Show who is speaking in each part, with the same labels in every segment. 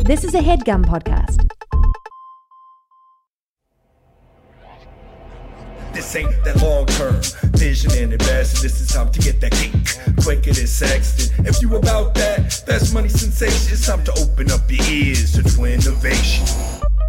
Speaker 1: This is a headgum podcast.
Speaker 2: This ain't that long term vision and investing. This is time to get that cake quicker than Sexton. If you about that, that's money sensation. It's time to open up your ears to true innovation.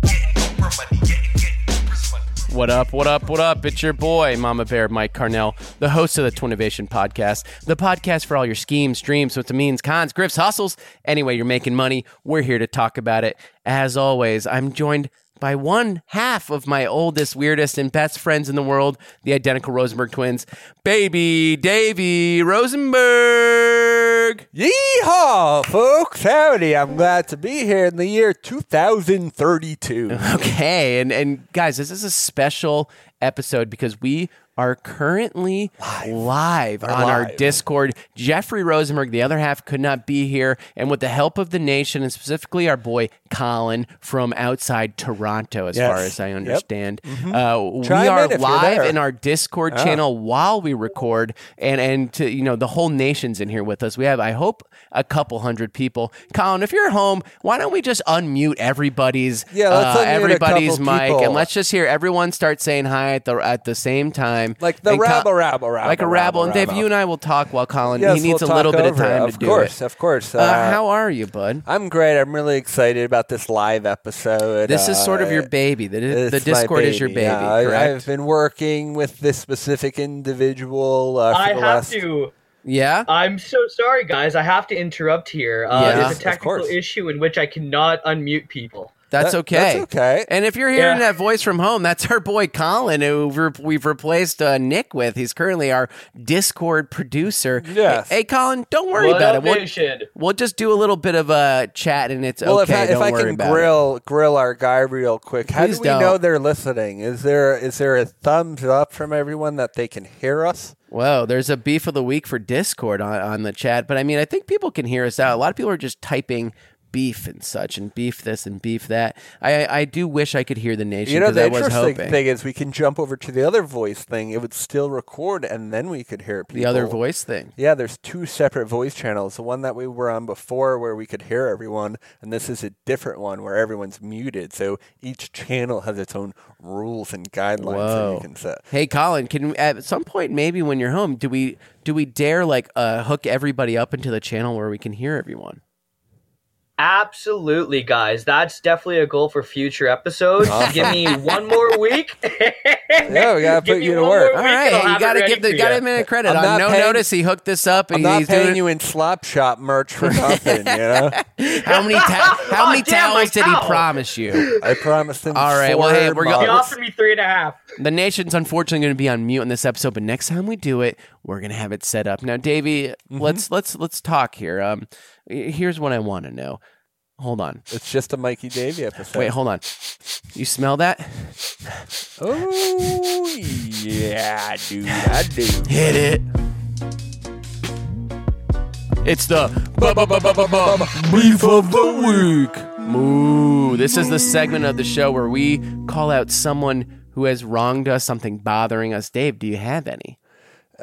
Speaker 2: Getting Oprah money, getting, getting Oprah's money.
Speaker 3: What up, what up, what up? It's your boy, Mama Bear Mike Carnell, the host of the Twinnovation Podcast, the podcast for all your schemes, dreams, what it means, cons, grips, hustles. Anyway, you're making money. We're here to talk about it. As always, I'm joined by one half of my oldest, weirdest, and best friends in the world, the identical Rosenberg twins, baby Davey Rosenberg.
Speaker 4: Yeehaw, folks! Howdy! I'm glad to be here in the year 2032.
Speaker 3: Okay, and and guys, this is a special episode because we are currently live, on our
Speaker 4: live.
Speaker 3: Discord. Jeffrey Rosenberg, the other half, could not be here, and with the help of the nation, and specifically our boy Colin from outside Toronto, as
Speaker 4: Yes.
Speaker 3: far as I
Speaker 4: Yep. Mm-hmm.
Speaker 3: understand, uh, we
Speaker 4: Chime in
Speaker 3: are
Speaker 4: if you're
Speaker 3: live
Speaker 4: there. Uh-huh.
Speaker 3: in our Discord channel while we record, and and to you know the whole nation's in here with us. We have, I hope, a couple hundred people. Colin, if you're at home, why don't we just unmute everybody's
Speaker 4: Yeah, let's
Speaker 3: uh,
Speaker 4: unmute a
Speaker 3: everybody's
Speaker 4: couple
Speaker 3: mic,
Speaker 4: people.
Speaker 3: and let's just hear everyone start saying hi at the at the same time,
Speaker 4: Like the
Speaker 3: And Col-
Speaker 4: rabble, rabble, rabble,
Speaker 3: like a rabble.
Speaker 4: rabble,
Speaker 3: And Dave,
Speaker 4: rabble.
Speaker 3: you and I will talk while Colin
Speaker 4: Yes,
Speaker 3: he needs
Speaker 4: we'll
Speaker 3: a little
Speaker 4: talk
Speaker 3: bit of
Speaker 4: over it.
Speaker 3: time
Speaker 4: Of
Speaker 3: to do
Speaker 4: course,
Speaker 3: it.
Speaker 4: of course.
Speaker 3: Uh,
Speaker 4: Uh,
Speaker 3: how are you, bud?
Speaker 4: I'm great. I'm really excited about this live episode.
Speaker 3: This is sort of
Speaker 4: Uh,
Speaker 3: your baby. The,
Speaker 4: it's
Speaker 3: the
Speaker 4: my
Speaker 3: Discord is your
Speaker 4: baby.
Speaker 3: baby,
Speaker 4: Yeah, I-
Speaker 3: correct?
Speaker 4: I've been working with this specific individual uh, for the
Speaker 5: I have
Speaker 4: last.
Speaker 5: to.
Speaker 3: yeah.
Speaker 5: I'm so sorry, guys. I have to interrupt here. Uh,
Speaker 3: Yeah.
Speaker 5: there's
Speaker 3: Of
Speaker 5: a
Speaker 4: course.
Speaker 5: technical issue in which I cannot unmute people.
Speaker 3: That's
Speaker 4: That-
Speaker 3: okay.
Speaker 4: that's okay.
Speaker 3: And if you're hearing
Speaker 5: Yeah.
Speaker 3: that voice from home, that's our boy Colin, who we've- we've replaced uh, Nick with. He's currently our Discord producer.
Speaker 4: Yes.
Speaker 3: Hey, hey, Colin, don't worry
Speaker 5: What
Speaker 3: about it.
Speaker 5: up,
Speaker 3: We'll,
Speaker 5: nation?
Speaker 3: we'll just do a little bit of a chat, and it's
Speaker 4: Well,
Speaker 3: okay.
Speaker 4: if I, if
Speaker 3: don't
Speaker 4: I
Speaker 3: worry
Speaker 4: can
Speaker 3: about it.
Speaker 4: grill grill our guy real quick, how
Speaker 3: Please
Speaker 4: do we
Speaker 3: don't.
Speaker 4: know they're listening? Is there is there a thumbs up from everyone that they can hear us?
Speaker 3: Whoa, there's a beef of the week for Discord on, on the chat. But I mean, I think people can hear us out. A lot of people are just typing beef and such and beef this and beef that. I, I do wish I could hear the nation
Speaker 4: You know,
Speaker 3: because
Speaker 4: the
Speaker 3: I was
Speaker 4: interesting
Speaker 3: hoping.
Speaker 4: thing is we can jump over to the other voice thing. It would still record, and then we could hear people.
Speaker 3: the other voice thing.
Speaker 4: Yeah, there's two separate voice channels. The one that we were on before, where we could hear everyone, and this is a different one where everyone's muted. So each channel has its own rules and guidelines that
Speaker 3: Whoa.
Speaker 4: you can set.
Speaker 3: Hey, Colin, can at some point maybe when you're home, do we do we dare like uh, hook everybody up into the channel where we can hear everyone?
Speaker 5: Absolutely, guys. That's definitely a goal for future episodes. Give me one more week. yeah,
Speaker 4: we gotta put you to work.
Speaker 3: All right, you got to give the got a minute credit.
Speaker 4: I'm
Speaker 3: on
Speaker 4: not
Speaker 3: no
Speaker 4: paying-
Speaker 3: notice, he hooked this up.
Speaker 4: I'm
Speaker 3: and
Speaker 4: not
Speaker 3: he's
Speaker 4: paying
Speaker 3: doing,
Speaker 4: you in slop shop merch for nothing. you know,
Speaker 3: How many ta- how
Speaker 5: Oh,
Speaker 3: many
Speaker 5: damn, my
Speaker 3: towels did he
Speaker 5: towel.
Speaker 3: promise you?
Speaker 4: I promised him.
Speaker 3: All right, well,
Speaker 4: four
Speaker 3: hey, we're go-
Speaker 5: He
Speaker 4: months.
Speaker 5: offered me three and a half.
Speaker 3: The nation's unfortunately going to be on mute in this episode, but next time we do it, we're going to have it set up. Now, Davey,
Speaker 4: Mm-hmm.
Speaker 3: let's let's let's talk here. Um, here's what I want to know. Hold on.
Speaker 4: It's just a Mikey Davey episode.
Speaker 3: Wait, hold on. You smell that?
Speaker 4: Oh yeah, dude, I do.
Speaker 3: Hit it. It's the bu- bu- bu- bu- bu- bu- beef of the week. Moo. This is the segment of the show where we call out someone who has wronged us, something bothering us. Dave, do you have any?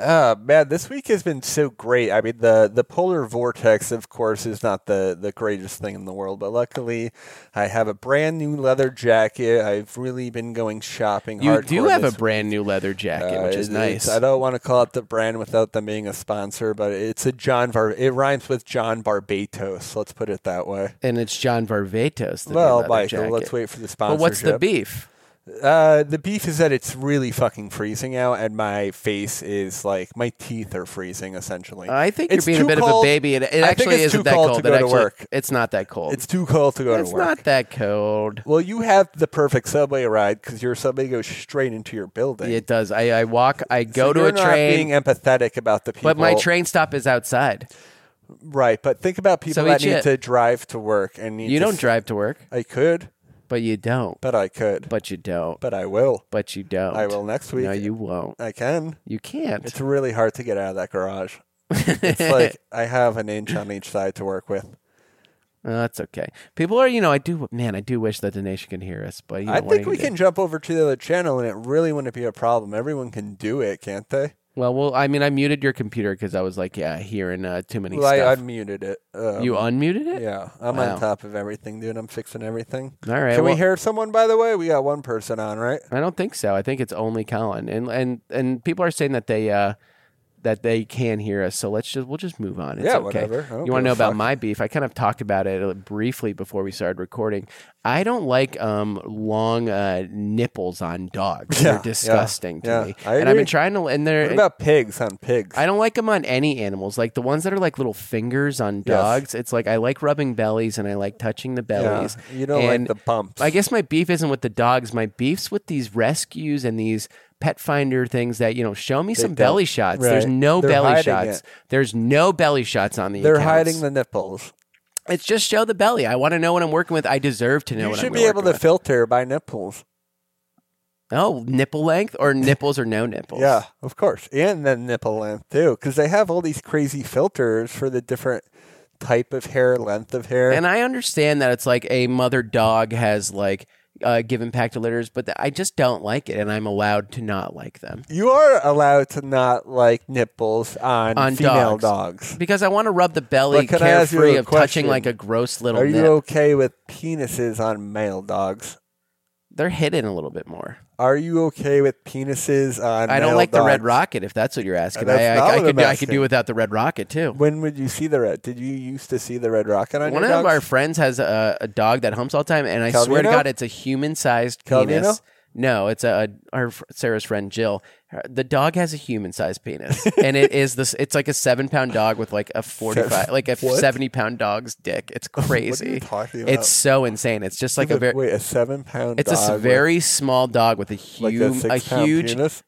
Speaker 4: Oh man, this week has been so great. I mean, the the polar vortex, of course, is not the the greatest thing in the world, but luckily, I have a brand new leather jacket. I've really been going shopping.
Speaker 3: You
Speaker 4: hardcore
Speaker 3: do have a
Speaker 4: this
Speaker 3: brand new leather jacket,
Speaker 4: Uh,
Speaker 3: which is
Speaker 4: it- it's-
Speaker 3: nice.
Speaker 4: I don't want to call it the brand without them being a sponsor, but it's a John. Var- it rhymes with John Barbatos. Let's put it that way.
Speaker 3: and it's John Varvatos. The
Speaker 4: well,
Speaker 3: new leather
Speaker 4: Michael,
Speaker 3: jacket.
Speaker 4: let's wait for the
Speaker 3: But
Speaker 4: sponsorship.
Speaker 3: what's the beef?
Speaker 4: Uh, the beef is that it's really fucking freezing out, and my face is like my teeth are freezing essentially.
Speaker 3: I think you're
Speaker 4: It's
Speaker 3: being a
Speaker 4: too
Speaker 3: bit of a
Speaker 4: cold.
Speaker 3: baby. It, it
Speaker 4: I
Speaker 3: actually
Speaker 4: think it's
Speaker 3: isn't
Speaker 4: too
Speaker 3: that
Speaker 4: cold
Speaker 3: cold.
Speaker 4: to
Speaker 3: It
Speaker 4: go to
Speaker 3: actually-
Speaker 4: work.
Speaker 3: It's not that cold.
Speaker 4: It's too cold to go
Speaker 3: It's
Speaker 4: to work.
Speaker 3: not that cold.
Speaker 4: well, you have the perfect subway ride because your subway goes straight into your building.
Speaker 3: It does. I, I walk. I go
Speaker 4: So
Speaker 3: to
Speaker 4: you're
Speaker 3: a
Speaker 4: not being
Speaker 3: train,
Speaker 4: empathetic about the people.
Speaker 3: but my train stop is outside.
Speaker 4: right? But think about people
Speaker 3: So
Speaker 4: that
Speaker 3: eat
Speaker 4: need
Speaker 3: shit.
Speaker 4: to drive to work and need
Speaker 3: You
Speaker 4: to
Speaker 3: don't
Speaker 4: s-
Speaker 3: drive to work,
Speaker 4: I could,
Speaker 3: but you don't.
Speaker 4: but I could,
Speaker 3: But you don't.
Speaker 4: but I will.
Speaker 3: But you don't.
Speaker 4: I will next week.
Speaker 3: No, you won't.
Speaker 4: I can.
Speaker 3: You can't.
Speaker 4: It's really hard to get out of that garage. It's like I have an inch on each side to work with.
Speaker 3: Uh, that's okay. People are, you know, I do, man, I do wish that the nation can hear us, but you know,
Speaker 4: I
Speaker 3: what are
Speaker 4: think
Speaker 3: you
Speaker 4: we
Speaker 3: gonna
Speaker 4: can
Speaker 3: do?
Speaker 4: jump over to the other channel and it really wouldn't be a problem. Everyone can do it, can't they?
Speaker 3: Well, well, I mean, I muted your computer because I was like, yeah, hearing uh, too many
Speaker 4: Well, I
Speaker 3: stuff.
Speaker 4: unmuted it. Um,
Speaker 3: you unmuted it?
Speaker 4: Yeah, I'm
Speaker 3: Wow.
Speaker 4: on top of everything, dude. I'm fixing everything.
Speaker 3: All right.
Speaker 4: Can
Speaker 3: well,
Speaker 4: we hear someone? By the way, we got one person on, right?
Speaker 3: I don't think so. I think it's only Colin, and and and people are saying that they uh, that they can hear us. So let's just we'll just move on. It's
Speaker 4: Yeah,
Speaker 3: okay.
Speaker 4: whatever. I don't
Speaker 3: You want to
Speaker 4: give a
Speaker 3: know about
Speaker 4: fuck.
Speaker 3: my beef? I kind of talked about it uh, briefly before we started recording. I don't like um long uh, nipples on dogs.
Speaker 4: Yeah,
Speaker 3: They're
Speaker 4: yeah,
Speaker 3: disgusting to
Speaker 4: yeah.
Speaker 3: me,
Speaker 4: I
Speaker 3: and I've
Speaker 4: agree.
Speaker 3: been trying to. And they're
Speaker 4: What about pigs on pigs?
Speaker 3: I don't like them on any animals. Like the ones that are like little fingers on dogs. It's like I like rubbing bellies and I like touching the bellies.
Speaker 4: you don't like
Speaker 3: And
Speaker 4: the bumps.
Speaker 3: I guess my beef isn't with the dogs. My beef's with these rescues and these pet finder things that you know. Show me some
Speaker 4: don't-
Speaker 3: belly shots. There's
Speaker 4: Right.
Speaker 3: no
Speaker 4: They're
Speaker 3: belly
Speaker 4: hiding
Speaker 3: shots.
Speaker 4: it.
Speaker 3: There's no belly shots on the.
Speaker 4: They're
Speaker 3: accounts.
Speaker 4: hiding the nipples.
Speaker 3: It's just show the belly. I want to know what I'm working with. I deserve to know.
Speaker 4: you
Speaker 3: what
Speaker 4: should
Speaker 3: I'm
Speaker 4: be able to
Speaker 3: working
Speaker 4: filter by nipples.
Speaker 3: with. oh, nipple length or nipples or no nipples.
Speaker 4: Yeah, of course, and then nipple length too, because they have all these crazy filters for the different type of hair, length of hair.
Speaker 3: And I understand that it's like a mother dog has like uh, given pack to litters, but th- I just don't like it, and I'm allowed to not like them
Speaker 4: you are allowed to not like nipples on,
Speaker 3: On
Speaker 4: female
Speaker 3: dogs.
Speaker 4: dogs.
Speaker 3: because I want to rub the belly
Speaker 4: But can I ask you
Speaker 3: carefree
Speaker 4: a
Speaker 3: of touching
Speaker 4: question?
Speaker 3: like a gross little.
Speaker 4: Are you
Speaker 3: nip.
Speaker 4: okay with penises on male dogs?
Speaker 3: They're hidden a little bit more.
Speaker 4: Are you okay with penises on?
Speaker 3: I don't
Speaker 4: male
Speaker 3: like the red
Speaker 4: dogs?
Speaker 3: rocket if that's what you're asking.
Speaker 4: That's
Speaker 3: I,
Speaker 4: not
Speaker 3: I, I
Speaker 4: what
Speaker 3: could
Speaker 4: I'm
Speaker 3: do, I could do
Speaker 4: asking.
Speaker 3: without the red rocket too.
Speaker 4: When would you see the red? Did you used to see the red rocket on
Speaker 3: One of
Speaker 4: your dogs?
Speaker 3: our friends has a, a dog that humps all the time, and I swear to
Speaker 4: Calvino?
Speaker 3: God, it's a human-sized penis.
Speaker 4: Calvino?
Speaker 3: No, it's a our fr- Sarah's friend Jill. Her- The dog has a human-sized penis, and it is this. It's like a seven-pound dog with like a forty-five, like a
Speaker 4: What?
Speaker 3: seventy-pound dog's dick. It's
Speaker 4: What are
Speaker 3: crazy.
Speaker 4: you talking about?
Speaker 3: It's so insane. It's just like
Speaker 4: Is
Speaker 3: a
Speaker 4: it-
Speaker 3: very.
Speaker 4: wait a seven pound.
Speaker 3: It's a s-
Speaker 4: dog with-
Speaker 3: very small dog with a
Speaker 4: Like a
Speaker 3: huge, a,
Speaker 4: six-pound
Speaker 3: huge
Speaker 4: penis?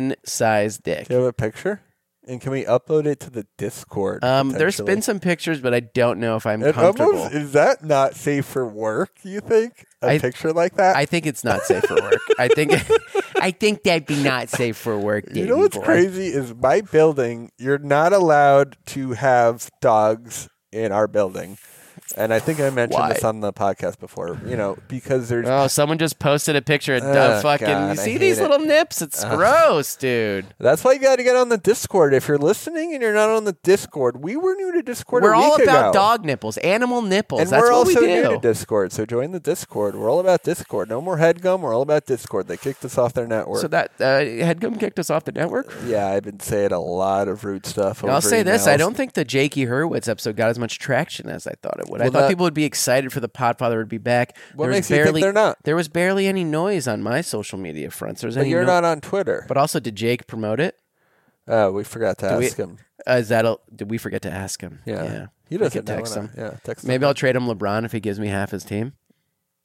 Speaker 3: human-sized dick.
Speaker 4: Do you have a picture? And can we upload it to the Discord?
Speaker 3: Um, there's been
Speaker 4: potentially?
Speaker 3: some pictures, but I don't know if I'm
Speaker 4: It
Speaker 3: comfortable.
Speaker 4: almost, is that not safe for work? You think a
Speaker 3: I-
Speaker 4: picture like that?
Speaker 3: I think it's not safe for work. I think I think that'd be not safe for work.
Speaker 4: you
Speaker 3: Davey
Speaker 4: know what's
Speaker 3: boy.
Speaker 4: crazy is my building. You're not allowed to have dogs in our building, and I think I mentioned
Speaker 3: Why?
Speaker 4: this on the podcast before. You know, because there's
Speaker 3: Oh, someone just posted a picture of
Speaker 4: Oh,
Speaker 3: fucking.
Speaker 4: God,
Speaker 3: you
Speaker 4: I
Speaker 3: see
Speaker 4: hate
Speaker 3: these
Speaker 4: it. Uh-huh.
Speaker 3: little nips? It's gross, dude.
Speaker 4: That's why you got to get on the Discord. If you're listening and you're not on the Discord, we were new to Discord.
Speaker 3: We're
Speaker 4: a
Speaker 3: all
Speaker 4: week
Speaker 3: about
Speaker 4: ago.
Speaker 3: dog nipples, animal nipples.
Speaker 4: and
Speaker 3: That's
Speaker 4: we're
Speaker 3: what
Speaker 4: also
Speaker 3: we
Speaker 4: new to
Speaker 3: do.
Speaker 4: Discord. So join the Discord. We're all about Discord. No more headgum. We're all about Discord. They kicked us off their network.
Speaker 3: So that uh, Headgum kicked us off the network.
Speaker 4: yeah, I've been saying a lot of rude stuff.
Speaker 3: I'll
Speaker 4: over
Speaker 3: say this: I
Speaker 4: emails.
Speaker 3: don't think the Jakey Hurwitz episode got as much traction as I thought it would. I
Speaker 4: Well,
Speaker 3: thought
Speaker 4: that-
Speaker 3: people would be excited for the Podfather would be back.
Speaker 4: What
Speaker 3: there was
Speaker 4: makes you think
Speaker 3: barely,
Speaker 4: they're not?
Speaker 3: There was barely any noise on my social media fronts. There was
Speaker 4: But
Speaker 3: any
Speaker 4: you're
Speaker 3: no-
Speaker 4: not on Twitter.
Speaker 3: But also, did Jake promote it?
Speaker 4: oh, we forgot to
Speaker 3: we-
Speaker 4: ask him.
Speaker 3: Uh, is that a, did we forget to ask him?
Speaker 4: Yeah, he
Speaker 3: We
Speaker 4: doesn't
Speaker 3: could
Speaker 4: know,
Speaker 3: text
Speaker 4: and I-
Speaker 3: him.
Speaker 4: Yeah, text him.
Speaker 3: Maybe I'll trade him LeBron if he gives me half his team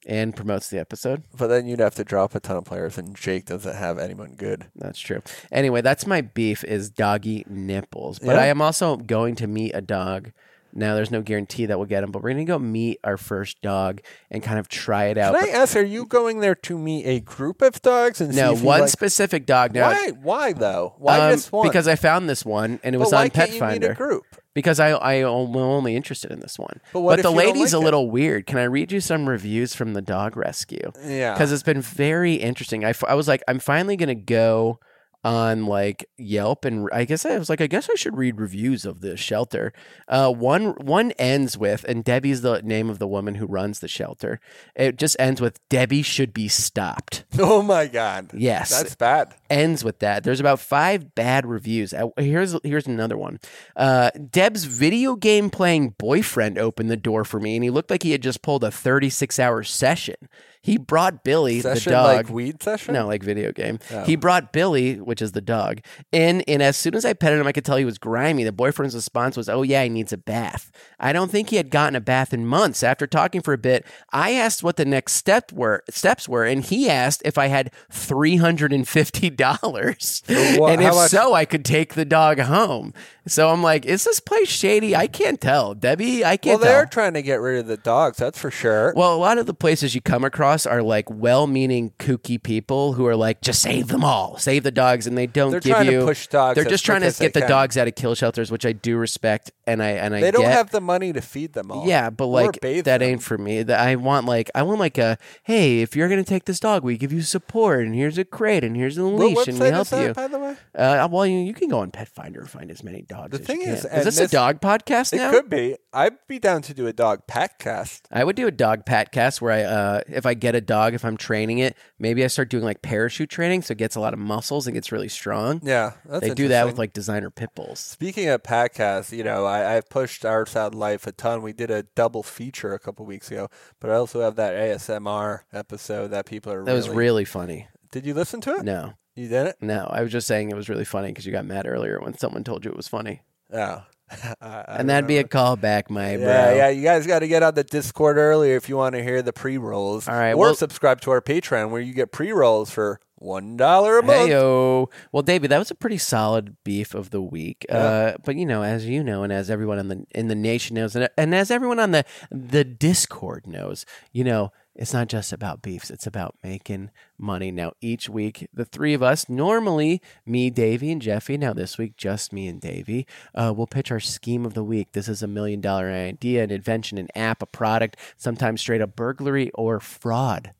Speaker 3: and promotes the episode.
Speaker 4: But then you'd have to drop a ton of players, and Jake doesn't have anyone good.
Speaker 3: That's true. Anyway, that's my beef is doggy nipples. But
Speaker 4: Yeah.
Speaker 3: I am also going to meet a dog. Now there's no guarantee that we'll get him, but we're gonna go meet our first dog and kind of try it out.
Speaker 4: Can I
Speaker 3: But-
Speaker 4: ask? Are you going there to meet a group of dogs and
Speaker 3: no,
Speaker 4: see if you
Speaker 3: one
Speaker 4: like-
Speaker 3: specific dog. Now,
Speaker 4: Why? Why though? Why
Speaker 3: um,
Speaker 4: just one?
Speaker 3: Because I found this one and it was
Speaker 4: but why
Speaker 3: on
Speaker 4: can't
Speaker 3: Pet
Speaker 4: you
Speaker 3: Finder.
Speaker 4: Meet a group.
Speaker 3: because I I am only interested in this one.
Speaker 4: But what if
Speaker 3: the
Speaker 4: you don't
Speaker 3: lady's
Speaker 4: like
Speaker 3: a
Speaker 4: it?
Speaker 3: little weird. Can I read you some reviews from the dog rescue?
Speaker 4: Yeah.
Speaker 3: Because it's been very interesting. I, f- I was like, I'm finally gonna go on like Yelp, and I guess I was like, I guess I should read reviews of the shelter. Uh, one one ends with, and Debbie's the name of the woman who runs the shelter. It just ends with Debbie should be stopped.
Speaker 4: Oh my God.
Speaker 3: Yes,
Speaker 4: That's bad.
Speaker 3: ends with that. There's about five bad reviews. Uh, Here's here's another one. Uh, Deb's video game playing boyfriend opened the door for me, and he looked like he had just pulled a 36 hour session. He brought Billy
Speaker 4: Session
Speaker 3: the dog.
Speaker 4: like weed session?
Speaker 3: no, like video game.
Speaker 4: Oh.
Speaker 3: He brought Billy, which is the dog, in, and as soon as I petted him, I could tell he was grimy. The boyfriend's response was, "Oh yeah, he needs a bath." I don't think he had gotten a bath in months. After talking for a bit, I asked what the next step were steps were, and he asked if I had three hundred and fifty dollars,
Speaker 4: what-
Speaker 3: and
Speaker 4: how
Speaker 3: if
Speaker 4: much-
Speaker 3: so, I could take the dog home. So I'm like, "Is this place shady?" I can't tell, Debbie. I
Speaker 4: Well,
Speaker 3: can't
Speaker 4: they're
Speaker 3: tell.
Speaker 4: trying to get rid of the dogs. That's for sure.
Speaker 3: Well, a lot of the places you come across across are like well-meaning, kooky people who are like, just save them all, save the dogs, and they don't
Speaker 4: They're
Speaker 3: give
Speaker 4: trying to
Speaker 3: you.
Speaker 4: push dogs
Speaker 3: they're
Speaker 4: as
Speaker 3: just trying
Speaker 4: quick
Speaker 3: to
Speaker 4: as they
Speaker 3: get the
Speaker 4: can.
Speaker 3: dogs out of kill shelters, which I do respect, and I and I
Speaker 4: They don't
Speaker 3: get.
Speaker 4: have the money to feed them all.
Speaker 3: Yeah, but
Speaker 4: Or
Speaker 3: like
Speaker 4: bathe
Speaker 3: that
Speaker 4: them.
Speaker 3: ain't for me. That I want like I want like a hey, if you're gonna take this dog, we give you support, and here's a crate, and here's a
Speaker 4: What
Speaker 3: leash, and we
Speaker 4: website
Speaker 3: help
Speaker 4: is that,
Speaker 3: you.
Speaker 4: by the way?
Speaker 3: Uh, well, you, you can go on Pet Finder and find as many dogs.
Speaker 4: The
Speaker 3: as
Speaker 4: thing
Speaker 3: you
Speaker 4: is,
Speaker 3: can.
Speaker 4: and
Speaker 3: this,
Speaker 4: this-
Speaker 3: a dog podcast
Speaker 4: It
Speaker 3: now?
Speaker 4: could be. I'd be down to do a dog pack cast.
Speaker 3: I would do a dog pat cast where I, uh, if I get a dog, if I'm training it, maybe I start doing like parachute training, so it gets a lot of muscles and gets really strong.
Speaker 4: Yeah, that's
Speaker 3: they do that
Speaker 4: interesting.
Speaker 3: with like designer pit bulls.
Speaker 4: Speaking of podcasts, you know, I, I've pushed Our Sound Life a ton. We did a double feature a couple weeks ago, but I also have that ASMR episode that people are
Speaker 3: That was really funny.
Speaker 4: Did you listen to it?
Speaker 3: No,
Speaker 4: You did it?
Speaker 3: no, I was just saying it was really funny because you got mad earlier when someone told you it was funny,
Speaker 4: Oh. I- I
Speaker 3: and that'd be a callback, my bro.
Speaker 4: Yeah, yeah. You guys got to get on the Discord earlier if you want to hear the pre rolls.
Speaker 3: All right,
Speaker 4: Or
Speaker 3: well-
Speaker 4: subscribe to our Patreon where you get pre rolls for one dollar a month.
Speaker 3: Hey yo. Well, David, that was a pretty solid beef of the week. Uh, but you know, as you know, and as everyone in the in the nation knows, and, and as everyone on the the Discord knows, you know, it's not just about beefs; it's about making money. Now, each week, the three of us, normally me, Davey, and Jeffy. Now this week, just me and Davey. Uh, we'll pitch our scheme of the week. This is a million dollar idea, an invention, an app, a product, sometimes straight up burglary or fraud.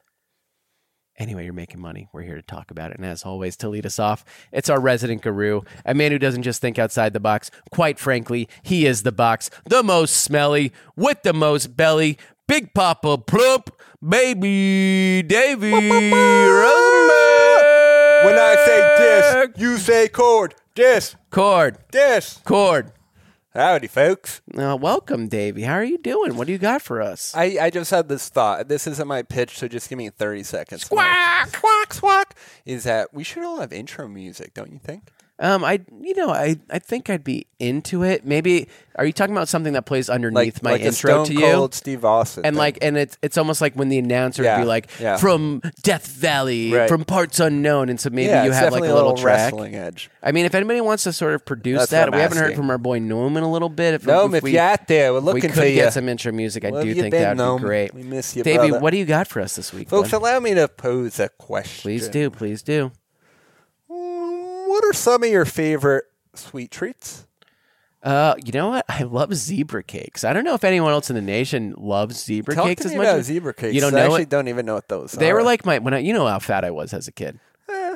Speaker 3: Anyway, you're making money. We're here to talk about it. And as always, to lead us off, it's our resident guru, a man who doesn't just think outside the box. Quite frankly, he is the box, the most smelly, with the most belly, Big Papa Plump, Baby Davy Rosemary.
Speaker 4: When I say dis, you say cord. Dis,
Speaker 3: Cord,
Speaker 4: dis.
Speaker 3: cord.
Speaker 4: Howdy, folks.
Speaker 3: Uh, welcome, Davy. How are you doing? What do you got for us?
Speaker 4: I, I just had this thought. This isn't my pitch, so just give me 30 seconds. Squawk! Squawk, squawk! Is that we should all have intro music, don't you think?
Speaker 3: Um, I, you know, I, I think I'd be into it. Maybe are you talking about something that plays underneath my
Speaker 4: like
Speaker 3: intro to
Speaker 4: a Stone
Speaker 3: you?
Speaker 4: Cold Steve Austin.
Speaker 3: and
Speaker 4: thing.
Speaker 3: like and it's it's almost like when the announcer would
Speaker 4: Yeah,
Speaker 3: be like
Speaker 4: yeah.
Speaker 3: from Death Valley
Speaker 4: Right.
Speaker 3: from parts unknown and so maybe
Speaker 4: yeah,
Speaker 3: you
Speaker 4: it's
Speaker 3: have like a
Speaker 4: definitely
Speaker 3: little, track
Speaker 4: wrestling edge.
Speaker 3: I mean if anybody wants to sort of produce
Speaker 4: That's
Speaker 3: that
Speaker 4: what
Speaker 3: we
Speaker 4: I'm
Speaker 3: haven't heard
Speaker 4: asking.
Speaker 3: from our boy Noam in a little bit if,
Speaker 4: Noam, if
Speaker 3: we,
Speaker 4: you're out there, we're
Speaker 3: if
Speaker 4: looking
Speaker 3: we
Speaker 4: for
Speaker 3: could
Speaker 4: ya.
Speaker 3: get some intro music I
Speaker 4: Where
Speaker 3: do
Speaker 4: have you
Speaker 3: think
Speaker 4: been,
Speaker 3: that would
Speaker 4: Noam?
Speaker 3: be great
Speaker 4: We miss you,
Speaker 3: Davey
Speaker 4: brother.
Speaker 3: what do you got for us this week
Speaker 4: Folks,
Speaker 3: bud?
Speaker 4: allow me to pose a question.
Speaker 3: please do please do
Speaker 4: Mm, What are some of your favorite sweet treats?
Speaker 3: uh, you know what I love zebra cakes I don't know if anyone else in the nation loves zebra
Speaker 4: Talk
Speaker 3: cakes
Speaker 4: to
Speaker 3: as
Speaker 4: me
Speaker 3: much
Speaker 4: about
Speaker 3: as-
Speaker 4: zebra cakes.
Speaker 3: you don't
Speaker 4: I
Speaker 3: know
Speaker 4: actually
Speaker 3: it?
Speaker 4: don't even know what those
Speaker 3: They
Speaker 4: are.
Speaker 3: were like my when I, you know how fat I was as a kid.
Speaker 4: Eh.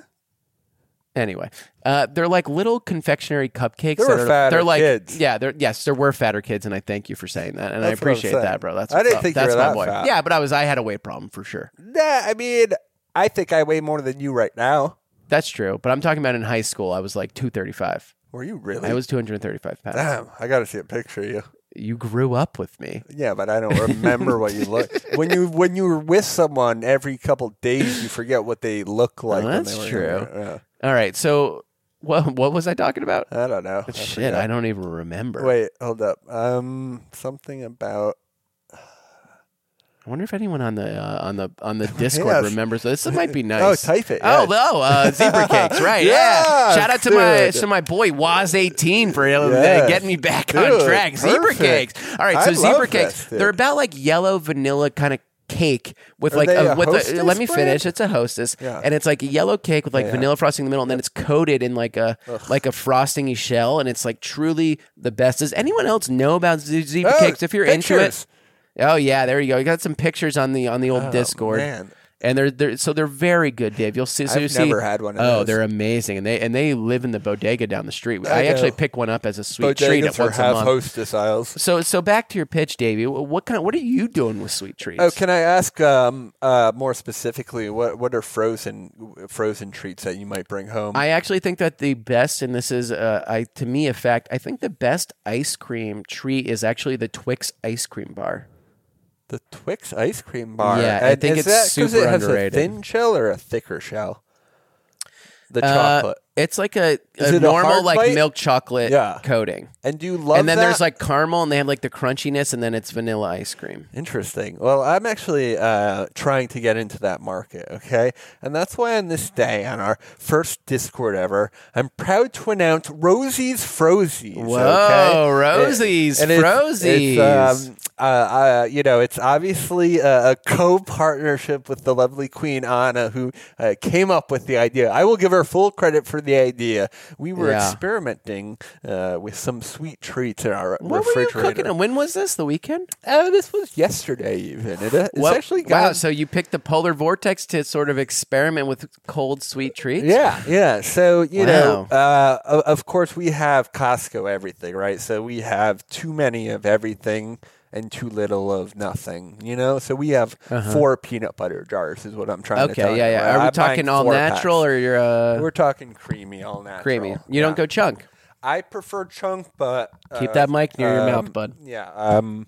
Speaker 3: Anyway, uh, they're like little confectionery cupcakes.
Speaker 4: There
Speaker 3: that
Speaker 4: were
Speaker 3: are,
Speaker 4: fatter
Speaker 3: they're like,
Speaker 4: kids.
Speaker 3: Yeah, there. Yes, there were fatter kids, and I thank you for saying that, and
Speaker 4: That's
Speaker 3: I
Speaker 4: what I'm
Speaker 3: appreciate
Speaker 4: saying.
Speaker 3: that, bro. That's
Speaker 4: I
Speaker 3: what's
Speaker 4: didn't
Speaker 3: up.
Speaker 4: think you
Speaker 3: that's
Speaker 4: were
Speaker 3: my
Speaker 4: that
Speaker 3: boy.
Speaker 4: fat.
Speaker 3: Yeah, but I was. I had a weight problem for sure.
Speaker 4: nah, I mean, I think I weigh more than you right now.
Speaker 3: That's true. But I'm talking about in high school. I was like 235.
Speaker 4: Were you really?
Speaker 3: I was 235 pounds.
Speaker 4: Damn, I got to see a picture of you.
Speaker 3: You grew up with me.
Speaker 4: Yeah, but I don't remember what you look when you when you were with someone every couple days. You forget what they look like. when
Speaker 3: Oh, that's
Speaker 4: they were
Speaker 3: true.
Speaker 4: younger.
Speaker 3: All right. So, what what was I talking about?
Speaker 4: Yeah. I don't know. I
Speaker 3: Shit,
Speaker 4: forget.
Speaker 3: I don't even remember.
Speaker 4: Wait, hold up. Um, something about
Speaker 3: I wonder if anyone on the uh, on the on the Discord
Speaker 4: Yes.
Speaker 3: remembers this. This might be nice.
Speaker 4: Oh, type it,
Speaker 3: Oh,
Speaker 4: yeah.
Speaker 3: no, uh, zebra cakes, right? yeah.
Speaker 4: Yeah,
Speaker 3: Shout out to my
Speaker 4: dude.
Speaker 3: to my boy Waz eighteen for uh,
Speaker 4: Yes.
Speaker 3: getting me back on
Speaker 4: Dude,
Speaker 3: track. Zebra
Speaker 4: perfect.
Speaker 3: cakes. All right,
Speaker 4: I
Speaker 3: so zebra
Speaker 4: love
Speaker 3: cakes.
Speaker 4: this, dude.
Speaker 3: they're about like yellow vanilla kind of cake with
Speaker 4: Are
Speaker 3: like
Speaker 4: they
Speaker 3: a,
Speaker 4: a
Speaker 3: with
Speaker 4: Hostess
Speaker 3: let me
Speaker 4: brand?
Speaker 3: finish. It's a Hostess,
Speaker 4: Yeah.
Speaker 3: and it's like a yellow cake with like
Speaker 4: Yeah.
Speaker 3: vanilla frosting in the middle, and then it's coated in like a like a frostingy shell, and it's like truly the best. Does anyone else know about ze- zebra
Speaker 4: Oh,
Speaker 3: cakes? If you're into it.
Speaker 4: pictures.
Speaker 3: Oh yeah, there you go. You got some pictures on the on the old Discord,
Speaker 4: Oh, man.
Speaker 3: and they're they're so they're very good, Dave. You'll see. So
Speaker 4: I've
Speaker 3: you'll see-
Speaker 4: never had one of
Speaker 3: oh,
Speaker 4: those.
Speaker 3: they're amazing, and they and they live in the bodega down the street. I,
Speaker 4: I know.
Speaker 3: actually pick one up as a sweet treat
Speaker 4: Bodegas
Speaker 3: at
Speaker 4: or
Speaker 3: once a
Speaker 4: half
Speaker 3: month.
Speaker 4: hostess aisles.
Speaker 3: so so back to your pitch, Davey. Wh- What kind? Of, what are you doing with sweet treats?
Speaker 4: Oh, can I ask um, uh, more specifically what what are frozen frozen treats that you might bring home?
Speaker 3: I actually think that the best, and this is uh, I to me a fact. I think the best ice cream treat is actually the Twix ice cream bar.
Speaker 4: the Twix ice cream bar.
Speaker 3: Yeah, I think it's
Speaker 4: is that 'cause
Speaker 3: super
Speaker 4: it has
Speaker 3: underrated.
Speaker 4: a thin shell or a thicker shell. The
Speaker 3: Uh,
Speaker 4: chocolate.
Speaker 3: It's like a,
Speaker 4: Is
Speaker 3: a
Speaker 4: it a
Speaker 3: normal
Speaker 4: hard
Speaker 3: like
Speaker 4: bite?
Speaker 3: milk chocolate
Speaker 4: Yeah.
Speaker 3: coating.
Speaker 4: And do you love
Speaker 3: and then
Speaker 4: that?
Speaker 3: there's like caramel and they have like the crunchiness and then it's vanilla ice cream.
Speaker 4: Interesting. Well, I'm actually uh, trying to get into that market, okay? And that's why on this day, on our first Discord ever, I'm proud to announce Rosie's Frozies.
Speaker 3: Whoa,
Speaker 4: okay?
Speaker 3: Rosie's
Speaker 4: and it's-
Speaker 3: Frozies.
Speaker 4: It's, um, uh, uh, you know, it's obviously a, a co-partnership with the lovely Queen Anna, who uh, came up with the idea. I will give her full credit for the idea. We were
Speaker 3: Yeah.
Speaker 4: experimenting uh, with some sweet treats in our
Speaker 3: What were you
Speaker 4: refrigerator.
Speaker 3: cooking? And when was this? The weekend?
Speaker 4: Oh, this was yesterday even. It, uh, it's
Speaker 3: What-
Speaker 4: actually got,
Speaker 3: wow. So you picked the polar vortex to sort of experiment with cold sweet treats.
Speaker 4: yeah, yeah. So you know,
Speaker 3: Wow.
Speaker 4: uh, o- of course we have Costco everything, right? So we have too many of everything and too little of nothing. You know, so we have four peanut butter jars is what I'm trying to. tell
Speaker 3: Uh-huh. Okay. Yeah.
Speaker 4: you,
Speaker 3: Yeah.
Speaker 4: right?
Speaker 3: Are we
Speaker 4: I'm buying
Speaker 3: talking all
Speaker 4: four
Speaker 3: natural
Speaker 4: packs.
Speaker 3: or you're uh,
Speaker 4: We're talking creamy, all natural.
Speaker 3: creamy? You don't
Speaker 4: Yeah.
Speaker 3: go chunk.
Speaker 4: I prefer chunk, but
Speaker 3: Keep
Speaker 4: uh,
Speaker 3: that mic near your mouth,
Speaker 4: um,
Speaker 3: bud.
Speaker 4: Yeah. Um,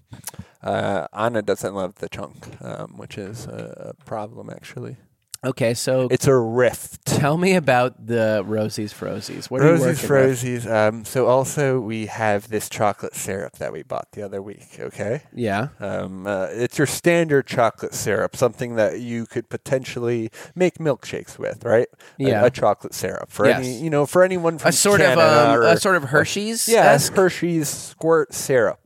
Speaker 4: uh, Anna doesn't love the chunk, um, which is a, a problem actually.
Speaker 3: Okay. So
Speaker 4: It's a rift.
Speaker 3: tell me about the Rosie's Frozies. What are you
Speaker 4: Rosie's
Speaker 3: working with?
Speaker 4: Frosies. Um, so also we have this chocolate syrup that we bought the other week. Okay,
Speaker 3: Yeah.
Speaker 4: um, uh, it's your standard chocolate syrup, something that you could potentially make milkshakes with, right? A-
Speaker 3: Yeah.
Speaker 4: a, chocolate syrup for any,
Speaker 3: Yes.
Speaker 4: you know, for anyone from
Speaker 3: A sort of
Speaker 4: Canada
Speaker 3: um,
Speaker 4: or,
Speaker 3: a sort of Hershey's.
Speaker 4: yeah, Hershey's squirt syrup.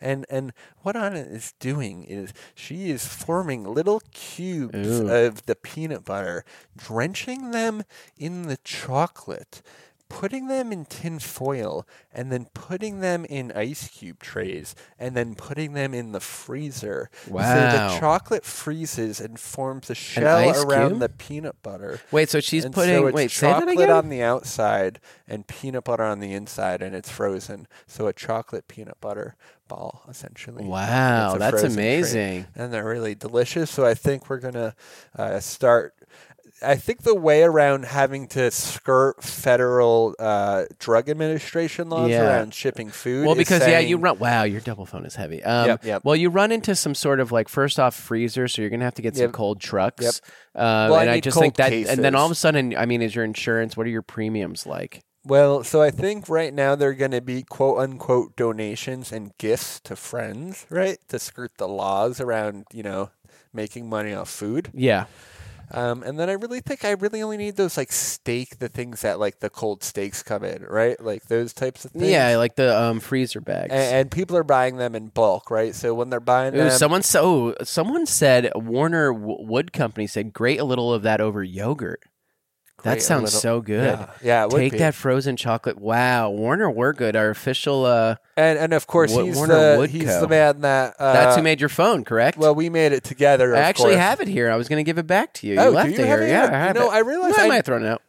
Speaker 4: And and what Anna is doing is she is forming little cubes of the peanut butter, drenching them in the chocolate, putting them in tin foil, and then putting them in ice cube trays, and then putting them in the freezer. So
Speaker 3: Wow.
Speaker 4: the chocolate freezes and forms a
Speaker 3: ice
Speaker 4: shell around
Speaker 3: cube?
Speaker 4: the peanut butter.
Speaker 3: Wait. So she's
Speaker 4: And
Speaker 3: putting.
Speaker 4: so it's
Speaker 3: wait. Say that
Speaker 4: chocolate
Speaker 3: again.
Speaker 4: on the outside and peanut butter on the inside, and it's frozen. So a chocolate peanut butter ball, essentially.
Speaker 3: Wow,
Speaker 4: a
Speaker 3: that's
Speaker 4: frozen treat.
Speaker 3: amazing.
Speaker 4: And they're really delicious. So I think we're gonna uh, start. I think the way around having to skirt federal uh, drug administration laws
Speaker 3: Yeah.
Speaker 4: around shipping food.
Speaker 3: Well,
Speaker 4: is
Speaker 3: because yeah, you
Speaker 4: saying-
Speaker 3: run. Wow, your double phone is heavy. Um,
Speaker 4: Yep, yep.
Speaker 3: Well, you run into some sort of like first off freezer, so you're gonna have to get some
Speaker 4: Yep.
Speaker 3: cold trucks.
Speaker 4: Yep.
Speaker 3: Uh,
Speaker 4: Well, I
Speaker 3: and I,
Speaker 4: need
Speaker 3: just
Speaker 4: cold
Speaker 3: think that, and then all of a
Speaker 4: cases.
Speaker 3: sudden, I mean, is your insurance? What are your premiums like?
Speaker 4: Well, so I think right now they're going to be quote unquote donations and gifts to friends, right? To skirt the laws around, you know, making money off food.
Speaker 3: Yeah.
Speaker 4: Um, and then I really think I really only need those like steak, the things that like the cold steaks come in, right? Like those types of things.
Speaker 3: Yeah, like the um, freezer bags.
Speaker 4: A- And, um, people are buying them in bulk, right? So when they're buying
Speaker 3: Ooh,
Speaker 4: them,
Speaker 3: someone so someone said Warner W- Wood Company said grate a little of that over yogurt.
Speaker 4: Grate
Speaker 3: that
Speaker 4: a
Speaker 3: sounds
Speaker 4: little-
Speaker 3: so good.
Speaker 4: Yeah, yeah, it would
Speaker 3: Take
Speaker 4: be.
Speaker 3: that frozen chocolate. Wow, Warner Woodgood, our official. Uh,
Speaker 4: and and of course
Speaker 3: Wa-
Speaker 4: he's
Speaker 3: Warner
Speaker 4: the
Speaker 3: Wood
Speaker 4: he's
Speaker 3: Co.
Speaker 4: the man that uh,
Speaker 3: that's who made your phone, correct?
Speaker 4: Well, we made it together.
Speaker 3: I
Speaker 4: of
Speaker 3: actually
Speaker 4: course.
Speaker 3: have it here. I was going to give it back to you.
Speaker 4: Oh,
Speaker 3: you
Speaker 4: do
Speaker 3: left
Speaker 4: you
Speaker 3: it
Speaker 4: have
Speaker 3: here.
Speaker 4: it?
Speaker 3: yeah,
Speaker 4: You
Speaker 3: I have
Speaker 4: know,
Speaker 3: it.
Speaker 4: I realized
Speaker 3: Why am
Speaker 4: I-
Speaker 3: I throwing it out?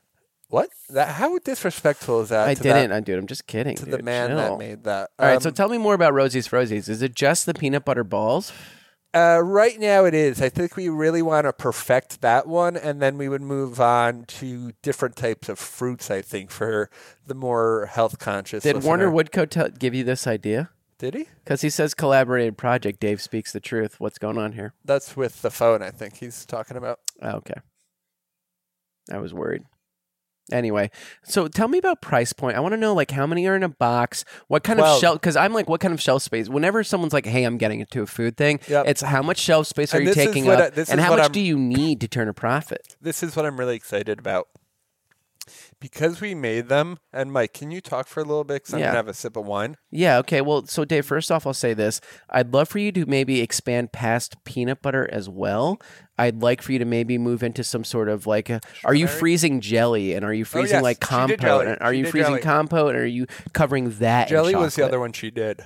Speaker 4: What? That, how disrespectful is that?
Speaker 3: I
Speaker 4: to that-
Speaker 3: didn't, I dude. I'm just kidding.
Speaker 4: to
Speaker 3: dude.
Speaker 4: the man
Speaker 3: Chill.
Speaker 4: that made that.
Speaker 3: All right, so
Speaker 4: Um,
Speaker 3: tell me more about Rosie's Frozies. Is it just the peanut butter balls?
Speaker 4: uh, right now it is. I think we really want to perfect that one, and then we would move on to different types of fruits. I think for the more health conscious.
Speaker 3: Did
Speaker 4: listener.
Speaker 3: Warner Woodco tell, give you this idea?
Speaker 4: Did he?
Speaker 3: Because he says collaborated project. Dave speaks the truth. What's going on here?
Speaker 4: That's with the phone. I think he's talking about.
Speaker 3: Oh, okay. I was worried. Anyway, so tell me about price point. I want to know like how many are in a box, what kind of
Speaker 4: Well-
Speaker 3: shelf because I'm like what kind of shelf space. Whenever someone's like, "Hey, I'm getting into a food thing,"
Speaker 4: Yep.
Speaker 3: it's how much shelf space
Speaker 4: And
Speaker 3: are you
Speaker 4: this is
Speaker 3: taking
Speaker 4: what
Speaker 3: up,
Speaker 4: I- this
Speaker 3: and
Speaker 4: is
Speaker 3: how
Speaker 4: what
Speaker 3: much
Speaker 4: I'm-
Speaker 3: do you need to turn a profit?
Speaker 4: This is what I'm really excited about. Because we made them, and Mike, can you talk for a little bit? Because I'm
Speaker 3: Yeah.
Speaker 4: gonna have a sip of wine.
Speaker 3: Yeah. Okay. Well, so Dave, first off, I'll say this: I'd love for you to maybe expand past peanut butter as well. I'd like for you to maybe move into some sort of like, a, are you freezing jelly and are you freezing
Speaker 4: Oh, yes,
Speaker 3: like
Speaker 4: she did
Speaker 3: compote?
Speaker 4: jelly.
Speaker 3: And are
Speaker 4: She
Speaker 3: you
Speaker 4: did
Speaker 3: freezing
Speaker 4: jelly.
Speaker 3: compote? And are you covering that? in
Speaker 4: Jelly was the
Speaker 3: chocolate?
Speaker 4: other one she did.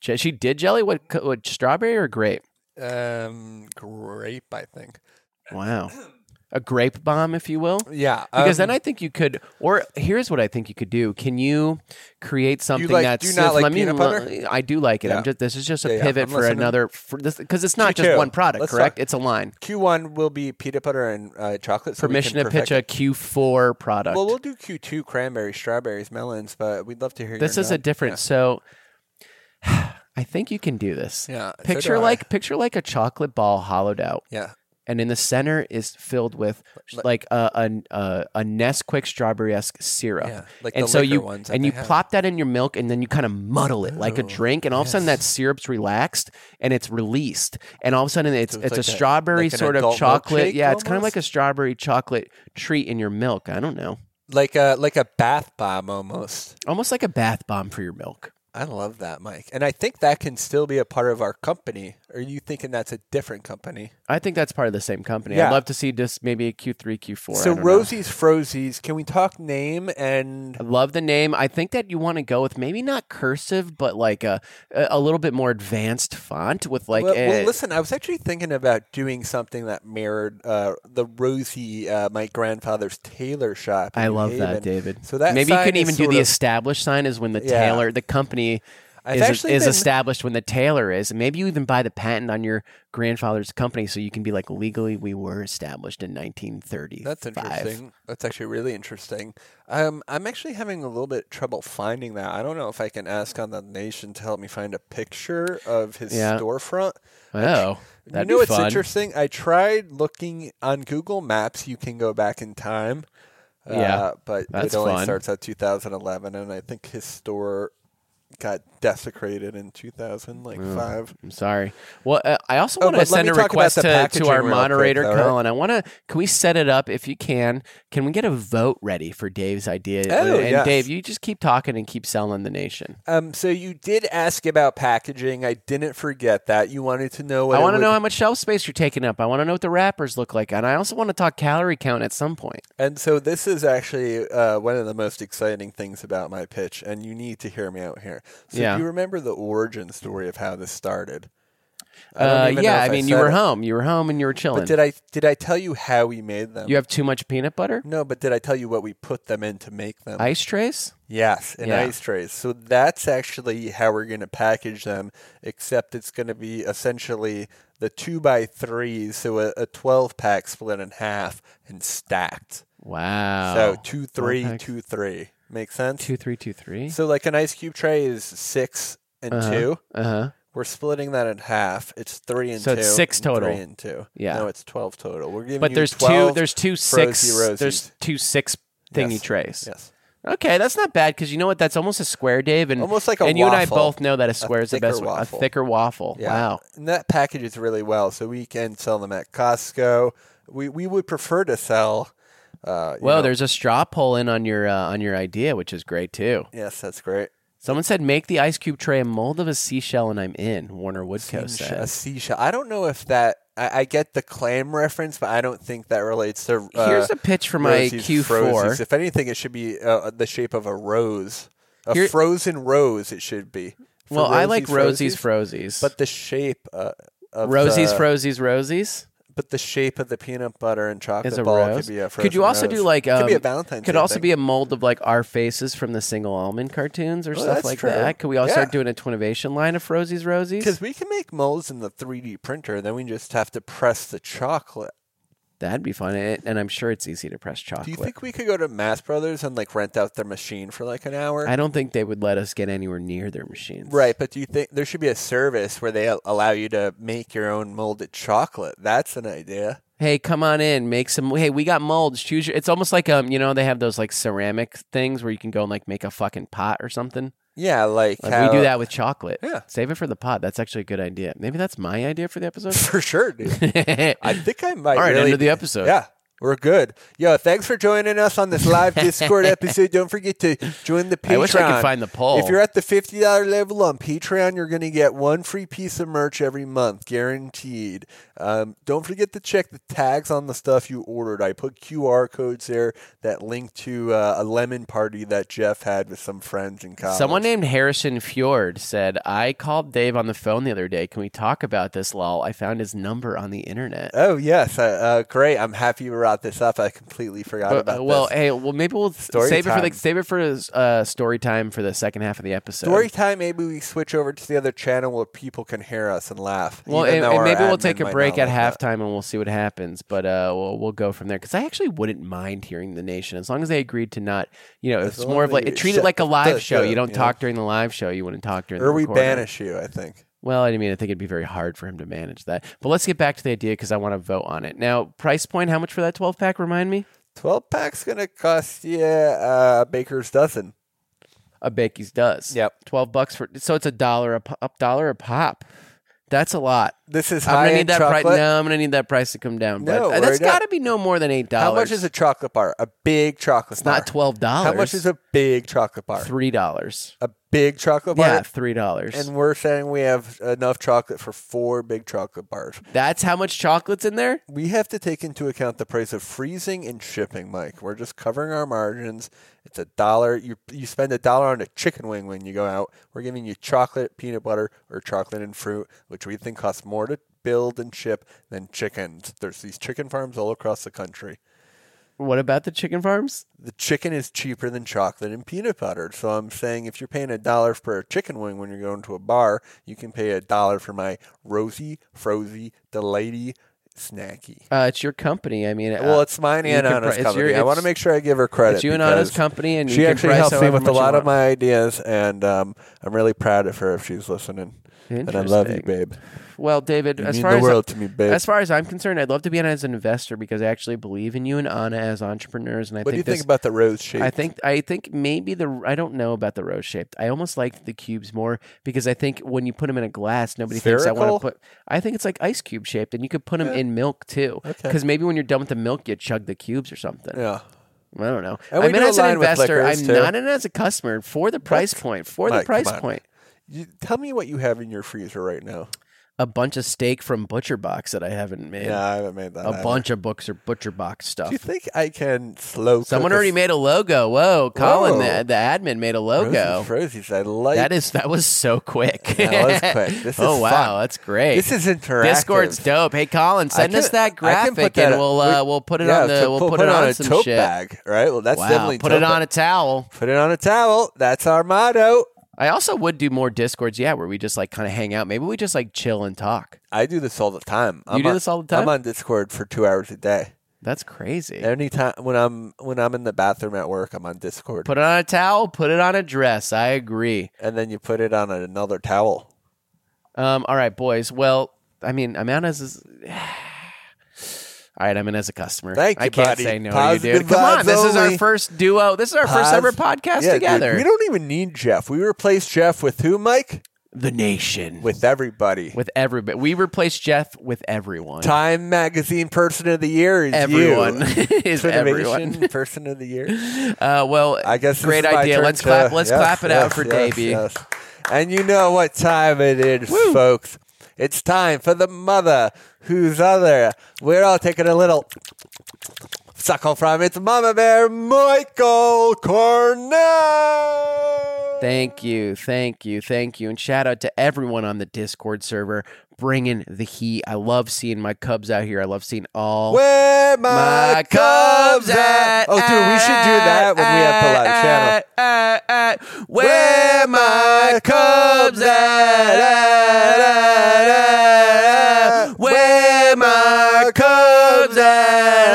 Speaker 3: Je- She did jelly. What? co- What? Strawberry or grape?
Speaker 4: Um, grape, I think.
Speaker 3: Wow. A grape bomb, if you will.
Speaker 4: Yeah,
Speaker 3: Because
Speaker 4: um,
Speaker 3: then I think you could, or here's what I think you could do. Can you create something
Speaker 4: like-
Speaker 3: that's?
Speaker 4: do you not like
Speaker 3: let me
Speaker 4: peanut
Speaker 3: lo-
Speaker 4: butter?
Speaker 3: I do like it.
Speaker 4: Yeah.
Speaker 3: I'm just. This is just a
Speaker 4: Yeah, yeah,
Speaker 3: pivot
Speaker 4: I'm
Speaker 3: for
Speaker 4: listening.
Speaker 3: another for this because it's not
Speaker 4: You
Speaker 3: just
Speaker 4: too.
Speaker 3: one product,
Speaker 4: Let's
Speaker 3: correct?
Speaker 4: talk.
Speaker 3: It's a line.
Speaker 4: Q1 will be peanut butter and uh, chocolate. so we
Speaker 3: Permission
Speaker 4: can
Speaker 3: to pitch a
Speaker 4: perfect-
Speaker 3: Q4 product.
Speaker 4: Well, we'll do Q2 cranberries, strawberries, melons, but we'd love to hear.
Speaker 3: this
Speaker 4: your
Speaker 3: is a
Speaker 4: nut.
Speaker 3: different. So, I think you can do this.
Speaker 4: Yeah, so do
Speaker 3: Picture
Speaker 4: I.
Speaker 3: like picture like a chocolate ball hollowed out.
Speaker 4: Yeah.
Speaker 3: and in the center is filled with sh- like a a, a, a Nesquik strawberry esque syrup.
Speaker 4: Yeah, like
Speaker 3: and
Speaker 4: the
Speaker 3: so
Speaker 4: liquor
Speaker 3: you
Speaker 4: ones that
Speaker 3: and
Speaker 4: they
Speaker 3: you
Speaker 4: have. Oh,
Speaker 3: plop that in your milk, and then you kind of muddle it like a
Speaker 4: Ooh,
Speaker 3: drink, and all of a sudden that syrup's relaxed and it's released, and all of a sudden it's
Speaker 4: So
Speaker 3: it's,
Speaker 4: it's
Speaker 3: a
Speaker 4: like a-
Speaker 3: strawberry
Speaker 4: like an
Speaker 3: sort of
Speaker 4: adult
Speaker 3: chocolate.
Speaker 4: milkshake
Speaker 3: Yeah, it's kind of
Speaker 4: almost?
Speaker 3: like a strawberry chocolate treat in your milk. I don't know,
Speaker 4: like a like a bath bomb almost.
Speaker 3: almost like a bath bomb for your milk.
Speaker 4: I love that, Mike. And I think that can still be a part of our company. Are you thinking that's a different company?
Speaker 3: I think that's part of the same company. I'd
Speaker 4: Yeah.
Speaker 3: love to see just maybe a Q three, Q four.
Speaker 4: so Rosie's Frozies, can we talk name and
Speaker 3: I love the name. I think that you want to go with maybe not cursive, but like a a a little bit more advanced font with like
Speaker 4: well, well,
Speaker 3: a-
Speaker 4: listen, I was actually thinking about doing something that mirrored uh, the Rosie, uh, my grandfather's tailor shop. in
Speaker 3: I
Speaker 4: New
Speaker 3: love that,
Speaker 4: Haven.
Speaker 3: David.
Speaker 4: So that
Speaker 3: maybe you
Speaker 4: sign
Speaker 3: could
Speaker 4: is
Speaker 3: even do
Speaker 4: sort
Speaker 3: the
Speaker 4: of-
Speaker 3: established sign is when the
Speaker 4: Yeah.
Speaker 3: tailor the company
Speaker 4: I've
Speaker 3: is, is
Speaker 4: actually been-
Speaker 3: established when the tailor is. And maybe you even buy the patent on your grandfather's company so you can be like legally we were established in 1930.
Speaker 4: That's interesting. That's actually really interesting. Um, I'm actually having a little bit trouble finding that. I don't know if I can ask on the nation to help me find a picture of his
Speaker 3: Yeah.
Speaker 4: storefront.
Speaker 3: Oh, that'd
Speaker 4: you know
Speaker 3: be
Speaker 4: what's
Speaker 3: fun.
Speaker 4: interesting? I tried looking on Google Maps. You can go back in time.
Speaker 3: Yeah,
Speaker 4: uh, but
Speaker 3: that's
Speaker 4: it only
Speaker 3: fun.
Speaker 4: starts at 2011, and I think his store got desecrated in 2000, like five.
Speaker 3: I'm sorry. Well, uh, I also
Speaker 4: Oh,
Speaker 3: want to
Speaker 4: but let
Speaker 3: send
Speaker 4: me
Speaker 3: a
Speaker 4: talk about
Speaker 3: request
Speaker 4: the
Speaker 3: to, to
Speaker 4: packaging
Speaker 3: our
Speaker 4: real quick,
Speaker 3: moderator,
Speaker 4: though, right?
Speaker 3: Colin. I want to. Can we set it up if you can? Can we get a vote ready for Dave's idea? Uh,
Speaker 4: Oh,
Speaker 3: and
Speaker 4: yes.
Speaker 3: Dave, you just keep talking and keep selling the nation.
Speaker 4: Um, so you did ask about packaging. I didn't forget that. You wanted to know. What
Speaker 3: I
Speaker 4: it
Speaker 3: want to
Speaker 4: would-
Speaker 3: know how much shelf space you're taking up. I want to know what the wrappers look like, and I also want to talk calorie count at some point.
Speaker 4: And so this is actually uh, one of the most exciting things about my pitch, and you need to hear me out here. So
Speaker 3: Yeah.
Speaker 4: do you remember the origin story of how this started? I don't
Speaker 3: Uh,
Speaker 4: even know
Speaker 3: yeah, I
Speaker 4: if
Speaker 3: mean, you
Speaker 4: said
Speaker 3: were
Speaker 4: it.
Speaker 3: home. You were home, and you were chilling.
Speaker 4: But did I did I tell you how we made them?
Speaker 3: you have too much peanut butter,
Speaker 4: no, but did I tell you what we put them in to make them?
Speaker 3: ice trays.
Speaker 4: yes, in
Speaker 3: Yeah.
Speaker 4: ice trays. So that's actually how we're going to package them, except it's going to be essentially the two by threes, so a, a twelve pack split in half and stacked.
Speaker 3: Wow.
Speaker 4: So two three, two
Speaker 3: Oh,
Speaker 4: three.
Speaker 3: packs.
Speaker 4: Make sense?
Speaker 3: two, three, two, three.
Speaker 4: So like an ice cube tray is six and two.
Speaker 3: Uh huh.
Speaker 4: We're splitting that in half. It's three and
Speaker 3: So
Speaker 4: two.
Speaker 3: it's six
Speaker 4: and
Speaker 3: total.
Speaker 4: Three and two.
Speaker 3: Yeah.
Speaker 4: No, it's twelve total. We're giving
Speaker 3: But
Speaker 4: you
Speaker 3: there's two.
Speaker 4: 12
Speaker 3: There's two
Speaker 4: Frozy
Speaker 3: six.
Speaker 4: Rosies.
Speaker 3: There's two six thingy
Speaker 4: Yes.
Speaker 3: trays.
Speaker 4: Yes.
Speaker 3: Okay, that's not bad because you know what? That's almost a square, Dave, and
Speaker 4: Almost like a
Speaker 3: and you and I
Speaker 4: waffle.
Speaker 3: both know that a square is the
Speaker 4: thicker
Speaker 3: best one. A
Speaker 4: waffle.
Speaker 3: thicker waffle.
Speaker 4: Yeah.
Speaker 3: Wow.
Speaker 4: And that packages really well, so we can sell them at Costco. We we would prefer to sell. Uh, you
Speaker 3: Well,
Speaker 4: know-
Speaker 3: there's a straw poll in on your uh, on your idea, which is great too.
Speaker 4: yes, that's great.
Speaker 3: Someone said, "Make the ice cube tray a mold of a seashell, and I'm in." Warner Woodco
Speaker 4: Seashe- A
Speaker 3: says.
Speaker 4: seashell. I don't know if that. I, I get the clam reference, but I don't think that relates to. Uh,
Speaker 3: Here's a pitch for my
Speaker 4: Rosie's
Speaker 3: Q4.
Speaker 4: Frozie's. If anything, it should be uh, the shape of a rose, a
Speaker 3: Here-
Speaker 4: frozen rose. It should be. For
Speaker 3: Well, I like Rosie's
Speaker 4: Rosie's Frozie's,
Speaker 3: Frozies,
Speaker 4: but the shape uh, of
Speaker 3: Rosie's
Speaker 4: the,
Speaker 3: Frozies Rosies.
Speaker 4: but the shape of the peanut butter and chocolate
Speaker 3: is a
Speaker 4: ball
Speaker 3: rose.
Speaker 4: could be a frozen
Speaker 3: Could you also
Speaker 4: rose.
Speaker 3: do like um,
Speaker 4: could be a Valentine's
Speaker 3: Could
Speaker 4: Day
Speaker 3: also
Speaker 4: thing.
Speaker 3: be a mold of like our faces from the single almond cartoons or stuff
Speaker 4: Oh, that's
Speaker 3: like
Speaker 4: true.
Speaker 3: that. Could we all
Speaker 4: Yeah.
Speaker 3: start doing a Twinnovation line of Frozie's Rosies?
Speaker 4: because we can make molds in the 3D printer. Then we just have to press the chocolate.
Speaker 3: That'd be fun, and and I'm sure it's easy to press chocolate.
Speaker 4: Do you think we could go to Mass Brothers and like rent out their machine for like an hour?
Speaker 3: I don't think they would let us get anywhere near their machines.
Speaker 4: Right, but do you think there should be a service where they al- allow you to make your own molded chocolate? That's an idea.
Speaker 3: Hey, come on in. Make some. Hey, we got molds. Choose your. It's almost like um, you know, they have those like ceramic things where you can go and like make a fucking pot or something.
Speaker 4: Yeah, like,
Speaker 3: Like
Speaker 4: how-
Speaker 3: we do that with chocolate.
Speaker 4: Yeah.
Speaker 3: Save it for the pot. That's actually a good idea. Maybe that's my idea for the episode.
Speaker 4: for sure, dude. I think I might.
Speaker 3: All right,
Speaker 4: really,
Speaker 3: end of the episode.
Speaker 4: Yeah, we're good. Yo, thanks for joining us on this live Discord episode. Don't forget to join the Patreon.
Speaker 3: I wish I could find the poll.
Speaker 4: If you're at the fifty dollar level on Patreon, you're going to get one free piece of merch every month, guaranteed. Um, don't forget to check the tags on the stuff you ordered. I put QR codes there that link to uh, a lemon party that Jeff had with some friends in college.
Speaker 3: Someone named Harrison Fjord said, I called Dave on the phone the other day. Can we talk about this, lol? I found his number on the internet.
Speaker 4: Oh yes, uh, uh, great! I'm happy you brought this up. I completely forgot
Speaker 3: Uh,
Speaker 4: about
Speaker 3: well,
Speaker 4: this.
Speaker 3: hey, well, maybe we'll
Speaker 4: Story
Speaker 3: save it for
Speaker 4: time.
Speaker 3: the save it for uh, story time for the second half of the episode.
Speaker 4: Story time. Maybe we switch over to the other channel where people can hear us and laugh.
Speaker 3: Well,
Speaker 4: even
Speaker 3: and,
Speaker 4: though
Speaker 3: and
Speaker 4: our
Speaker 3: maybe we'll
Speaker 4: admin
Speaker 3: take a
Speaker 4: might
Speaker 3: break at
Speaker 4: not like that.
Speaker 3: halftime and we'll see what happens. But uh, we'll we'll go from there because I actually wouldn't mind hearing the nation as long as they agreed to not, you know, if it's
Speaker 4: long
Speaker 3: more
Speaker 4: as
Speaker 3: of like
Speaker 4: you
Speaker 3: treat it
Speaker 4: shut
Speaker 3: like a
Speaker 4: the
Speaker 3: live
Speaker 4: fuck
Speaker 3: show.
Speaker 4: up,
Speaker 3: You don't
Speaker 4: you
Speaker 3: talk
Speaker 4: know?
Speaker 3: during the live show. You wouldn't talk during.
Speaker 4: Or
Speaker 3: the
Speaker 4: we
Speaker 3: recording.
Speaker 4: banish you. I think.
Speaker 3: Well, I mean, I think it'd be very hard for him to manage that. But let's get back to the idea because I want to vote on it. Now, price point, how much for that 12 pack? Remind me?
Speaker 4: 12 pack's going to cost you uh, a baker's dozen.
Speaker 3: A Bakey's does.
Speaker 4: Yep.
Speaker 3: 12 bucks for, so it's a dollar a, po- a dollar a pop. That's a lot.
Speaker 4: This is
Speaker 3: I'm
Speaker 4: high
Speaker 3: gonna need
Speaker 4: end
Speaker 3: that price.
Speaker 4: chocolate.
Speaker 3: No, I'm gonna need that price to come down. But
Speaker 4: No,
Speaker 3: uh, that's
Speaker 4: right up.
Speaker 3: got to be no more than eight dollars.
Speaker 4: How much is a chocolate bar? A big chocolate
Speaker 3: It's
Speaker 4: bar.
Speaker 3: not twelve dollars.
Speaker 4: How much is a big chocolate bar?
Speaker 3: three dollars?
Speaker 4: A big chocolate bar?
Speaker 3: Yeah, three dollars.
Speaker 4: And we're saying we have enough chocolate for four big chocolate bars.
Speaker 3: That's how much chocolate's in there.
Speaker 4: We have to take into account the price of freezing and shipping, Mike. We're just covering our margins. It's a dollar. You you spend a dollar on a chicken wing when you go out. We're giving you chocolate, peanut butter, or chocolate and fruit, which we think costs more to build and ship than chickens. There's these chicken farms all across the country.
Speaker 3: What about the chicken farms?
Speaker 4: The chicken is cheaper than chocolate and peanut butter. So I'm saying if you're paying a dollar for a chicken wing when you're going to a bar, you can pay a dollar for my rosy, frozy, delighty, snacky.
Speaker 3: Uh, it's your company. I mean,
Speaker 4: Well,
Speaker 3: uh,
Speaker 4: it's mine
Speaker 3: you
Speaker 4: and
Speaker 3: can pri-
Speaker 4: Anna's
Speaker 3: it's
Speaker 4: company.
Speaker 3: your-
Speaker 4: I want to
Speaker 3: it's-
Speaker 4: make sure I give her credit.
Speaker 3: it's you and Anna's
Speaker 4: because
Speaker 3: company, and
Speaker 4: She
Speaker 3: you can
Speaker 4: actually
Speaker 3: price
Speaker 4: helps me
Speaker 3: however
Speaker 4: with a
Speaker 3: much you
Speaker 4: lot
Speaker 3: want.
Speaker 4: of my ideas, and um, I'm really proud of her if she's listening. And I love you,
Speaker 3: Interesting.
Speaker 4: babe.
Speaker 3: Well, David,
Speaker 4: You
Speaker 3: as
Speaker 4: mean
Speaker 3: far
Speaker 4: the
Speaker 3: as
Speaker 4: world to me, babe.
Speaker 3: as far as I'm concerned, I'd love to be on as an investor because I actually believe in you and Anna as entrepreneurs, and I
Speaker 4: What do you
Speaker 3: think
Speaker 4: think
Speaker 3: this-
Speaker 4: about the rose shape?
Speaker 3: I think I think maybe the I don't know about the rose shaped. I almost liked the cubes more because I think when you put them in a glass, nobody thinks I
Speaker 4: Spherical?
Speaker 3: want to put. I think it's like ice cube shaped, and you could put them in milk too.
Speaker 4: Okay.
Speaker 3: Because maybe when you're done with the milk, you chug the cubes or something.
Speaker 4: Yeah.
Speaker 3: I don't know.
Speaker 4: And we
Speaker 3: I'm in
Speaker 4: do
Speaker 3: as an
Speaker 4: align with
Speaker 3: investor.
Speaker 4: liquors,
Speaker 3: I'm
Speaker 4: too.
Speaker 3: not in as a customer for the price point. For the
Speaker 4: Mike, come
Speaker 3: price
Speaker 4: on.
Speaker 3: point,
Speaker 4: You, tell me what you have in your freezer right now.
Speaker 3: a bunch of steak from Butcher Box that I haven't made.
Speaker 4: Yeah, I haven't made that.
Speaker 3: a
Speaker 4: either.
Speaker 3: bunch of books or Butcher Box stuff.
Speaker 4: Do you think I can slow?
Speaker 3: Someone already made a logo. Whoa, Colin, the, the admin made a
Speaker 4: Roses,
Speaker 3: logo.
Speaker 4: Roses, I like
Speaker 3: That is that was so quick.
Speaker 4: That was quick. This
Speaker 3: oh
Speaker 4: is
Speaker 3: wow,
Speaker 4: fun.
Speaker 3: that's great.
Speaker 4: This is interactive.
Speaker 3: Discord's dope. Hey Colin, send
Speaker 4: I
Speaker 3: us
Speaker 4: can- I
Speaker 3: that
Speaker 4: can
Speaker 3: graphic
Speaker 4: put that
Speaker 3: and
Speaker 4: up.
Speaker 3: we'll uh, we'll put it
Speaker 4: Yeah,
Speaker 3: on the
Speaker 4: so
Speaker 3: we'll
Speaker 4: put,
Speaker 3: put, it
Speaker 4: put
Speaker 3: on,
Speaker 4: a
Speaker 3: some
Speaker 4: tote
Speaker 3: shit.
Speaker 4: bag. All right. Well, that's
Speaker 3: Wow,
Speaker 4: definitely
Speaker 3: put it
Speaker 4: tote
Speaker 3: on
Speaker 4: bag.
Speaker 3: a towel.
Speaker 4: Put it on a towel. That's our motto.
Speaker 3: I also would do more discords, yeah, where we just like kind of hang out. Maybe we just like chill and talk.
Speaker 4: I do this all the time.
Speaker 3: You do
Speaker 4: on-
Speaker 3: this all the time?
Speaker 4: I'm on Discord for two hours a day.
Speaker 3: That's crazy.
Speaker 4: Anytime when I'm when I'm in the bathroom at work, I'm on Discord,
Speaker 3: Put it on a towel. Put it on a dress. I agree.
Speaker 4: and then you put it on another towel.
Speaker 3: Um, all right, boys. Well, I mean, I'm out as. Is, all right, I'm in as a customer.
Speaker 4: Thank you,
Speaker 3: I can't
Speaker 4: buddy.
Speaker 3: say no to you,
Speaker 4: Positive
Speaker 3: dude. Come on,
Speaker 4: vibes
Speaker 3: this is our
Speaker 4: only.
Speaker 3: first duo. This is our first
Speaker 4: Pos-
Speaker 3: ever podcast
Speaker 4: Yeah, dude,
Speaker 3: together.
Speaker 4: we don't even need Jeff. We replaced Jeff with who, Mike?
Speaker 3: the nation with
Speaker 4: With everybody.
Speaker 3: with everybody. We replaced Jeff with everyone.
Speaker 4: Time Magazine Person of the Year is
Speaker 3: everyone
Speaker 4: you.
Speaker 3: is
Speaker 4: Twinnovation
Speaker 3: everyone.
Speaker 4: Person of the Year.
Speaker 3: Uh, well,
Speaker 4: I guess this
Speaker 3: great
Speaker 4: is my
Speaker 3: idea.
Speaker 4: turn
Speaker 3: Let's
Speaker 4: to-
Speaker 3: clap. Let's
Speaker 4: yes,
Speaker 3: clap it out
Speaker 4: yes,
Speaker 3: for
Speaker 4: yes,
Speaker 3: Davey.
Speaker 4: yes. And you know what time it is, folks. It's time for the mother who's other. We're all taking a little suckle from its mama bear, Michael Cornell.
Speaker 3: Thank you, thank you, thank you, and shout out to everyone on the Discord server bringing the heat. I love seeing my Cubs out here. I love seeing all.
Speaker 4: Where my,
Speaker 3: My
Speaker 4: cubs
Speaker 3: Cubs
Speaker 4: at?
Speaker 3: at?
Speaker 4: Uh,
Speaker 3: Eh,
Speaker 4: Oh, dude, we should do that when we have the live
Speaker 3: at, at,
Speaker 4: channel.
Speaker 3: where my Cubs at? at, at, at, where my Cubs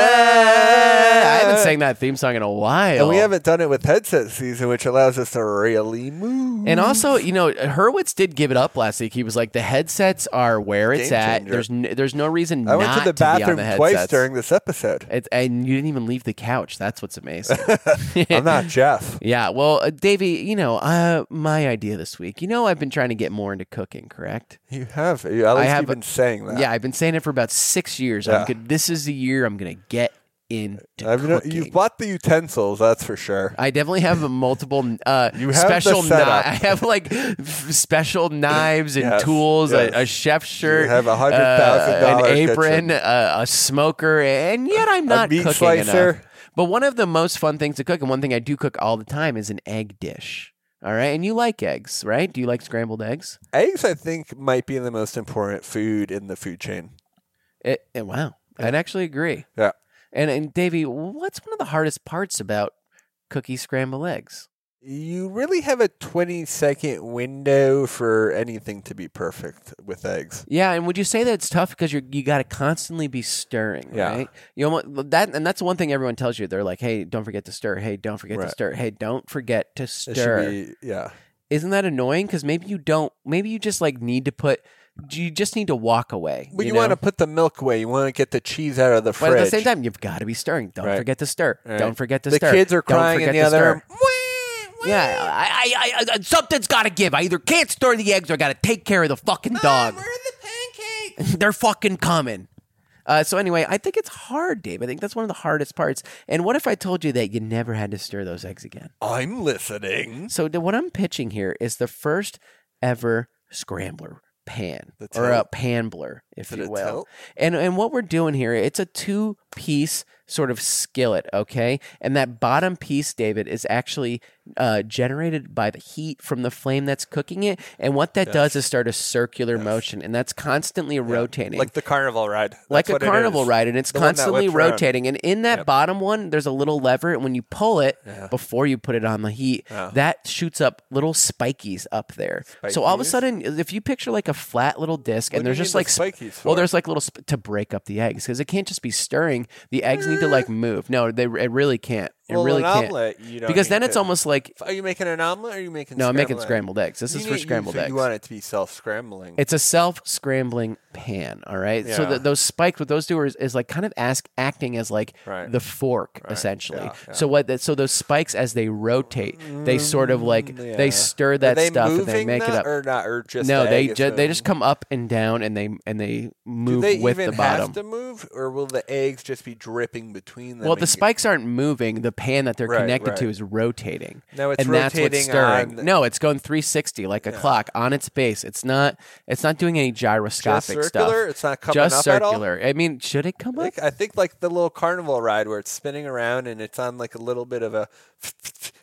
Speaker 3: at? I haven't sang that theme song in a while.
Speaker 4: And we haven't done it with headset season, which allows us to really move.
Speaker 3: And also, you know, Hurwitz did give it up last week. He was like, "The headsets are where it's
Speaker 4: Game
Speaker 3: at.
Speaker 4: changer.
Speaker 3: There's n- there's no reason
Speaker 4: I
Speaker 3: not
Speaker 4: went to the
Speaker 3: be on
Speaker 4: bathroom
Speaker 3: the
Speaker 4: twice
Speaker 3: headsets."
Speaker 4: during this episode.
Speaker 3: It's- and you didn't even leave the couch. That's what's amazing.
Speaker 4: I'm not Jeff.
Speaker 3: yeah. Well, uh, Davey, you know, uh, my idea this week. You know, I've been trying to get more into cooking. Correct?
Speaker 4: You have. You, at least
Speaker 3: have
Speaker 4: you've
Speaker 3: a-
Speaker 4: been saying that.
Speaker 3: Yeah, I've been saying it for about six years. I'm
Speaker 4: Yeah.
Speaker 3: good. This is the year I'm gonna get into
Speaker 4: I've no-
Speaker 3: cooking.
Speaker 4: you've bought the utensils, that's for sure.
Speaker 3: I definitely have a multiple uh,
Speaker 4: You have the
Speaker 3: special. kni-
Speaker 4: setup.
Speaker 3: I have like f- special knives and
Speaker 4: Yes,
Speaker 3: tools,
Speaker 4: yes.
Speaker 3: A, a chef shirt,
Speaker 4: You have a hundred thousand
Speaker 3: uh,
Speaker 4: dollar
Speaker 3: an apron,
Speaker 4: kitchen.
Speaker 3: a, a smoker, and yet I'm not
Speaker 4: meat
Speaker 3: cooking
Speaker 4: slicer.
Speaker 3: enough. But one of the most fun things to cook, and one thing I do cook all the time, is an egg dish. All right, and you like eggs, right? Do you like scrambled eggs?
Speaker 4: Eggs, I think, might be the most important food in the food chain.
Speaker 3: It, and wow, I'd actually agree.
Speaker 4: Yeah.
Speaker 3: And and Davey, what's one of the hardest parts about cookie scramble eggs?
Speaker 4: You really have a 20 second window for anything to be perfect with eggs.
Speaker 3: Yeah, and would you say that it's tough because you you got to constantly be stirring,
Speaker 4: Yeah.
Speaker 3: right? You almost, that and that's one thing everyone tells you. They're like, "Hey, don't forget to stir. Hey, don't forget to
Speaker 4: Right.
Speaker 3: stir. Hey, don't forget to
Speaker 4: It
Speaker 3: stir."
Speaker 4: should be, yeah.
Speaker 3: isn't that annoying? Because maybe you don't. Maybe you just like need to put. You just need to walk away.
Speaker 4: But you,
Speaker 3: know?
Speaker 4: want to put the milk away. You want to get the cheese out of the
Speaker 3: But
Speaker 4: fridge.
Speaker 3: at the same time, you've got to be stirring. Don't
Speaker 4: Right.
Speaker 3: forget to stir.
Speaker 4: Right.
Speaker 3: Don't forget to
Speaker 4: the
Speaker 3: stir.
Speaker 4: kids are
Speaker 3: Don't
Speaker 4: crying in
Speaker 3: forget
Speaker 4: the
Speaker 3: to
Speaker 4: other
Speaker 3: stir.
Speaker 4: room. "Wah, wah."
Speaker 3: Yeah, I, I, I, I something's got to give. I either can't stir the eggs or I got to take care of the fucking dog. Ah, Where are the pancakes? They're fucking coming. Uh, so anyway, I think it's hard, Dave. I think that's one of the hardest parts. And what if I told you that you never had to stir those eggs again?
Speaker 4: I'm listening.
Speaker 3: So the, what I'm pitching here is the first ever scrambler pan
Speaker 4: The
Speaker 3: or a
Speaker 4: tilt?
Speaker 3: panbler, if
Speaker 4: it
Speaker 3: you
Speaker 4: a
Speaker 3: will.
Speaker 4: tilt?
Speaker 3: And and what we're doing here, it's a two piece sort of skillet, okay? And that bottom piece, David, is actually uh, generated by the heat from the flame that's cooking it. And what that does is start a circular motion, and that's constantly rotating
Speaker 4: Like the carnival ride. That's
Speaker 3: like a
Speaker 4: what it
Speaker 3: carnival
Speaker 4: is.
Speaker 3: ride, and it's
Speaker 4: The one that
Speaker 3: constantly
Speaker 4: whips around.
Speaker 3: rotating. And in that bottom one, there's a little lever, and when you pull it before you put it on the heat, that shoots up little spikies up there. So all of a
Speaker 4: Spikies?
Speaker 3: sudden, if you picture like a flat little disc,
Speaker 4: What
Speaker 3: and
Speaker 4: do you
Speaker 3: there's just
Speaker 4: need
Speaker 3: like
Speaker 4: the
Speaker 3: sp-
Speaker 4: spikies
Speaker 3: well,
Speaker 4: for?
Speaker 3: there's like little sp- to break up the eggs because it can't just be stirring. The eggs need to like move. No, they it really can't. It
Speaker 4: Eh. Well,
Speaker 3: really
Speaker 4: an
Speaker 3: can't.
Speaker 4: omelet, you don't
Speaker 3: because
Speaker 4: need
Speaker 3: then it's
Speaker 4: to-
Speaker 3: almost like
Speaker 4: Are you making an omelet or are you making
Speaker 3: no, I'm making
Speaker 4: eggs?
Speaker 3: scrambled eggs. This
Speaker 4: You
Speaker 3: is
Speaker 4: need-
Speaker 3: for
Speaker 4: you-
Speaker 3: scrambled
Speaker 4: so
Speaker 3: eggs.
Speaker 4: You want it to be self scrambling.
Speaker 3: It's a self scrambling pan. All right. So
Speaker 4: Yeah.
Speaker 3: th those spikes, what those do is, is like kind of ask, acting as like
Speaker 4: Right.
Speaker 3: the fork essentially. So what? That, so those spikes, as they rotate, they sort of like they stir that
Speaker 4: Mm, are they
Speaker 3: stuff and
Speaker 4: moving
Speaker 3: they make
Speaker 4: that
Speaker 3: it up.
Speaker 4: Or not, or just
Speaker 3: no,
Speaker 4: the
Speaker 3: they
Speaker 4: egg is
Speaker 3: ju- they
Speaker 4: moving?
Speaker 3: just come up and down and they and they
Speaker 4: Do
Speaker 3: move
Speaker 4: they
Speaker 3: with
Speaker 4: even
Speaker 3: the bottom.
Speaker 4: have to move, or will the eggs just be dripping between them?
Speaker 3: well, the
Speaker 4: and get-
Speaker 3: spikes aren't moving. The pan that they're
Speaker 4: Right,
Speaker 3: connected to
Speaker 4: right.
Speaker 3: is rotating.
Speaker 4: No, it's
Speaker 3: and that's what's
Speaker 4: rotating
Speaker 3: stirring.
Speaker 4: on the-
Speaker 3: no, it's going 360 like a clock on its base. It's not. It's not doing any gyroscopic
Speaker 4: Just circular?
Speaker 3: stuff.
Speaker 4: It's not coming
Speaker 3: just
Speaker 4: up at all?
Speaker 3: circular. I mean, should it come
Speaker 4: I
Speaker 3: up?
Speaker 4: think, I think like the little carnival ride where it's spinning around and it's on like a little bit of a,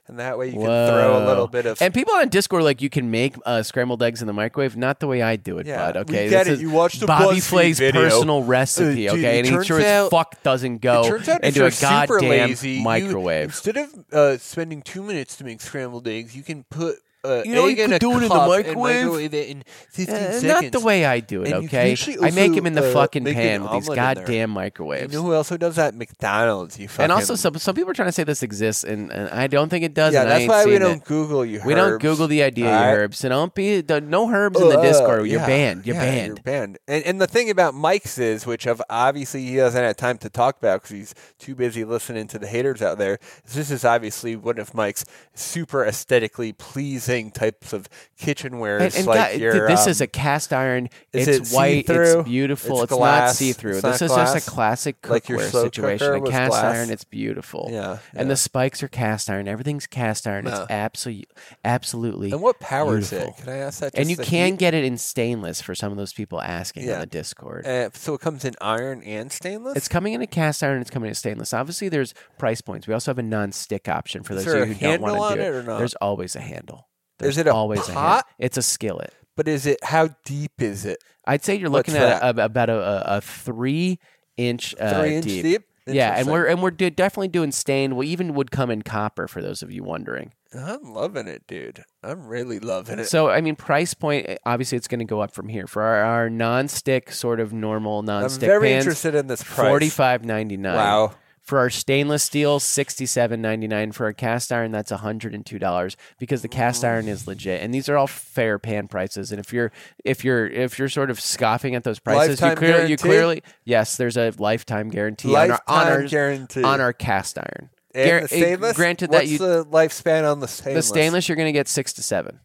Speaker 4: and that way you can throw a little
Speaker 3: Whoa.
Speaker 4: bit of.
Speaker 3: And people on Discord are like you can make uh, scrambled eggs in the microwave. Not the way I do it,
Speaker 4: Yeah,
Speaker 3: bud.
Speaker 4: we
Speaker 3: Okay,
Speaker 4: get
Speaker 3: this
Speaker 4: it.
Speaker 3: is
Speaker 4: You watched the
Speaker 3: Bobby
Speaker 4: BuzzFeed
Speaker 3: Flay's
Speaker 4: video.
Speaker 3: personal
Speaker 4: Uh,
Speaker 3: recipe.
Speaker 4: dude,
Speaker 3: okay,
Speaker 4: it
Speaker 3: and he
Speaker 4: turns
Speaker 3: sure as
Speaker 4: out-
Speaker 3: fuck doesn't go
Speaker 4: it turns out if
Speaker 3: into
Speaker 4: you're
Speaker 3: a
Speaker 4: super
Speaker 3: goddamn
Speaker 4: lazy, you-
Speaker 3: microwave.
Speaker 4: instead of uh, spending two minutes to make scrambled eggs, you can put uh,
Speaker 3: You know what
Speaker 4: egg
Speaker 3: you
Speaker 4: in
Speaker 3: could
Speaker 4: a
Speaker 3: do it in the
Speaker 4: cup and
Speaker 3: microwave?
Speaker 4: microwave it in 15
Speaker 3: Uh,
Speaker 4: seconds.
Speaker 3: not the way I do it,
Speaker 4: And you can
Speaker 3: okay?
Speaker 4: actually
Speaker 3: I make
Speaker 4: also,
Speaker 3: them in the
Speaker 4: uh,
Speaker 3: fucking
Speaker 4: make an
Speaker 3: pan with these
Speaker 4: omelet in there.
Speaker 3: goddamn
Speaker 4: You
Speaker 3: microwaves.
Speaker 4: know who else who does that? McDonald's. You fucking
Speaker 3: and also, some some people are trying to say this exists, and, and I don't think it does.
Speaker 4: yeah,
Speaker 3: and I
Speaker 4: that's
Speaker 3: ain't
Speaker 4: why we
Speaker 3: seen
Speaker 4: don't
Speaker 3: it.
Speaker 4: Google you.
Speaker 3: We don't
Speaker 4: herbs.
Speaker 3: Google the idea,
Speaker 4: All
Speaker 3: you
Speaker 4: right?
Speaker 3: herbs. And don't be don't- no herbs in the
Speaker 4: Uh,
Speaker 3: Discord. or You're
Speaker 4: yeah,
Speaker 3: banned. You're
Speaker 4: yeah,
Speaker 3: banned.
Speaker 4: You're banned. And, and the thing about Mike's is, which of obviously he doesn't have time to talk about because he's too busy listening to the haters out there. Is this is obviously one of Mike's super aesthetically pleasing types of kitchenware.
Speaker 3: And, and
Speaker 4: like
Speaker 3: God,
Speaker 4: your,
Speaker 3: th- this
Speaker 4: um,
Speaker 3: is a cast iron.
Speaker 4: is
Speaker 3: It's
Speaker 4: it
Speaker 3: white.
Speaker 4: see-through?
Speaker 3: It's beautiful. It's,
Speaker 4: It's glass,
Speaker 3: not see through.
Speaker 4: it's
Speaker 3: This
Speaker 4: not
Speaker 3: is just
Speaker 4: glass,
Speaker 3: a classic cookware
Speaker 4: like your slow
Speaker 3: situation.
Speaker 4: cooker
Speaker 3: A
Speaker 4: was
Speaker 3: cast
Speaker 4: glass.
Speaker 3: iron. It's beautiful.
Speaker 4: Yeah,
Speaker 3: And
Speaker 4: yeah.
Speaker 3: the spikes are cast iron. Everything's cast iron. It's absolutely, absolutely.
Speaker 4: And what powers
Speaker 3: beautiful.
Speaker 4: it? Can I ask that?
Speaker 3: and
Speaker 4: Just
Speaker 3: you
Speaker 4: the
Speaker 3: can
Speaker 4: heat?
Speaker 3: get it in stainless for some of those people asking on
Speaker 4: Yeah.
Speaker 3: the Discord.
Speaker 4: Uh, so it comes in iron and stainless.
Speaker 3: It's coming in a cast iron. It's coming in stainless. Obviously, there's price points. We also have a non-stick option for
Speaker 4: Is
Speaker 3: those of you
Speaker 4: there
Speaker 3: who
Speaker 4: a
Speaker 3: don't want
Speaker 4: handle
Speaker 3: to
Speaker 4: on
Speaker 3: do
Speaker 4: it or not?
Speaker 3: There's always a handle.
Speaker 4: Is
Speaker 3: There's
Speaker 4: it a
Speaker 3: always a handle.
Speaker 4: pot?
Speaker 3: It's a skillet.
Speaker 4: but is it? How deep is it?
Speaker 3: I'd say you're
Speaker 4: What's
Speaker 3: looking at a, about a, a, a three inch uh,
Speaker 4: Three inch
Speaker 3: deep.
Speaker 4: deep?
Speaker 3: Yeah, and
Speaker 4: Interesting.
Speaker 3: we're and we're do- definitely doing stained. We even would come in copper for those of you wondering.
Speaker 4: I'm loving it, dude. I'm really loving it.
Speaker 3: So I mean, price point eh, obviously it's going to go up from here for our, our non-stick sort of normal
Speaker 4: I'm
Speaker 3: non-stick.
Speaker 4: very
Speaker 3: pans,
Speaker 4: interested in this price.
Speaker 3: Forty five ninety nine.
Speaker 4: Wow.
Speaker 3: For our stainless steel, sixty seven ninety nine. For our cast iron, that's hundred and two dollars because the cast iron is legit, and these are all fair pan prices. And if you're if you're if you're sort of scoffing at those prices, you
Speaker 4: Lifetime
Speaker 3: clearly you
Speaker 4: guarantee?
Speaker 3: clearly yes, there's a lifetime guarantee on our on
Speaker 4: Lifetime
Speaker 3: our,
Speaker 4: guarantee.
Speaker 3: on our cast iron.
Speaker 4: And
Speaker 3: Guar- eh,
Speaker 4: the stainless.
Speaker 3: Granted
Speaker 4: What's
Speaker 3: that you
Speaker 4: the lifespan on the stainless?
Speaker 3: the stainless, you're going to get six to seven,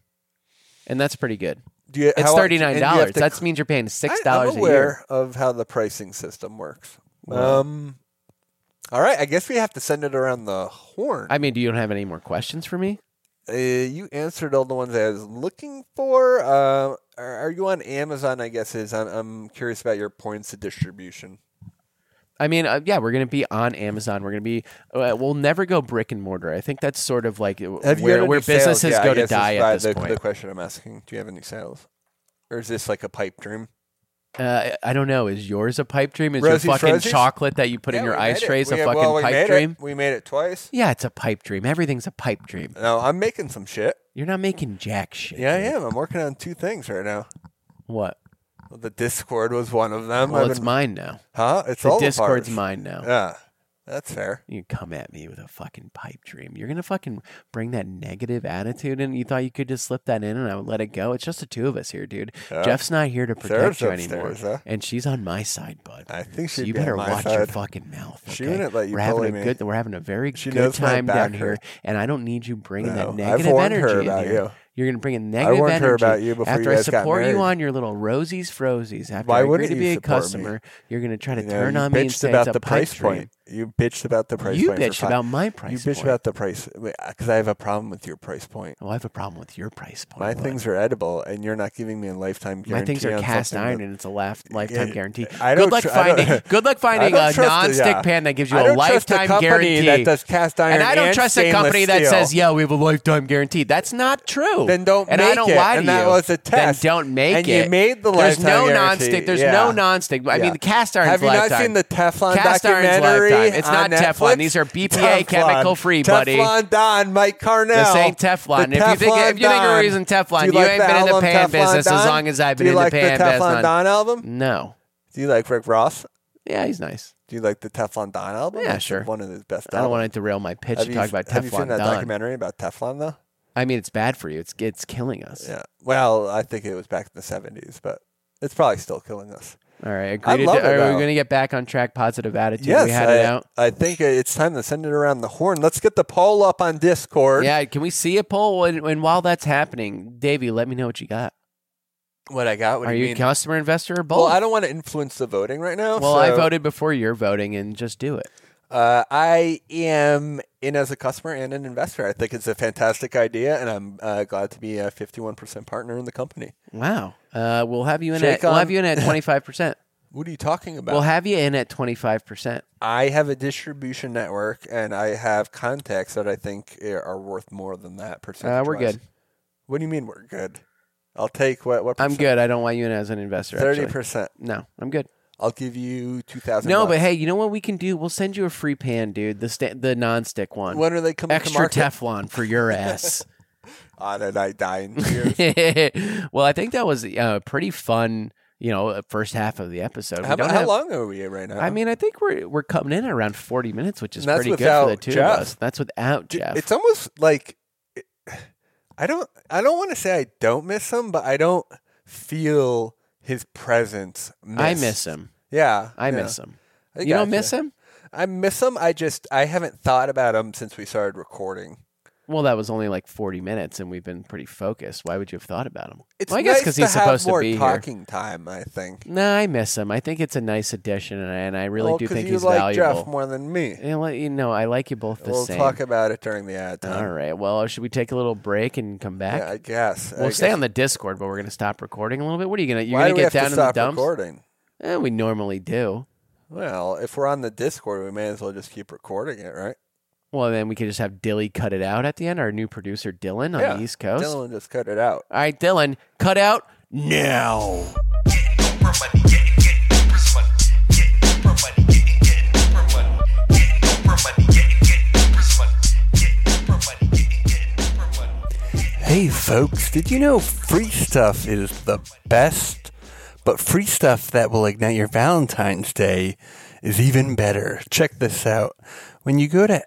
Speaker 3: and that's pretty good.
Speaker 4: Do you,
Speaker 3: It's
Speaker 4: how-
Speaker 3: thirty nine
Speaker 4: and do you have
Speaker 3: dollars.
Speaker 4: to
Speaker 3: That
Speaker 4: cl-
Speaker 3: means you're paying six
Speaker 4: I-
Speaker 3: dollars
Speaker 4: I'm
Speaker 3: a year.
Speaker 4: aware of how the pricing system works. Um, all right. I guess we have to send it around the horn.
Speaker 3: I mean, do you don't have any more questions for me?
Speaker 4: uh, you answered all the ones I was looking for. Uh, are, are you on Amazon? I guess is. I'm, I'm curious about your points of distribution.
Speaker 3: I mean, uh, yeah, we're gonna be on Amazon. We're gonna be. Uh, we'll never go brick and mortar. I think that's sort of like uh,
Speaker 4: Have you
Speaker 3: where,
Speaker 4: had
Speaker 3: where
Speaker 4: any sales?
Speaker 3: businesses
Speaker 4: Yeah, I
Speaker 3: go to
Speaker 4: guess that's
Speaker 3: die
Speaker 4: why
Speaker 3: at this
Speaker 4: the,
Speaker 3: point.
Speaker 4: The question I'm asking: Do you have any sales, or is this like a pipe dream?
Speaker 3: Uh, I don't know. Is yours a pipe dream? Is
Speaker 4: Rosie's
Speaker 3: your fucking
Speaker 4: Rosie's?
Speaker 3: chocolate that you put in
Speaker 4: Yeah,
Speaker 3: your
Speaker 4: we
Speaker 3: ice
Speaker 4: made it.
Speaker 3: trays a
Speaker 4: We-
Speaker 3: fucking
Speaker 4: well, we
Speaker 3: pipe
Speaker 4: made it.
Speaker 3: dream?
Speaker 4: We made it twice.
Speaker 3: Yeah, it's a pipe dream. Everything's a pipe dream.
Speaker 4: No, I'm making some shit.
Speaker 3: You're not making jack shit.
Speaker 4: Yeah, I
Speaker 3: dude.
Speaker 4: am. I'm working on two things right now.
Speaker 3: What?
Speaker 4: The Discord was one of them.
Speaker 3: Well,
Speaker 4: I've
Speaker 3: it's
Speaker 4: been-
Speaker 3: mine now.
Speaker 4: Huh? It's
Speaker 3: The
Speaker 4: all
Speaker 3: Discord's
Speaker 4: of ours.
Speaker 3: mine now.
Speaker 4: Yeah. That's fair.
Speaker 3: You come at me with a fucking pipe dream. You're gonna fucking bring that negative attitude in. You thought you could just slip that in and I would let it go. It's just the two of us here, dude.
Speaker 4: Yeah.
Speaker 3: Jeff's not here to protect
Speaker 4: Sarah's
Speaker 3: you anymore,
Speaker 4: upstairs, huh?
Speaker 3: and she's on my side, bud.
Speaker 4: I think
Speaker 3: so
Speaker 4: she'd
Speaker 3: you
Speaker 4: be on
Speaker 3: better
Speaker 4: my
Speaker 3: watch your
Speaker 4: side.
Speaker 3: fucking mouth.
Speaker 4: She
Speaker 3: okay?
Speaker 4: wouldn't let you
Speaker 3: We're having
Speaker 4: bully
Speaker 3: a
Speaker 4: me.
Speaker 3: good. We're having a very
Speaker 4: She
Speaker 3: good
Speaker 4: knows my
Speaker 3: time down
Speaker 4: back
Speaker 3: here,
Speaker 4: hurt.
Speaker 3: and I don't need you bringing
Speaker 4: No,
Speaker 3: that
Speaker 4: I've
Speaker 3: negative
Speaker 4: warned her
Speaker 3: energy in
Speaker 4: about
Speaker 3: here.
Speaker 4: you.
Speaker 3: You're gonna bring in negative
Speaker 4: warned
Speaker 3: energy.
Speaker 4: her about you before
Speaker 3: after
Speaker 4: you
Speaker 3: I
Speaker 4: guys got
Speaker 3: support you
Speaker 4: married.
Speaker 3: on your little rosies frozies. After
Speaker 4: Why
Speaker 3: I agree
Speaker 4: wouldn't
Speaker 3: to
Speaker 4: you
Speaker 3: be a
Speaker 4: support me?
Speaker 3: customer, you're gonna try to
Speaker 4: You know,
Speaker 3: turn
Speaker 4: you
Speaker 3: on
Speaker 4: bitched
Speaker 3: me and say
Speaker 4: about
Speaker 3: it's a
Speaker 4: the
Speaker 3: pipe
Speaker 4: price
Speaker 3: dream.
Speaker 4: point. You bitched about the price
Speaker 3: You
Speaker 4: point. for
Speaker 3: bitched
Speaker 4: fi-
Speaker 3: about my
Speaker 4: You
Speaker 3: price
Speaker 4: bitched
Speaker 3: point.
Speaker 4: about the price because I have a problem with your price point.
Speaker 3: Well, I have a problem with your price point.
Speaker 4: My
Speaker 3: bud.
Speaker 4: things are edible, and you're not giving me a lifetime guarantee.
Speaker 3: My things are
Speaker 4: on
Speaker 3: cast
Speaker 4: something
Speaker 3: iron,
Speaker 4: that-
Speaker 3: and it's a laf- lifetime guarantee.
Speaker 4: I
Speaker 3: good
Speaker 4: don't
Speaker 3: luck
Speaker 4: tr- I don't-
Speaker 3: finding. Good luck
Speaker 4: I
Speaker 3: finding
Speaker 4: don't
Speaker 3: a
Speaker 4: trust
Speaker 3: non-stick
Speaker 4: the- yeah.
Speaker 3: pan that gives you
Speaker 4: I
Speaker 3: a
Speaker 4: don't trust the
Speaker 3: lifetime
Speaker 4: company
Speaker 3: guarantee.
Speaker 4: that does cast iron
Speaker 3: and I don't
Speaker 4: and
Speaker 3: trust a
Speaker 4: stainless
Speaker 3: company that
Speaker 4: steel.
Speaker 3: says, "Yeah, we have a lifetime guarantee." That's not true.
Speaker 4: Then don't
Speaker 3: and I
Speaker 4: make
Speaker 3: don't
Speaker 4: it,
Speaker 3: lie to
Speaker 4: and that
Speaker 3: you.
Speaker 4: was a test.
Speaker 3: Then don't make
Speaker 4: And
Speaker 3: it.
Speaker 4: you made the
Speaker 3: There's no
Speaker 4: lifetime
Speaker 3: non-stick.
Speaker 4: guarantee.
Speaker 3: There's
Speaker 4: Yeah.
Speaker 3: no non-stick. I
Speaker 4: Yeah.
Speaker 3: mean, the cast iron.
Speaker 4: Have you
Speaker 3: lifetime.
Speaker 4: not seen the Teflon
Speaker 3: cast iron's
Speaker 4: documentary?
Speaker 3: lifetime. It's not
Speaker 4: on
Speaker 3: Teflon.
Speaker 4: Netflix?
Speaker 3: These are BPA
Speaker 4: Teflon.
Speaker 3: chemical free, buddy.
Speaker 4: Teflon Don, Mike Carnell.
Speaker 3: This ain't Teflon.
Speaker 4: The
Speaker 3: If you think- if you think
Speaker 4: Teflon
Speaker 3: a reason
Speaker 4: Don.
Speaker 3: Teflon,
Speaker 4: Do
Speaker 3: you ain't
Speaker 4: the
Speaker 3: been in the
Speaker 4: album
Speaker 3: pan
Speaker 4: Teflon
Speaker 3: business as
Speaker 4: Don?
Speaker 3: long as I've been
Speaker 4: Do
Speaker 3: in
Speaker 4: you
Speaker 3: the
Speaker 4: like
Speaker 3: pan
Speaker 4: the
Speaker 3: business.
Speaker 4: Teflon Don album?
Speaker 3: No.
Speaker 4: Do you like Rick Ross?
Speaker 3: Yeah, he's nice.
Speaker 4: Do you like the Teflon Don album?
Speaker 3: Yeah,
Speaker 4: It's
Speaker 3: sure.
Speaker 4: One of his best.
Speaker 3: I don't want to derail my pitch and talk about
Speaker 4: Have you seen
Speaker 3: Teflon
Speaker 4: that
Speaker 3: Don.
Speaker 4: documentary about Teflon though?
Speaker 3: I mean, it's bad for you. It's it's killing us.
Speaker 4: Yeah. Well, I think it was back in the seventies, but it's probably still killing us.
Speaker 3: All right, agreed.
Speaker 4: love
Speaker 3: to,
Speaker 4: it,
Speaker 3: are we
Speaker 4: though.
Speaker 3: going to get back on track? Positive attitude.
Speaker 4: yes,
Speaker 3: we had
Speaker 4: I,
Speaker 3: it out.
Speaker 4: I think it's time to send it around the horn. Let's get the poll up on Discord.
Speaker 3: Yeah, can we see a poll? And, and while that's happening, Davey, let me know what you got.
Speaker 4: What I got? What
Speaker 3: Are
Speaker 4: do
Speaker 3: you,
Speaker 4: you,
Speaker 3: a
Speaker 4: mean?
Speaker 3: customer, investor, or both?
Speaker 4: Well, I don't want to influence the voting right now.
Speaker 3: Well, I
Speaker 4: so,
Speaker 3: voted before you're voting, and just do it.
Speaker 4: Uh, I am in as a customer and an investor. I think it's a fantastic idea, and I'm uh, glad to be a 51% partner in the company.
Speaker 3: Wow. Uh, we'll have you in
Speaker 4: Shake
Speaker 3: at we'll
Speaker 4: on-
Speaker 3: have you in at twenty five percent.
Speaker 4: What are you talking about?
Speaker 3: We'll have you in at twenty five percent.
Speaker 4: I have a distribution network, and I have contacts that I think eh, are worth more than that percentage.
Speaker 3: Uh, we're good.
Speaker 4: What do you mean we're good? I'll take what? What?
Speaker 3: I'm good. I don't want you in as an investor.
Speaker 4: Thirty
Speaker 3: actually.
Speaker 4: percent.
Speaker 3: No, I'm good.
Speaker 4: I'll give you two thousand.
Speaker 3: No, but hey, you know what we can do? We'll send you a free pan, dude. The sta- the non-stick one.
Speaker 4: when are they coming to
Speaker 3: Extra
Speaker 4: market?
Speaker 3: Teflon for your ass.
Speaker 4: On and I die in tears.
Speaker 3: well, I think that was a pretty fun, you know, uh, first half of the episode. We
Speaker 4: how,
Speaker 3: don't
Speaker 4: how
Speaker 3: have-
Speaker 4: long are we at right now?
Speaker 3: I mean, I think we're we're coming in at around forty minutes, which is
Speaker 4: And that's
Speaker 3: pretty good for the
Speaker 4: without
Speaker 3: two
Speaker 4: Jeff.
Speaker 3: of us. That's without
Speaker 4: Dude,
Speaker 3: Jeff.
Speaker 4: it's almost like eh, I don't. I don't want to say I don't miss him, but I don't feel his presence. Missed.
Speaker 3: I miss him.
Speaker 4: Yeah,
Speaker 3: I
Speaker 4: yeah.
Speaker 3: miss him.
Speaker 4: I
Speaker 3: You don't
Speaker 4: gotcha.
Speaker 3: miss him?
Speaker 4: I miss him. I just I haven't thought about him since we started recording.
Speaker 3: Well, that was only like forty minutes, and we've been pretty focused. Why would you have thought about him?
Speaker 4: It's
Speaker 3: well, I guess
Speaker 4: nice to
Speaker 3: he's
Speaker 4: have
Speaker 3: supposed
Speaker 4: more
Speaker 3: to be here.
Speaker 4: talking time. I think.
Speaker 3: No, I miss him. I think it's a nice addition, and I, and I really
Speaker 4: Well,
Speaker 3: do
Speaker 4: 'cause
Speaker 3: think
Speaker 4: you
Speaker 3: he's
Speaker 4: like
Speaker 3: valuable.
Speaker 4: Jeff more than me.
Speaker 3: And let you know, I like you both the
Speaker 4: we'll
Speaker 3: same.
Speaker 4: talk about it during the ad time.
Speaker 3: All right. Well, should we take a little break and come back?
Speaker 4: Yeah, I guess.
Speaker 3: we'll
Speaker 4: I
Speaker 3: stay
Speaker 4: guess.
Speaker 3: on the Discord, but we're going to stop recording a little bit. What are you going to? You're
Speaker 4: Why
Speaker 3: going
Speaker 4: do we
Speaker 3: to get down
Speaker 4: have to
Speaker 3: in the
Speaker 4: stop
Speaker 3: dumps?
Speaker 4: recording?
Speaker 3: Eh, we normally do.
Speaker 4: Well, if we're on the Discord, we may as well just keep recording it, right?
Speaker 3: Well, then we could just have Dilly cut it out at the end. Our new producer, Dylan, on the East Coast.
Speaker 4: Dylan just cut it out.
Speaker 3: All right, Dylan, cut out.
Speaker 4: Now.
Speaker 2: Getting Oprah money, getting getting Oprah's money, getting Oprah money, getting getting Oprah money, getting Oprah money, getting getting Oprah's money, getting Oprah money, getting getting Oprah money.
Speaker 4: Hey, folks, did you know free stuff is the best? But free stuff that will ignite your Valentine's Day is even better. Check this out. When you go to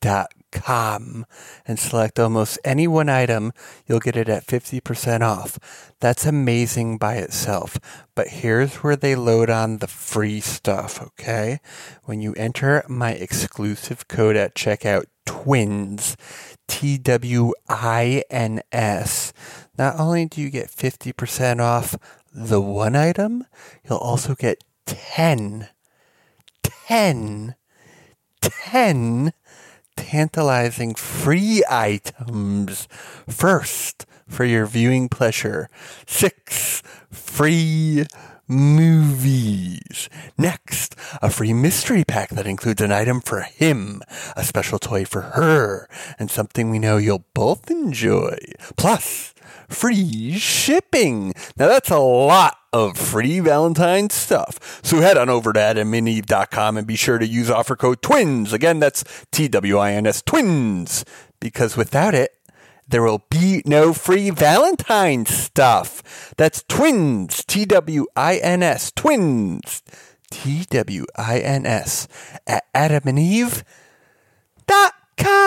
Speaker 4: adamandeve.com and select almost any one item, you'll get it at 50% off. That's amazing by itself. But here's where they load on the free stuff, okay? When you enter my exclusive code at checkout, twins T W I N S. Not only do you get 50% off the one item, you'll also get 10, 10, 10 tantalizing free items. First, for your viewing pleasure, six free movies. Next, a free mystery pack that includes an item for him, a special toy for her, and something we know you'll both enjoy. Plus, free shipping. Now that's a lot of free Valentine's stuff. So head on over to adamandeve.com and be sure to use offer code TWINS. Again, that's T W I N S TWINS. Because without it, there will be no free Valentine's stuff. That's twins, T W I N S, twins, T W I N S at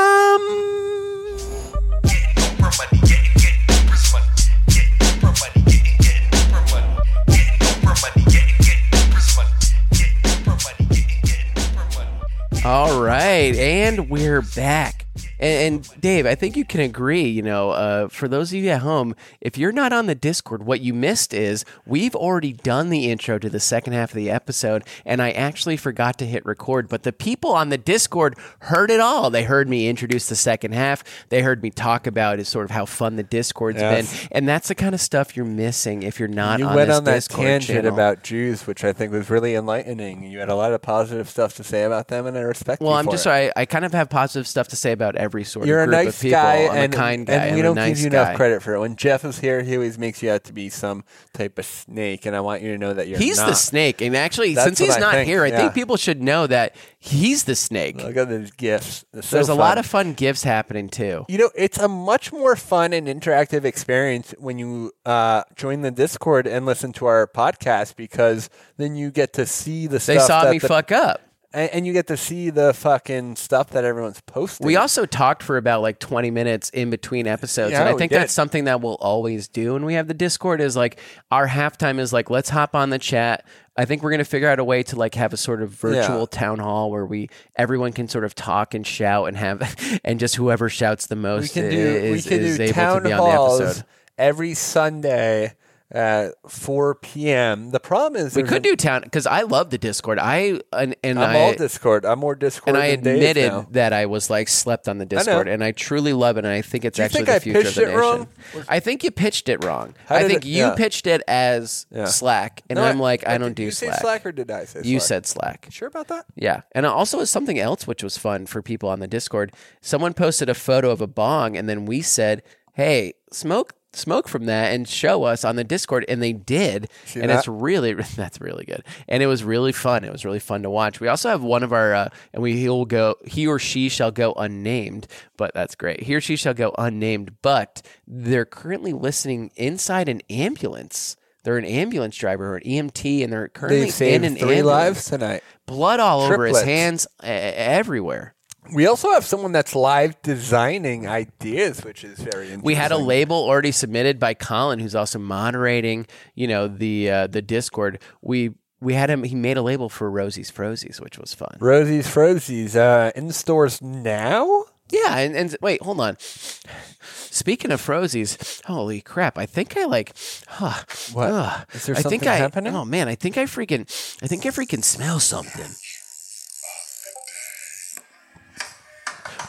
Speaker 4: adamandeve.com.
Speaker 2: Getting Oprah money, getting, getting Oprah's money. Getting Oprah money, getting, getting Oprah money. Getting Oprah money, getting, getting Oprah's money. Getting Oprah money, getting, getting Oprah money.
Speaker 3: All right, and we're back. And, and Dave, I think you can agree. You know, uh, for those of you at home, if you're not on the Discord, what you missed is we've already done the intro to the second half of the episode, and I actually forgot to hit record. But the people on the Discord heard it all. They heard me introduce the second half. They heard me talk about is sort of how fun the Discord's
Speaker 4: Yes.
Speaker 3: been, and that's the kind of stuff you're missing if you're not.
Speaker 4: You
Speaker 3: on
Speaker 4: went
Speaker 3: this
Speaker 4: on that
Speaker 3: Discord
Speaker 4: tangent
Speaker 3: channel.
Speaker 4: about Jews, which I think was really enlightening. You had a lot of positive stuff to say about them, and I respect you.
Speaker 3: Well, I'm
Speaker 4: for
Speaker 3: just
Speaker 4: it.
Speaker 3: sorry. I kind of have positive stuff to say about every sort
Speaker 4: You're
Speaker 3: of
Speaker 4: a
Speaker 3: group
Speaker 4: nice
Speaker 3: of people.
Speaker 4: guy,
Speaker 3: I'm
Speaker 4: and,
Speaker 3: a kind guy,
Speaker 4: and we
Speaker 3: I'm
Speaker 4: don't
Speaker 3: a nice
Speaker 4: give you
Speaker 3: guy.
Speaker 4: enough credit for it. When Jeff is here, he always makes you out to be some type of snake, and I want you to know that you're
Speaker 3: He's
Speaker 4: not.
Speaker 3: the snake, and actually,
Speaker 4: That's
Speaker 3: since
Speaker 4: what
Speaker 3: he's
Speaker 4: I
Speaker 3: not
Speaker 4: think,
Speaker 3: here, I
Speaker 4: yeah.
Speaker 3: think people should know that he's the snake.
Speaker 4: Look at these gifts. It's so
Speaker 3: There's a lot
Speaker 4: fun.
Speaker 3: of fun gifts happening too.
Speaker 4: You know, it's a much more fun and interactive experience when you uh, join the Discord and listen to our podcast because then you get to see the
Speaker 3: They
Speaker 4: stuff.
Speaker 3: saw
Speaker 4: that
Speaker 3: me
Speaker 4: the-
Speaker 3: fuck up.
Speaker 4: and, and you get to see the fucking stuff that everyone's posting.
Speaker 3: We also talked for about like 20 minutes in between episodes.
Speaker 4: Yeah,
Speaker 3: and I
Speaker 4: we
Speaker 3: think
Speaker 4: did.
Speaker 3: that's something that we'll always do. when we have the Discord is like our halftime is like, let's hop on the chat. I think we're going to figure out a way to like have a sort of virtual town hall where we everyone can sort of talk and shout and have and just whoever shouts the most
Speaker 4: we can do
Speaker 3: is,
Speaker 4: we can
Speaker 3: is
Speaker 4: do
Speaker 3: able
Speaker 4: town
Speaker 3: to be on
Speaker 4: halls
Speaker 3: the episode.
Speaker 4: every Sunday at 4 p.m. The problem is
Speaker 3: We
Speaker 4: there's
Speaker 3: could
Speaker 4: a-
Speaker 3: do town because I love the Discord. I and, and
Speaker 4: I'm
Speaker 3: I
Speaker 4: all Discord. I'm more Discord.
Speaker 3: and I
Speaker 4: than Dave
Speaker 3: admitted
Speaker 4: now.
Speaker 3: that I was like slept on the
Speaker 4: know.
Speaker 3: Discord, and I truly love it, and I think it's
Speaker 4: Do you
Speaker 3: actually
Speaker 4: think
Speaker 3: the
Speaker 4: I
Speaker 3: future
Speaker 4: pitched
Speaker 3: of the
Speaker 4: it
Speaker 3: nation.
Speaker 4: wrong?
Speaker 3: I think you pitched it wrong.
Speaker 4: How
Speaker 3: I
Speaker 4: did
Speaker 3: think
Speaker 4: it-
Speaker 3: you
Speaker 4: yeah.
Speaker 3: pitched it as
Speaker 4: Yeah.
Speaker 3: Slack, and
Speaker 4: No,
Speaker 3: I'm like, I
Speaker 4: did
Speaker 3: don't do
Speaker 4: you
Speaker 3: Slack.
Speaker 4: Say Slack or did I say
Speaker 3: you
Speaker 4: Slack?
Speaker 3: said Slack.
Speaker 4: sure about that?
Speaker 3: Yeah, and also something else which was fun for people on the Discord. Someone posted a photo of a bong, and then we said, "Hey, smoke." Smoke from that and show us on the Discord, and they did,
Speaker 4: See
Speaker 3: and
Speaker 4: that?
Speaker 3: it's really that's really good, and it was really fun. It was really fun to watch. We also have one of our, uh, and we he'll go he or she shall go unnamed, but that's great. He or she shall go unnamed, but they're currently listening inside an ambulance. They're an ambulance driver or an EMT, and they're currently
Speaker 4: They've saved
Speaker 3: in an
Speaker 4: three
Speaker 3: ambulance
Speaker 4: lives tonight.
Speaker 3: blood all over his
Speaker 4: Triplets.
Speaker 3: hands e- everywhere.
Speaker 4: We also have someone that's live designing ideas, which is very interesting.
Speaker 3: We had a label already submitted by Colin, who's also moderating, you know, the uh, the Discord. We we had him. He made a label for Rosie's Frozies, which was fun.
Speaker 4: Rosie's Frozies uh, in stores now.
Speaker 3: Yeah, and, and wait, hold on. Speaking of Frozies, holy crap! I think I like. Huh,
Speaker 4: What?
Speaker 3: ugh.
Speaker 4: Is there
Speaker 3: I think
Speaker 4: something
Speaker 3: I,
Speaker 4: happening?
Speaker 3: Oh man, I think I freaking. I think I freaking smell something.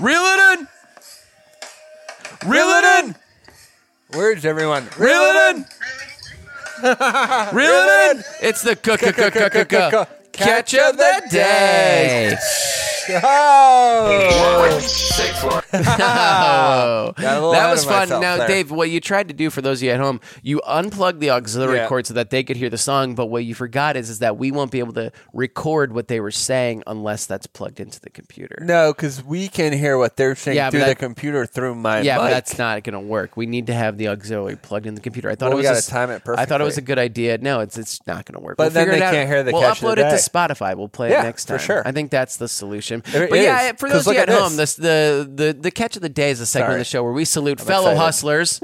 Speaker 3: Reel it in. Reel it in.
Speaker 4: Where's everyone?
Speaker 3: Reel it in. Reel it in. It's the cook cook cook cook cook cook catch of the day.
Speaker 4: Oh!
Speaker 3: Oh,
Speaker 4: Got a little
Speaker 3: that
Speaker 4: ahead
Speaker 3: was
Speaker 4: of
Speaker 3: fun.
Speaker 4: myself
Speaker 3: Now,
Speaker 4: there.
Speaker 3: Dave, what you tried to do for those of you at home, you unplugged the auxiliary
Speaker 4: Yeah.
Speaker 3: cord so that they could hear the song. But what you forgot is, is that we won't be able to record what they were saying unless that's plugged into the computer.
Speaker 4: No, because we can hear what they're saying
Speaker 3: Yeah, but
Speaker 4: through the
Speaker 3: that-
Speaker 4: computer through my
Speaker 3: Yeah, but
Speaker 4: mic.
Speaker 3: that's not going to work. We need to have the auxiliary plugged in the computer. I thought
Speaker 4: Well,
Speaker 3: it was
Speaker 4: we gotta
Speaker 3: a s-
Speaker 4: time it
Speaker 3: I thought it was
Speaker 4: perfectly.
Speaker 3: a good idea. No, it's it's not going to work.
Speaker 4: But
Speaker 3: we'll
Speaker 4: then
Speaker 3: figure it
Speaker 4: they
Speaker 3: out.
Speaker 4: can't hear the
Speaker 3: We'll
Speaker 4: catch of the
Speaker 3: upload it
Speaker 4: day.
Speaker 3: to Spotify. We'll play
Speaker 4: Yeah,
Speaker 3: it next
Speaker 4: for
Speaker 3: time.
Speaker 4: sure.
Speaker 3: I think that's the solution.
Speaker 4: It
Speaker 3: but yeah,
Speaker 4: is,
Speaker 3: for those
Speaker 4: 'cause
Speaker 3: of you
Speaker 4: look
Speaker 3: at
Speaker 4: at
Speaker 3: home,
Speaker 4: this.
Speaker 3: this the the the catch of the day is a segment of
Speaker 4: Sorry.
Speaker 3: the show where we salute fellow
Speaker 4: excited.
Speaker 3: hustlers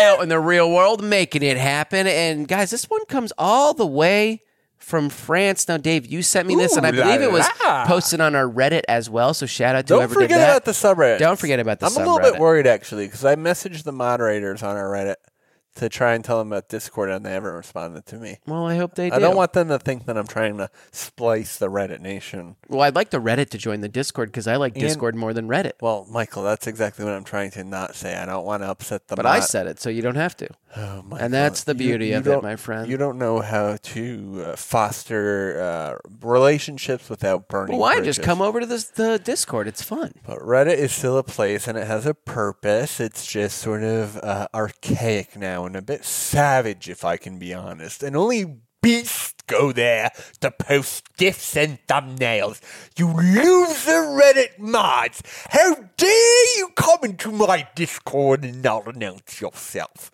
Speaker 3: out in the real world making it happen. And guys, this one comes all the way from France. Now, Dave, you sent me this, and I
Speaker 4: Ooh, la
Speaker 3: believe it was
Speaker 4: la.
Speaker 3: posted on our Reddit as well. So shout out to
Speaker 4: Don't
Speaker 3: whoever
Speaker 4: forget
Speaker 3: did that.
Speaker 4: about the subreddit.
Speaker 3: Don't forget about the
Speaker 4: I'm a little
Speaker 3: subreddit.
Speaker 4: bit worried actually because I messaged the moderators on our Reddit to try and tell them about Discord, and they haven't responded to me.
Speaker 3: well, I hope they.
Speaker 4: I
Speaker 3: do.
Speaker 4: don't want them to think that I'm trying to splice the Reddit nation.
Speaker 3: Well, I'd like the Reddit to join the Discord because I like Discord more than Reddit.
Speaker 4: Well, Michael, that's exactly what I'm trying to not say. I don't want to upset the.
Speaker 3: But I
Speaker 4: mod-
Speaker 3: said it, so you don't have to.
Speaker 4: Oh, Michael,
Speaker 3: and that's the
Speaker 4: you-
Speaker 3: beauty
Speaker 4: you
Speaker 3: of it,
Speaker 4: don't-
Speaker 3: my friend.
Speaker 4: You don't know how to uh, foster uh, relationships without burning.
Speaker 3: Why
Speaker 4: bridges.
Speaker 3: just come over to this, the Discord? It's fun.
Speaker 4: But Reddit is still a place and it has a purpose. It's just sort of uh, archaic now and a bit savage, if I can be honest. And only beasts go there to post gifs and thumbnails. You loser Reddit mods! How dare you come into my Discord and not announce yourself?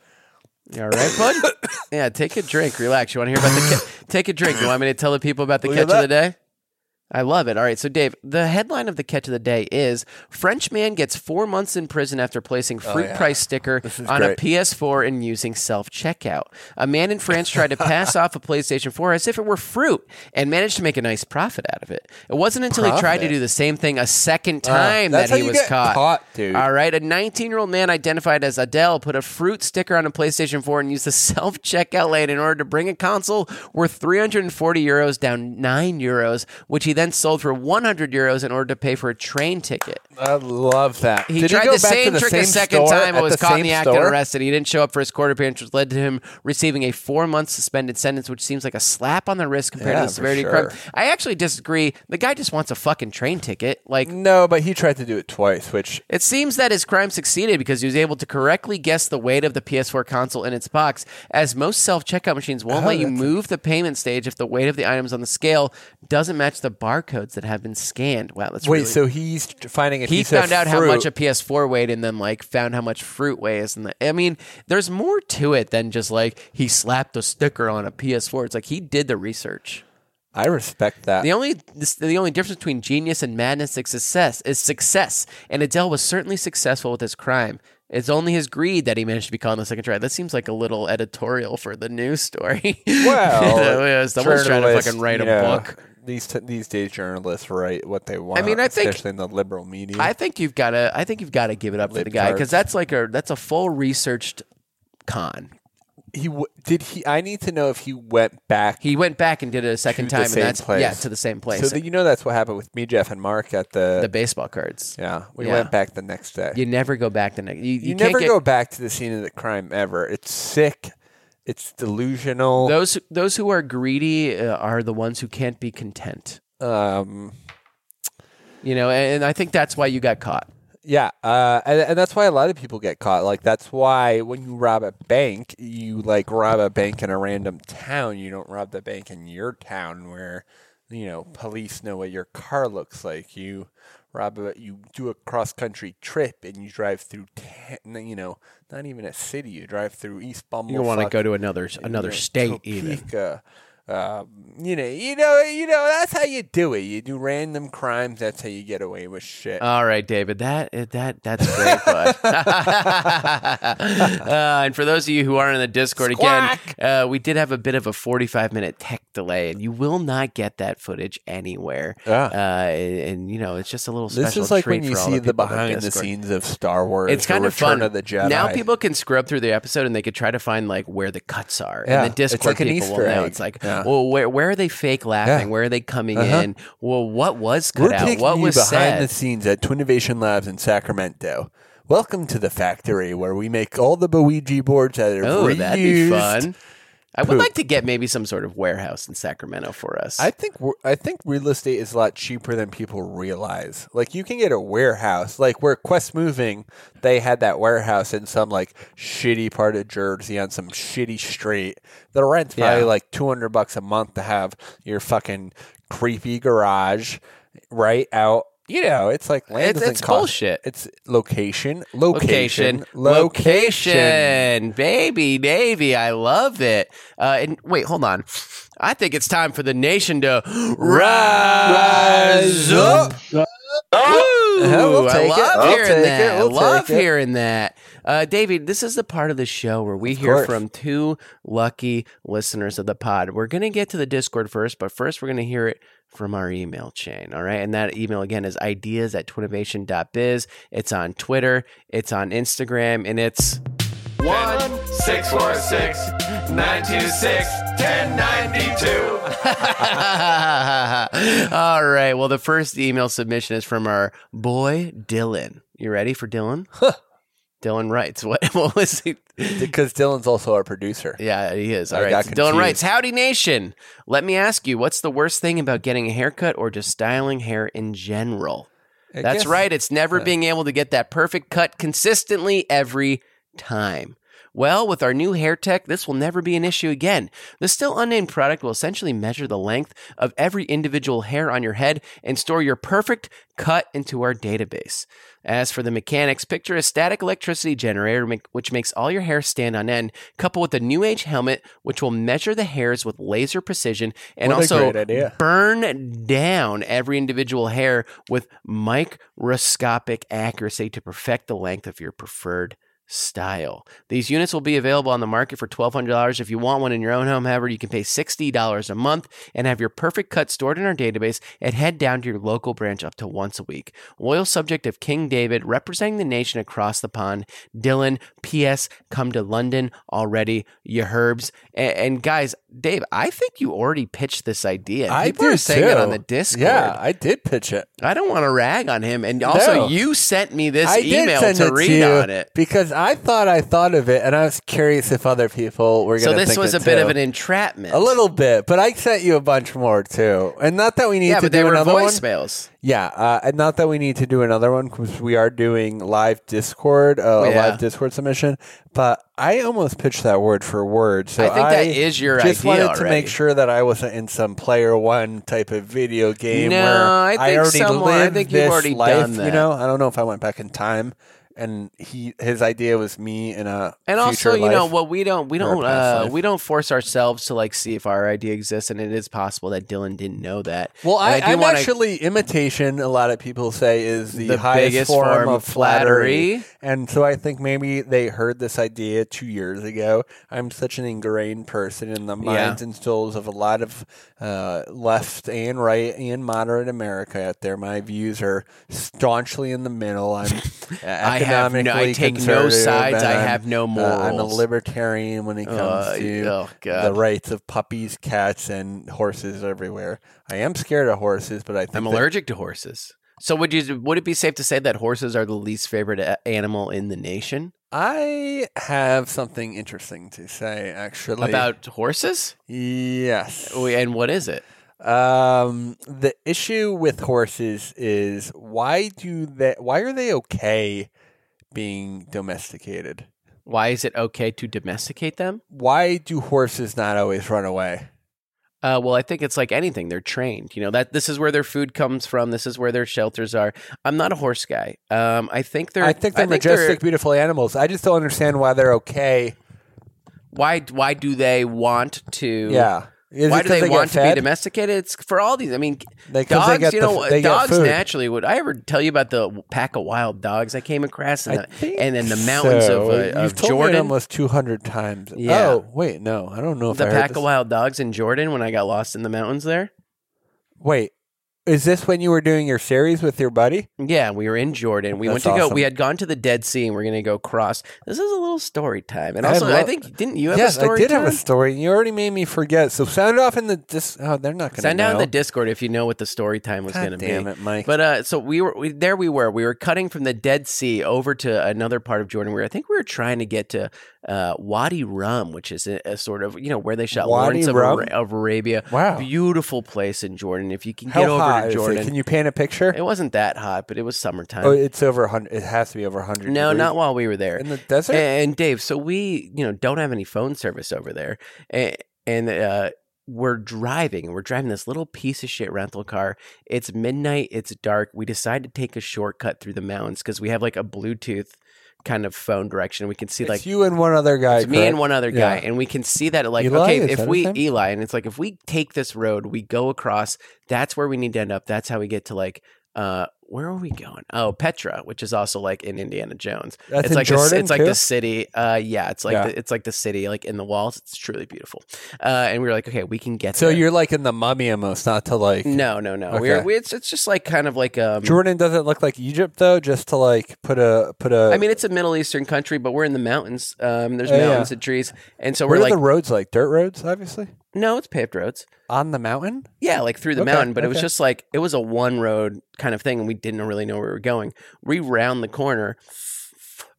Speaker 3: All right, bud. yeah, take a drink, relax. You want to hear about the ca- Take a drink. You want me to tell the people about the
Speaker 4: Look
Speaker 3: catch
Speaker 4: at
Speaker 3: of the day? I love it. All right. So, Dave, the headline of the catch of the day is French man gets four months in prison after placing fruit
Speaker 4: Oh, yeah.
Speaker 3: price sticker
Speaker 4: is
Speaker 3: on
Speaker 4: great.
Speaker 3: a PS4 and using self checkout. A man in France tried to pass off a PlayStation 4 as if it were fruit and managed to make a nice profit out of it. It wasn't until he tried to
Speaker 4: Profit?
Speaker 3: do the same thing a second time
Speaker 4: that's
Speaker 3: that
Speaker 4: how
Speaker 3: he
Speaker 4: you
Speaker 3: was
Speaker 4: get
Speaker 3: caught.
Speaker 4: caught, dude.
Speaker 3: All right. A 19 year old man identified as Adele put a fruit sticker on a PlayStation 4 and used the self checkout lane in order to bring a console worth 340 euros down 9 euros, which he then sold for 100 euros in order to pay for a train ticket.
Speaker 4: I love that.
Speaker 3: He
Speaker 4: Did
Speaker 3: tried
Speaker 4: he go
Speaker 3: the
Speaker 4: back to
Speaker 3: same
Speaker 4: the
Speaker 3: trick
Speaker 4: same
Speaker 3: a second
Speaker 4: store
Speaker 3: time
Speaker 4: at
Speaker 3: and was
Speaker 4: the
Speaker 3: caught in
Speaker 4: same
Speaker 3: the act and
Speaker 4: store?
Speaker 3: arrested. He didn't show up for his court appearance, which led to him receiving a four month suspended sentence, which seems like a slap on the wrist compared
Speaker 4: Yeah,
Speaker 3: to the
Speaker 4: for
Speaker 3: severity
Speaker 4: sure.
Speaker 3: of crime. I actually disagree. The guy just wants a fucking train ticket. Like,
Speaker 4: No, but he tried to do it twice, which
Speaker 3: it seems that his crime succeeded because he was able to correctly guess the weight of the PS4 console in its box, as most self checkout machines won't let you move the payment stage if the weight of the items on the scale doesn't match the barcodes that have been scanned. Wow, that's
Speaker 4: wait.
Speaker 3: really-
Speaker 4: So he's t- finding a
Speaker 3: he
Speaker 4: piece of
Speaker 3: found out how
Speaker 4: fruit.
Speaker 3: much a PS4 weighed, and then like found how much fruit weighs. And the, I mean, there's more to it than just like he slapped a sticker on a PS4. It's like he did the research.
Speaker 4: I respect that.
Speaker 3: The only this, the only difference between genius and madness is success is success, and Adele was certainly successful with his crime. It's only his greed that he managed to be caught on the second try. That seems like a little editorial for the news story.
Speaker 4: well,
Speaker 3: You know, someone's trying to
Speaker 4: journalists,
Speaker 3: fucking write a
Speaker 4: you know,
Speaker 3: book.
Speaker 4: These t- these days, journalists write what they want.
Speaker 3: mean, I think-
Speaker 4: especially in the liberal media.
Speaker 3: I think you've got to. I think you've got to give it up to the guy because
Speaker 4: tarts.
Speaker 3: that's like a that's a full researched con.
Speaker 4: he w- did he. I need to know if he went back.
Speaker 3: He went back and did it a second
Speaker 4: To the
Speaker 3: time, and
Speaker 4: same
Speaker 3: that's
Speaker 4: place.
Speaker 3: yeah to the same place.
Speaker 4: so that you know that's what happened with me, Jeff, and Mark at the.
Speaker 3: the baseball cards.
Speaker 4: yeah, we
Speaker 3: Yeah.
Speaker 4: went back the next day.
Speaker 3: You never go back the next. You, you,
Speaker 4: You
Speaker 3: can't
Speaker 4: never
Speaker 3: get,
Speaker 4: go back to the scene of the crime ever. It's sick. It's delusional.
Speaker 3: Those those who are greedy uh, are the ones who can't be content.
Speaker 4: Um,
Speaker 3: You know, and, and I think that's why you got caught.
Speaker 4: yeah, uh, and, and that's why a lot of people get caught. Like that's why when you rob a bank, you like rob a bank in a random town. You don't rob the bank in your town where you know police know what your car looks like. You rob a, you do a cross country trip and you drive through ta- you know not even a city. You drive through East Bumblefuck.
Speaker 3: You want to go to another another
Speaker 4: know,
Speaker 3: state even.
Speaker 4: Topeka. Um, you know, you know, you know. That's how you do it. You do random crimes. That's how you get away with shit.
Speaker 3: All right, David. That uh, that that's great, bud. uh, and for those of you who are in the Discord again, uh, we did have a bit of a forty-five minute tech delay, and you will not get that footage anywhere.
Speaker 4: Yeah.
Speaker 3: Uh, and, and, you know, it's just a little.
Speaker 4: this
Speaker 3: special
Speaker 4: is like
Speaker 3: treat
Speaker 4: when you
Speaker 3: for all
Speaker 4: see the
Speaker 3: people in
Speaker 4: behind the
Speaker 3: Discord.
Speaker 4: scenes of Star Wars.
Speaker 3: It's kind
Speaker 4: or
Speaker 3: of
Speaker 4: Return
Speaker 3: fun.
Speaker 4: of the Jedi.
Speaker 3: Now people can scrub through the episode and they could try to find like where the cuts are. And
Speaker 4: Yeah,
Speaker 3: the
Speaker 4: it's
Speaker 3: Discord
Speaker 4: like an
Speaker 3: people will
Speaker 4: Easter
Speaker 3: know.
Speaker 4: egg.
Speaker 3: It's like,
Speaker 4: Yeah.
Speaker 3: well, where where are they fake laughing?
Speaker 4: Yeah.
Speaker 3: Where are they coming
Speaker 4: Uh-huh.
Speaker 3: in? Well, what was cut
Speaker 4: We're
Speaker 3: out?
Speaker 4: taking
Speaker 3: What
Speaker 4: you
Speaker 3: was
Speaker 4: behind
Speaker 3: said?
Speaker 4: the scenes at Twinnovation Labs in Sacramento. Welcome to the factory where we make all the Boigi boards that are
Speaker 3: oh,
Speaker 4: reused.
Speaker 3: that'd be fun. I would
Speaker 4: poop.
Speaker 3: like to get maybe some sort of warehouse in Sacramento for us.
Speaker 4: I think we're- I think real estate is a lot cheaper than people realize. Like you can get a warehouse, like where Quest Moving, they had that warehouse in some like shitty part of Jersey on some shitty street. The rent's probably
Speaker 3: Yeah.
Speaker 4: like two hundred bucks a month to have your fucking creepy garage right out. You know, it's like land
Speaker 3: It's-
Speaker 4: doesn't
Speaker 3: it's
Speaker 4: cost-
Speaker 3: bullshit.
Speaker 4: It's location,
Speaker 3: Location,
Speaker 4: location, location.
Speaker 3: location, baby, Navy. I love it. Uh, and wait, hold on. I think it's time for the nation to rise, up. Woo!
Speaker 4: Uh-huh, we'll
Speaker 3: I
Speaker 4: take it.
Speaker 3: love
Speaker 4: I'll
Speaker 3: hearing
Speaker 4: take
Speaker 3: that.
Speaker 4: it. We'll
Speaker 3: I love
Speaker 4: take it.
Speaker 3: hearing that. Uh, David, this is the part of the show where we hear
Speaker 4: course.
Speaker 3: from two lucky listeners of the pod. We're going to get to the Discord first, but first we're going to hear it from our email chain. All right. And that email again is ideas at twinnovation.biz. It's on Twitter, it's on Instagram, and it's.
Speaker 2: 1 646 926 1092.
Speaker 3: All right. Well, the first email submission is from our boy Dylan. You ready for Dylan? Dylan writes, "What? What was he?
Speaker 4: Because Dylan's also our producer.
Speaker 3: Yeah, he is.
Speaker 4: I
Speaker 3: All right.
Speaker 4: got
Speaker 3: So Dylan
Speaker 4: confused.
Speaker 3: writes, "Howdy Nation. Let me ask you, what's the worst thing about getting a haircut or just styling hair in general?
Speaker 4: I
Speaker 3: That's
Speaker 4: guess-
Speaker 3: right. It's never being able to get that perfect cut consistently every time." Well, with our new hair tech, this will never be an issue again. The still unnamed product will essentially measure the length of every individual hair on your head and store your perfect cut into our database. As for the mechanics, picture a static electricity generator ma- which makes all your hair stand on end, coupled with a new age helmet which will measure the hairs with laser precision and
Speaker 4: What a
Speaker 3: also
Speaker 4: great idea.
Speaker 3: burn down every individual hair with microscopic accuracy to perfect the length of your preferred style. These units will be available on the market for $1200 if you want one in your own home however you can pay $60 a month and have your perfect cut stored in our database and head down to your local branch up to once a week. Loyal subject of King David representing the nation across the pond. Dylan PS come to London already you herbs and, and guys Dave I think you already pitched this idea. Uh, People are saying it on the Discord.
Speaker 4: Yeah, I did pitch it.
Speaker 3: I don't want to rag on him and also
Speaker 4: No.
Speaker 3: you sent me this
Speaker 4: I
Speaker 3: email
Speaker 4: did send
Speaker 3: to
Speaker 4: it
Speaker 3: read
Speaker 4: to you
Speaker 3: on it.
Speaker 4: because I thought I thought of it, and I was curious if other people were
Speaker 3: So
Speaker 4: going to.
Speaker 3: this was a bit of an entrapment.
Speaker 4: a little bit, but I sent you a bunch more too, and not that we need
Speaker 3: yeah,
Speaker 4: to
Speaker 3: but
Speaker 4: do
Speaker 3: they were
Speaker 4: another one.
Speaker 3: voicemails.
Speaker 4: Yeah, uh, and not that we need to do another one because we are doing live Discord, uh, a
Speaker 3: Oh, Yeah.
Speaker 4: live Discord submission. But I almost pitched that word for word, so
Speaker 3: I think that is your
Speaker 4: just
Speaker 3: idea
Speaker 4: wanted to
Speaker 3: already.
Speaker 4: make sure that I wasn't in some player one type of video game
Speaker 3: No,
Speaker 4: where
Speaker 3: I think
Speaker 4: already
Speaker 3: someone- I
Speaker 4: lived
Speaker 3: think you've
Speaker 4: this
Speaker 3: already
Speaker 4: life.
Speaker 3: done
Speaker 4: You
Speaker 3: that.
Speaker 4: know, I don't know if I went back in time, and he his idea was me in a
Speaker 3: And
Speaker 4: future
Speaker 3: also, you know,
Speaker 4: life.
Speaker 3: what we don't we
Speaker 4: or a
Speaker 3: don't
Speaker 4: past
Speaker 3: uh,
Speaker 4: life.
Speaker 3: we don't force ourselves to like see if our idea exists, and it is possible that Dylan didn't know that.
Speaker 4: Well,
Speaker 3: And
Speaker 4: I,
Speaker 3: do
Speaker 4: I'm
Speaker 3: wanna-
Speaker 4: actually imitation. A lot of people say is the,
Speaker 3: The
Speaker 4: highest
Speaker 3: biggest
Speaker 4: form,
Speaker 3: form
Speaker 4: of
Speaker 3: of
Speaker 4: flattery.
Speaker 3: flattery.
Speaker 4: and so I think maybe they heard this idea two years ago. I'm such an ingrained person in the minds and souls of a lot of uh, left and right and moderate America out there. My views are staunchly in the middle. I'm uh,
Speaker 3: I have no- I
Speaker 4: economically
Speaker 3: take no
Speaker 4: conservative,
Speaker 3: sides.
Speaker 4: and
Speaker 3: I
Speaker 4: I'm,
Speaker 3: have no
Speaker 4: Uh, I'm a
Speaker 3: morals.
Speaker 4: libertarian when it comes
Speaker 3: Uh,
Speaker 4: to
Speaker 3: oh, God.
Speaker 4: the rights of puppies, cats, and horses everywhere. I am scared of horses, but I think
Speaker 3: I'm
Speaker 4: that-
Speaker 3: allergic to horses. So would you would it be safe to say that horses are the least favorite a- animal in the nation?
Speaker 4: I have something interesting to say actually
Speaker 3: About horses?
Speaker 4: yes.
Speaker 3: We- And what is it?
Speaker 4: Um, the issue with horses is why do they? Why are they okay being domesticated?
Speaker 3: Why is it okay to domesticate them?
Speaker 4: Why do horses not always run away?
Speaker 3: Uh, well, I think it's like anything; they're trained. You know that this is where their food comes from. This is where their shelters are. I'm not a horse guy. Um, I think they're.
Speaker 4: I think they're majestic, beautiful animals. I just don't understand why they're okay.
Speaker 3: why? Why do they want to?
Speaker 4: Yeah. Is
Speaker 3: why
Speaker 4: it
Speaker 3: do
Speaker 4: 'cause
Speaker 3: they,
Speaker 4: get
Speaker 3: want to be
Speaker 4: fed?
Speaker 3: domesticated? It's for all these. I mean,
Speaker 4: They- 'cause they
Speaker 3: dogs.
Speaker 4: get
Speaker 3: you
Speaker 4: the-
Speaker 3: know,
Speaker 4: they get
Speaker 3: dogs
Speaker 4: food.
Speaker 3: naturally would. I ever tell you about the pack of wild dogs I came across, in
Speaker 4: I
Speaker 3: the,
Speaker 4: think
Speaker 3: and in the mountains
Speaker 4: so.
Speaker 3: of, uh,
Speaker 4: You've
Speaker 3: of
Speaker 4: told me it
Speaker 3: Jordan.
Speaker 4: almost 200 times.
Speaker 3: Yeah.
Speaker 4: Oh, wait, no. I don't know if
Speaker 3: the
Speaker 4: I heard
Speaker 3: pack
Speaker 4: this.
Speaker 3: of wild dogs in Jordan when I got lost in the mountains there.
Speaker 4: Wait. Is this when you were doing your series with your buddy?
Speaker 3: Yeah, we were in Jordan. We went
Speaker 4: That's
Speaker 3: to go.
Speaker 4: awesome.
Speaker 3: We had gone to the Dead Sea, and we're going to go cross. This is a little story time, and
Speaker 4: I
Speaker 3: also I,
Speaker 4: love-
Speaker 3: think didn't you have
Speaker 4: yes,
Speaker 3: a story?
Speaker 4: I did have a
Speaker 3: time?
Speaker 4: story. You already made me forget. So sound off in the dis- Oh, they're not going to
Speaker 3: Send out in the Discord if you know what the story time was going to
Speaker 4: God
Speaker 3: be.
Speaker 4: damn it, Mike.
Speaker 3: But uh, so we were we, there. We were we were cutting from the Dead Sea over to another part of Jordan. Where I think we were trying to get to uh, Wadi Rum, which is a, a sort of you know where they shot
Speaker 4: Wadi
Speaker 3: Lawrence of,
Speaker 4: Rum?
Speaker 3: Ara- of Arabia.
Speaker 4: Wow.
Speaker 3: beautiful place in Jordan. If you can
Speaker 4: How
Speaker 3: get over to
Speaker 4: hot is it?
Speaker 3: Jordan,
Speaker 4: Can you paint a picture?
Speaker 3: it wasn't that hot, but it was summertime.
Speaker 4: oh, it's over 100. It has to be over 100.
Speaker 3: no,
Speaker 4: degrees.
Speaker 3: not while we were there.
Speaker 4: in the desert.
Speaker 3: And Dave, so we, you know, don't have any phone service over there, and, and uh, we're driving, and we're driving this little piece of shit rental car. It's midnight, it's dark. We decide to take a shortcut through the mountains because we have like a Bluetooth kind of phone direction. We can see
Speaker 4: it's
Speaker 3: like
Speaker 4: you and one other guy.
Speaker 3: it's me and
Speaker 4: correct?
Speaker 3: one other guy,
Speaker 4: Yeah.
Speaker 3: and we can see that like
Speaker 4: Eli,
Speaker 3: okay,
Speaker 4: is
Speaker 3: if
Speaker 4: that
Speaker 3: we
Speaker 4: his name?
Speaker 3: Eli, and it's like if we take this road, we go across. That's where we need to end up. That's how we get to like. Uh, where are we going? Oh, Petra, which is also like in Indiana Jones.
Speaker 4: That's
Speaker 3: it's
Speaker 4: in
Speaker 3: like the-
Speaker 4: Jordan,
Speaker 3: it's like
Speaker 4: too?
Speaker 3: the city. Uh, yeah, it's like
Speaker 4: Yeah.
Speaker 3: The, it's like the city, like in the walls. It's truly beautiful. Uh, and we were like, okay, we can get.
Speaker 4: So
Speaker 3: there.
Speaker 4: you're like in the mummy almost, not to like.
Speaker 3: no, no, no.
Speaker 4: Okay.
Speaker 3: We're we, it's it's just like kind of like um.
Speaker 4: Jordan doesn't look like Egypt though. Just to like put a put a.
Speaker 3: I mean, it's a Middle Eastern country, but we're in the mountains. Um, there's
Speaker 4: Oh, Yeah, yeah.
Speaker 3: mountains and trees, and so
Speaker 4: what
Speaker 3: we're
Speaker 4: are
Speaker 3: like,
Speaker 4: the roads like? Dirt roads, obviously.
Speaker 3: no, it's paved roads.
Speaker 4: On the mountain?
Speaker 3: Yeah, like through the
Speaker 4: Okay,
Speaker 3: mountain, but it was
Speaker 4: okay.
Speaker 3: just like it was a one road kind of thing, and we didn't really know where we were going. We round the corner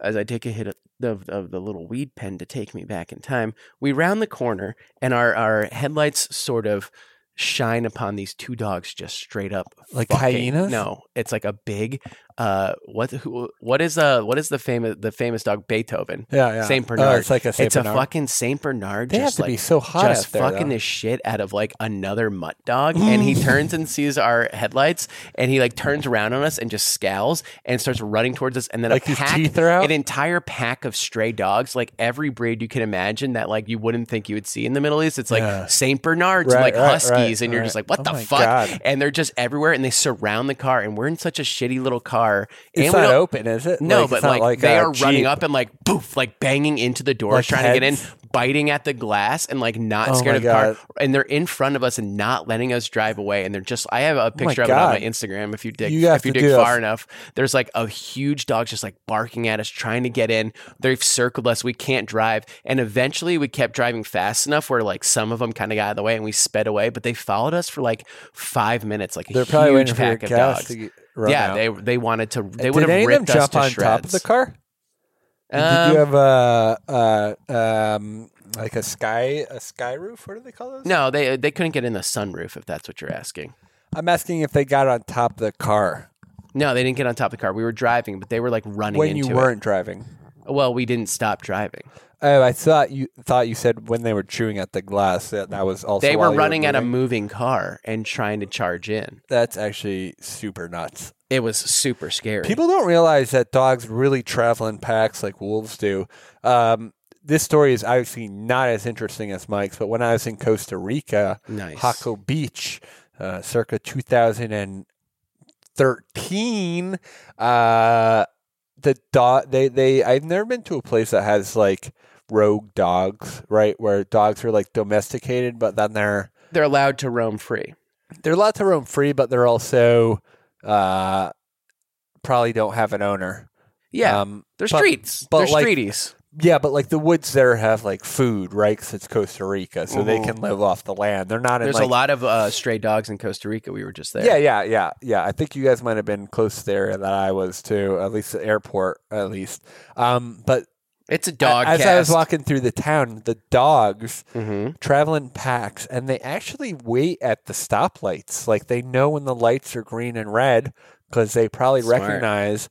Speaker 3: as I take a hit of, of the little weed pen to take me back in time. We round the corner, and our, our headlights sort of shine upon these two dogs just straight up
Speaker 4: Like
Speaker 3: fucking-
Speaker 4: hyenas?
Speaker 3: No, it's like a big uh, what who, what is uh what is the famous the famous dog Beethoven?
Speaker 4: Yeah, yeah.
Speaker 3: Saint
Speaker 4: Oh,
Speaker 3: Bernard.
Speaker 4: it's like a Saint
Speaker 3: it's
Speaker 4: Bernard.
Speaker 3: a fucking Saint Bernard.
Speaker 4: They
Speaker 3: just
Speaker 4: have to
Speaker 3: like,
Speaker 4: be so hot
Speaker 3: just
Speaker 4: out there,
Speaker 3: fucking
Speaker 4: though.
Speaker 3: the shit out of like another mutt dog, and he turns and sees our headlights, and he like turns around on us and just scowls and starts running towards us, and then
Speaker 4: Like
Speaker 3: a
Speaker 4: his
Speaker 3: pack,
Speaker 4: teeth are out?
Speaker 3: an entire pack of stray dogs, like every breed you can imagine that like you wouldn't think you would see in the Middle East. It's like
Speaker 4: Yeah.
Speaker 3: Saint Bernards,
Speaker 4: Right,
Speaker 3: and, like
Speaker 4: right,
Speaker 3: huskies,
Speaker 4: right,
Speaker 3: and you're
Speaker 4: right.
Speaker 3: just like, what
Speaker 4: Oh
Speaker 3: the
Speaker 4: my
Speaker 3: fuck?
Speaker 4: God.
Speaker 3: And they're just everywhere, and they surround the car, and we're in such a shitty little car, and
Speaker 4: It's
Speaker 3: we
Speaker 4: not
Speaker 3: don't-
Speaker 4: open, is it?
Speaker 3: no,
Speaker 4: Like,
Speaker 3: but
Speaker 4: it's not
Speaker 3: like,
Speaker 4: like
Speaker 3: they
Speaker 4: a
Speaker 3: are running
Speaker 4: Jeep.
Speaker 3: up and like poof, like banging into the doors,
Speaker 4: Like
Speaker 3: trying to
Speaker 4: heads?
Speaker 3: get in, biting at the glass, and like not
Speaker 4: Oh
Speaker 3: scared
Speaker 4: my
Speaker 3: of the car.
Speaker 4: God.
Speaker 3: And they're in front of us and not letting us drive away. And they're just, I have a picture of
Speaker 4: Oh God.
Speaker 3: it on my Instagram. If you dig,
Speaker 4: You have
Speaker 3: if you
Speaker 4: to
Speaker 3: dig
Speaker 4: do
Speaker 3: far
Speaker 4: a-
Speaker 3: enough, there's like a huge dog just like barking at us, trying to get in. They've circled us. We can't drive. And eventually, we kept driving fast enough where like some of them kind of got out of the way and we sped away. But they followed us for like five minutes, like a
Speaker 4: They're probably
Speaker 3: huge
Speaker 4: waiting for your
Speaker 3: pack of
Speaker 4: gas
Speaker 3: dogs.
Speaker 4: to get run
Speaker 3: yeah,
Speaker 4: out.
Speaker 3: they they wanted to. They
Speaker 4: Did
Speaker 3: would
Speaker 4: any
Speaker 3: have
Speaker 4: of
Speaker 3: ripped
Speaker 4: them jump
Speaker 3: us to
Speaker 4: on
Speaker 3: shreds.
Speaker 4: top of the car?
Speaker 3: Um,
Speaker 4: Did you have a uh, um, like a sky a sky roof? What do they call those?
Speaker 3: No, they they couldn't get in the sunroof if that's what you're asking.
Speaker 4: I'm asking if they got on top of the car
Speaker 3: No, they didn't get on top of the car. We were driving, but they were like running
Speaker 4: when you
Speaker 3: into
Speaker 4: weren't driving.
Speaker 3: it. Well, we didn't stop driving.
Speaker 4: Oh, I thought you thought you said when they were chewing at the glass that that was also
Speaker 3: They
Speaker 4: while
Speaker 3: were
Speaker 4: you
Speaker 3: running at a
Speaker 4: moving.
Speaker 3: moving car and trying to charge in.
Speaker 4: That's actually super nuts.
Speaker 3: It was super scary.
Speaker 4: People don't realize that dogs really travel in packs like wolves do. Um, this story is obviously not as interesting as Mike's, but when I was in Costa Rica,
Speaker 3: Nice.
Speaker 4: Jaco Beach, uh, circa 2013, uh, the dog they they I've never been to a place that has like rogue dogs, right? Where dogs are like domesticated, but then they're
Speaker 3: they're allowed to roam free.
Speaker 4: they're allowed to roam free, but they're also uh, probably don't have an owner.
Speaker 3: Yeah,
Speaker 4: Um,
Speaker 3: they're
Speaker 4: but-
Speaker 3: streets.
Speaker 4: but
Speaker 3: they're
Speaker 4: like-
Speaker 3: streeties.
Speaker 4: Yeah, but like the woods there have like food, right? 'Cause it's Costa Rica, so they
Speaker 3: Mhm.
Speaker 4: can live off the land. They're not in
Speaker 3: There's
Speaker 4: like
Speaker 3: a lot of uh, stray dogs in Costa Rica. We were just there.
Speaker 4: Yeah, yeah, yeah, yeah. I think you guys might have been close to the area that I was too, at least the airport, at least. Um, but
Speaker 3: it's a dog.
Speaker 4: as I was
Speaker 3: cast.
Speaker 4: walking through the town, the dogs
Speaker 3: Mhm.
Speaker 4: travel in packs, and they actually wait at the stoplights. Like they know when the lights are green and red because they probably
Speaker 3: Smart.
Speaker 4: recognize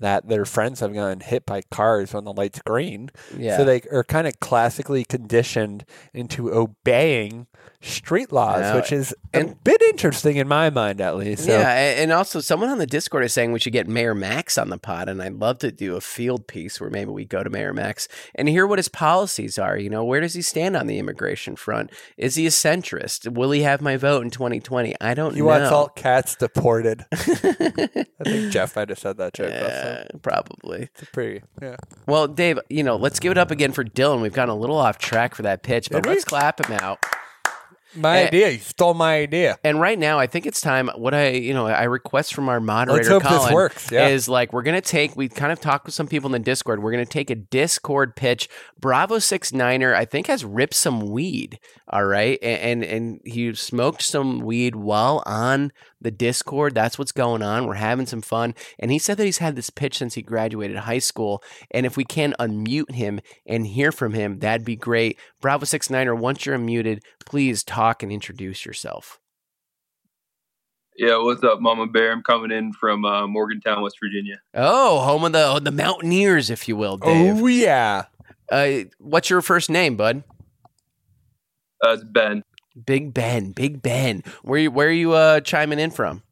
Speaker 4: that their friends have gotten hit by cars when the light's green.
Speaker 3: yeah,
Speaker 4: So they are kind of classically conditioned into obeying street laws,
Speaker 3: Yeah.
Speaker 4: which is a
Speaker 3: And-
Speaker 4: bit interesting in my mind, at least. So
Speaker 3: Yeah, a- and also someone on the Discord is saying we should get Mayor Max on the pod, and I'd love to do a field piece where maybe we go to Mayor Max and hear what his policies are. You know, where does he stand on the immigration front? Is he a centrist? Will he have my vote in 2020? I don't
Speaker 4: he
Speaker 3: know.
Speaker 4: wants all cats deported. I think Jeff might have said that joke. Yeah.
Speaker 3: Yeah, Uh, probably.
Speaker 4: It's pretty. Yeah.
Speaker 3: Well, Dave, you know, let's give it up again for Dylan. We've gotten a little off track for that pitch, but
Speaker 4: Did we?
Speaker 3: let's clap him out.
Speaker 4: My
Speaker 3: Eh.
Speaker 4: idea. You stole my idea.
Speaker 3: And right now, I think it's time. What I, you know, I request from our moderator,
Speaker 4: Let's hope this
Speaker 3: Colin,
Speaker 4: works, yeah.
Speaker 3: is like we're gonna take. We kind of talked with some people in the Discord. We're gonna take a Discord pitch. Bravo Six Niner, I think, has ripped some weed. All right, A- and and he smoked some weed while on the Discord. That's what's going on. We're having some fun. And he said that he's had this pitch since he graduated high school. And if we can unmute him and hear from him, that'd be great. Bravo Six Niner, once you're unmuted, please talk and introduce yourself.
Speaker 6: Yeah, what's up, Mama Bear? I'm coming in from uh, Morgantown, West Virginia.
Speaker 3: Oh, home of the the Mountaineers, if you will, Dave.
Speaker 4: Oh yeah.
Speaker 3: Uh, what's your first name, bud?
Speaker 6: Uh, it's Ben.
Speaker 3: Big Ben. Big Ben. Where you where are you uh, chiming in from?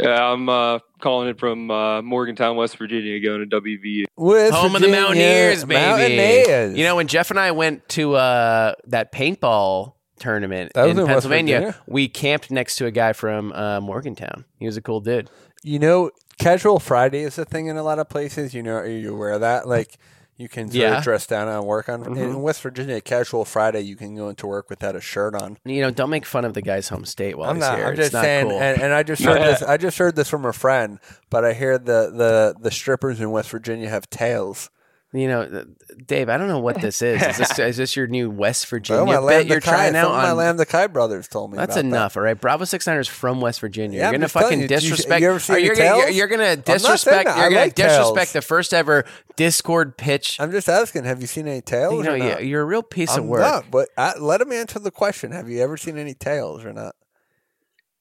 Speaker 6: Yeah, I'm uh, calling in from uh, Morgantown, West Virginia, going to WVU.
Speaker 4: West
Speaker 3: home of the
Speaker 4: Virginia,
Speaker 3: Mountaineers, baby.
Speaker 4: Mountaineers.
Speaker 3: You know, when Jeff and I went to uh, that paintball tournament
Speaker 4: That was
Speaker 3: in
Speaker 4: in West
Speaker 3: Pennsylvania,
Speaker 4: Virginia?
Speaker 3: we camped next to a guy from uh, Morgantown. He was a cool dude.
Speaker 4: you know, casual Friday is a thing in a lot of places. You know, are you aware of that? Like, you can sort
Speaker 3: Yeah.
Speaker 4: of dress down and work on. In West Virginia, casual Friday, you can go into work without a shirt on.
Speaker 3: You know, don't make fun of the guy's home state while
Speaker 4: I'm
Speaker 3: he's
Speaker 4: not.
Speaker 3: here.
Speaker 4: I'm
Speaker 3: It's
Speaker 4: just
Speaker 3: not
Speaker 4: saying,
Speaker 3: cool.
Speaker 4: and, and I just heard this. I just heard this from a friend, but I hear the the the strippers in West Virginia have tails.
Speaker 3: You know, th- Dave, I don't know what this is. Is this, is this your new West Virginia
Speaker 4: Oh, my
Speaker 3: bet
Speaker 4: Lamb
Speaker 3: you're
Speaker 4: the Kai,
Speaker 3: trying
Speaker 4: some
Speaker 3: out
Speaker 4: of my
Speaker 3: on?
Speaker 4: Lamb the Kai brothers told me.
Speaker 3: That's
Speaker 4: about
Speaker 3: enough, all right. Bravo Six Niners from West Virginia.
Speaker 4: Yeah,
Speaker 3: you're
Speaker 4: I'm
Speaker 3: gonna
Speaker 4: just telling
Speaker 3: fucking
Speaker 4: you, did you-
Speaker 3: disrespect.
Speaker 4: you ever seen
Speaker 3: are you
Speaker 4: any
Speaker 3: gonna, you're,
Speaker 4: tails?
Speaker 3: you're gonna
Speaker 4: not saying
Speaker 3: disrespect.
Speaker 4: that.
Speaker 3: You're
Speaker 4: I
Speaker 3: gonna
Speaker 4: like tails.
Speaker 3: disrespect the first ever Discord pitch.
Speaker 4: That. I'm just asking. Have you seen any tails?
Speaker 3: You know,
Speaker 4: or
Speaker 3: you-
Speaker 4: not?
Speaker 3: you're a real piece
Speaker 4: I'm
Speaker 3: of work.
Speaker 4: not, but I, let him answer the question. Have you ever seen any tails or not?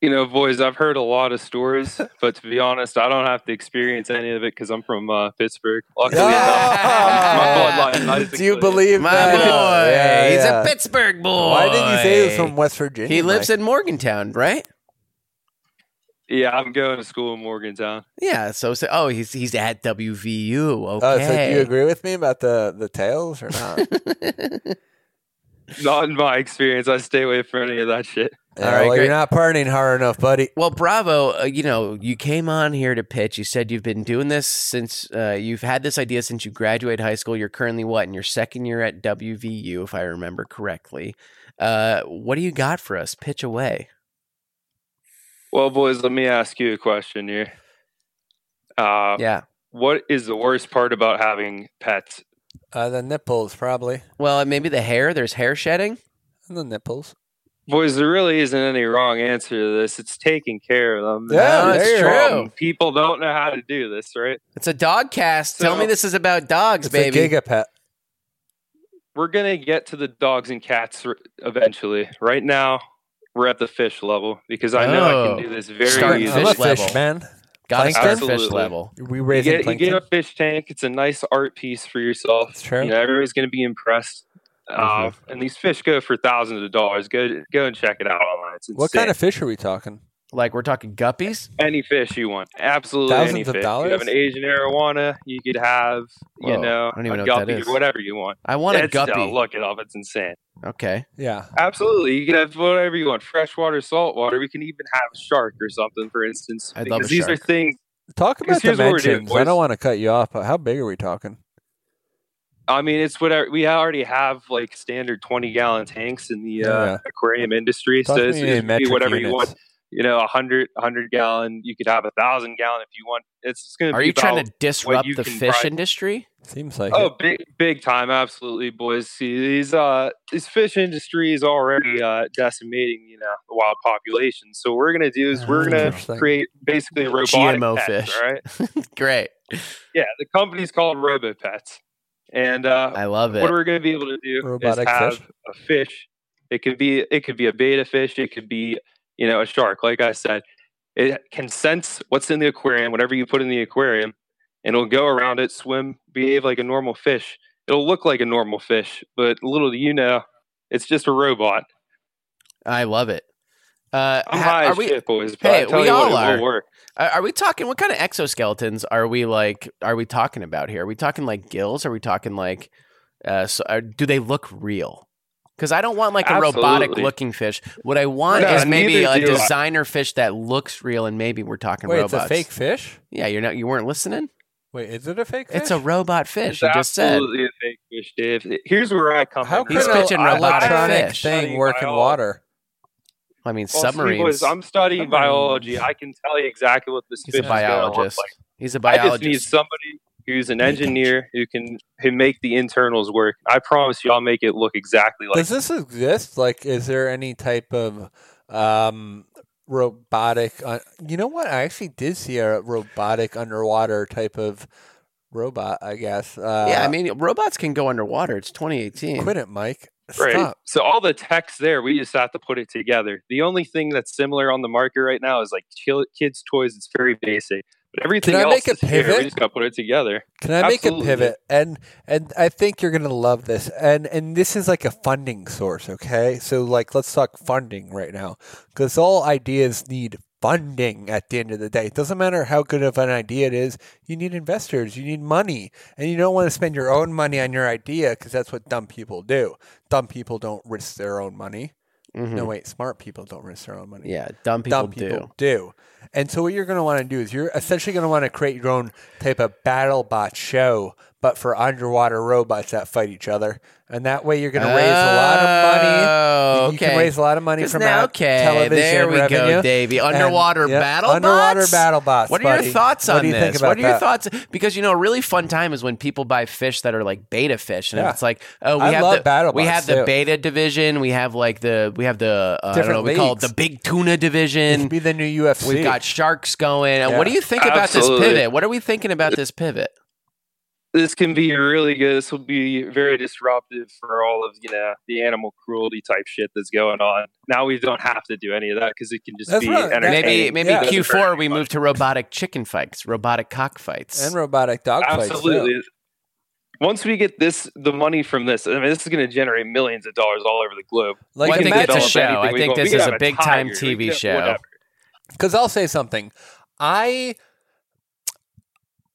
Speaker 6: You know, boys, I've heard a lot of stories, but to be honest, I don't have to experience any of it because I'm from uh, Pittsburgh. Luckily,
Speaker 3: Yeah.
Speaker 6: my bloodline is
Speaker 4: Do you
Speaker 6: included.
Speaker 4: believe
Speaker 3: My
Speaker 4: that?
Speaker 3: boy.
Speaker 4: Yeah,
Speaker 3: He's
Speaker 4: yeah.
Speaker 3: a Pittsburgh boy.
Speaker 4: Why did you say he was from West Virginia?
Speaker 3: He lives
Speaker 4: Mike?
Speaker 3: in Morgantown, right?
Speaker 6: yeah, I'm going to school in Morgantown.
Speaker 3: Yeah. So, so oh, he's he's at WVU. Okay.
Speaker 4: Oh, so do you agree with me about the the tails or not? All
Speaker 6: Not in my experience. I stay away from any of that shit.
Speaker 3: All right,
Speaker 4: well,
Speaker 3: great.
Speaker 4: you're not partying hard enough, buddy.
Speaker 3: Well, bravo. Uh, you know, you came on here to pitch. You said you've been doing this since uh, you've had this idea since you graduated high school. You're currently what in your second year at WVU, if I remember correctly. Uh, what do you got for us? Pitch away.
Speaker 6: Well, boys, let me ask you a question here. Uh,
Speaker 3: Yeah.
Speaker 6: What is the worst part about having pets?
Speaker 4: Uh, the nipples, probably.
Speaker 3: Well, maybe the hair. There's hair shedding.
Speaker 4: The nipples.
Speaker 6: Boys, there really isn't any wrong answer to this. It's taking care of them.
Speaker 4: Yeah, there
Speaker 6: That's the
Speaker 4: you go.
Speaker 6: problem. People don't know how to do this, right?
Speaker 3: It's a dog cast. Tell
Speaker 6: So-
Speaker 3: me this is about dogs,
Speaker 4: It's
Speaker 3: baby.
Speaker 4: a gigapet.
Speaker 6: We're gonna get to the dogs and cats r- eventually. Right now, we're at the fish level because I know I
Speaker 3: Oh.
Speaker 6: can do this very
Speaker 3: Starting
Speaker 6: easily.
Speaker 4: I'm a
Speaker 3: Fish
Speaker 4: fish
Speaker 3: level.
Speaker 4: man.
Speaker 3: Got to start
Speaker 6: Absolutely.
Speaker 3: fish level.
Speaker 4: We
Speaker 6: You
Speaker 4: raising
Speaker 6: get, you
Speaker 4: plankton.
Speaker 6: get a fish tank. It's a nice art piece for yourself.
Speaker 4: It's true. Mm-hmm.
Speaker 6: You know, everybody's going to be impressed. Uh, and these fish go for thousands of dollars. Go go and check it out online. It's
Speaker 4: what
Speaker 6: insane.
Speaker 4: kind of fish are we talking?
Speaker 3: Like we're talking guppies.
Speaker 6: any fish you want? Absolutely any
Speaker 4: Thousands of
Speaker 6: fish. You have
Speaker 4: dollars?
Speaker 6: an Asian arowana. You could have you
Speaker 3: Whoa,
Speaker 6: know
Speaker 3: I don't even
Speaker 6: a
Speaker 3: know what that
Speaker 6: guppy
Speaker 3: is.
Speaker 6: or whatever you want.
Speaker 3: I want a
Speaker 6: It's- uh,
Speaker 3: guppy.
Speaker 6: look it up. It's insane.
Speaker 3: Okay.
Speaker 4: Yeah.
Speaker 6: Absolutely, you can have whatever you want. Freshwater, saltwater. We can even have a shark or something, for instance.
Speaker 3: I'd love
Speaker 6: because
Speaker 3: a
Speaker 6: these are
Speaker 3: shark.
Speaker 6: things.
Speaker 4: Talk
Speaker 6: Because
Speaker 4: about
Speaker 6: here's what we're doing,
Speaker 4: dimensions. I
Speaker 6: boys.
Speaker 4: don't want to cut you off, but how big are we talking?
Speaker 6: I mean, it's whatever we already have like standard twenty gallon tanks in the uh,
Speaker 4: Yeah.
Speaker 6: aquarium industry.
Speaker 4: Talk
Speaker 6: so
Speaker 4: to
Speaker 6: it's,
Speaker 4: me
Speaker 6: it's
Speaker 4: in
Speaker 6: gonna be
Speaker 4: metric
Speaker 6: whatever you
Speaker 4: units.
Speaker 6: want. You know, a hundred, a hundred gallon. You could have a thousand gallon if you want. It's just going to.
Speaker 3: Are
Speaker 6: be
Speaker 3: you trying
Speaker 6: about-
Speaker 3: to disrupt
Speaker 6: you
Speaker 3: the
Speaker 6: can
Speaker 3: fish
Speaker 6: buy.
Speaker 3: industry?
Speaker 4: Seems like
Speaker 6: Oh,
Speaker 4: it.
Speaker 6: big, big time! Absolutely, boys. See, these uh, this fish industry is already uh, decimating, you know, the wild population. So what we're gonna do is
Speaker 3: Oh,
Speaker 6: we're gonna
Speaker 4: Interesting.
Speaker 6: create basically robotic
Speaker 3: GMO
Speaker 6: pets,
Speaker 3: fish.
Speaker 6: all right?
Speaker 3: Great.
Speaker 6: Yeah, the company's called RoboPets, and uh,
Speaker 3: I love it.
Speaker 6: what we're going to be able to do
Speaker 4: Robotic
Speaker 6: is have
Speaker 4: fish?
Speaker 6: a fish. It could be it could be a beta fish. It could be you know a shark. Like I said, it can sense what's in the aquarium, whatever you put in the aquarium, and it'll go around it, swim, behave like a normal fish. It'll look like a normal fish, but little do you know, it's just a robot.
Speaker 3: I love it. Uh,
Speaker 6: I'm
Speaker 3: ha-
Speaker 6: high
Speaker 3: are
Speaker 6: as
Speaker 3: we
Speaker 6: Oh, shit, boys. But
Speaker 3: Hey,
Speaker 6: I tell
Speaker 3: we
Speaker 6: you what,
Speaker 3: all
Speaker 6: it
Speaker 3: are.
Speaker 6: will work.
Speaker 3: are are we talking? What kind of exoskeletons are we like? Are we talking about here? Are we talking like gills? Are we talking like? Uh, so, are, do they look real? Because I don't want like a
Speaker 6: Absolutely.
Speaker 3: robotic looking fish. What I want
Speaker 6: No,
Speaker 3: is maybe
Speaker 6: neither
Speaker 3: a
Speaker 6: do I.
Speaker 3: designer fish that looks real, and maybe we're talking
Speaker 4: Wait, it's
Speaker 3: robots.
Speaker 4: a fake fish?
Speaker 3: Yeah, you're not. You weren't listening.
Speaker 4: Wait, is it a fake fish?
Speaker 3: It's a robot fish.
Speaker 6: It's
Speaker 3: You just said.
Speaker 6: absolutely a fake fish, Dave. Here's where I come
Speaker 4: How
Speaker 6: in.
Speaker 4: could
Speaker 3: He's
Speaker 4: an
Speaker 6: bro.
Speaker 3: pitching robotic
Speaker 4: electronic
Speaker 3: fish.
Speaker 4: thing work in water?
Speaker 3: I mean,
Speaker 6: Well, see,
Speaker 3: submarines.
Speaker 6: boys, I'm studying
Speaker 4: submarines.
Speaker 6: biology. I can tell you exactly what this
Speaker 3: He's a
Speaker 6: fish is gonna look
Speaker 3: biologist.
Speaker 6: like.
Speaker 3: He's a
Speaker 6: I just need
Speaker 3: biologist.
Speaker 6: somebody who's an engineer who can who make the internals work. I promise you, I'll make it look exactly like.
Speaker 4: Does this exist? Like, is there any type of um, robotic? Uh, you know what? I actually did see a robotic underwater type of robot. I guess. Uh,
Speaker 3: yeah, I mean, robots can go underwater. It's 2018.
Speaker 4: quit it, Mike. Stop.
Speaker 6: Right. So all the text there, we just have to put it together. The only thing that's similar on the market right now is like chil- kids' toys. It's very basic, but everything
Speaker 4: I
Speaker 6: else
Speaker 4: make a
Speaker 6: is here.
Speaker 4: pivot?
Speaker 6: We just got to put it together.
Speaker 4: Can I make
Speaker 6: Absolutely.
Speaker 4: a pivot? And and I think you're gonna love this. And and this is like a funding source, okay? So like let's talk funding right now. Because all ideas need funding at the end of the day. It doesn't matter how good of an idea it is, you need investors, you need money. And you don't want to spend your own money on your idea because that's what dumb people do. Dumb people don't risk their own money.
Speaker 3: Mhm.
Speaker 4: No wait, smart people don't risk their own money
Speaker 3: Yeah, dumb people
Speaker 4: dumb
Speaker 3: do.
Speaker 4: people do. And so what you're going to want to do is you're essentially going to want to create your own type of battle bot show, but for underwater robots that fight each other. And that way you're going to raise a lot of
Speaker 3: Oh,
Speaker 4: money. You can raise a lot of money
Speaker 3: 'Cause
Speaker 4: from
Speaker 3: now-
Speaker 4: ad-
Speaker 3: okay,
Speaker 4: television
Speaker 3: there we
Speaker 4: revenue.
Speaker 3: go, Davey.
Speaker 4: And-
Speaker 3: Underwater
Speaker 4: yeah,
Speaker 3: battle
Speaker 4: underwater
Speaker 3: bots?
Speaker 4: battle bots.
Speaker 3: What are your
Speaker 4: buddy.
Speaker 3: thoughts
Speaker 4: What
Speaker 3: on
Speaker 4: do you
Speaker 3: this?
Speaker 4: think about
Speaker 3: what are your
Speaker 4: that?
Speaker 3: thoughts? Because you know, a really fun time is when people buy fish that are like beta fish, and
Speaker 4: Yeah.
Speaker 3: it's like, oh, we
Speaker 4: I
Speaker 3: have
Speaker 4: love
Speaker 3: the
Speaker 4: battle
Speaker 3: we
Speaker 4: bots,
Speaker 3: have the
Speaker 4: too.
Speaker 3: beta division, we have like the we have the uh, I don't know,
Speaker 4: Different
Speaker 3: we call it the
Speaker 4: leagues.
Speaker 3: big tuna
Speaker 4: It
Speaker 3: division.
Speaker 4: could be the new UFC.
Speaker 3: We've got sharks going. And
Speaker 4: Yeah.
Speaker 3: What do you think about
Speaker 6: Absolutely.
Speaker 3: this pivot? What are we thinking about this pivot?
Speaker 6: this can be really good. This will be very disruptive for all of you know the animal cruelty type shit that's going on. Now we don't have to do any of that because it can just
Speaker 4: That's
Speaker 6: be
Speaker 4: right. That-
Speaker 6: entertaining.
Speaker 3: Maybe
Speaker 4: Hey,
Speaker 3: maybe
Speaker 4: yeah.
Speaker 3: Q4 we move to robotic chicken fights, robotic cockfights.
Speaker 4: and robotic dog fights, too.
Speaker 6: Absolutely. Once we get this, the money from this, I mean, this is going to generate millions of dollars all over the globe.
Speaker 3: Well, I
Speaker 4: Like
Speaker 6: We can
Speaker 3: think it's a
Speaker 6: develop
Speaker 3: show.
Speaker 6: anything
Speaker 3: I
Speaker 6: we
Speaker 3: think
Speaker 6: want.
Speaker 3: this
Speaker 6: We could
Speaker 3: is
Speaker 6: have
Speaker 3: a big-time
Speaker 6: tiger.
Speaker 3: TV
Speaker 6: We could-
Speaker 3: show.
Speaker 6: whatever.
Speaker 4: Because I'll say something. I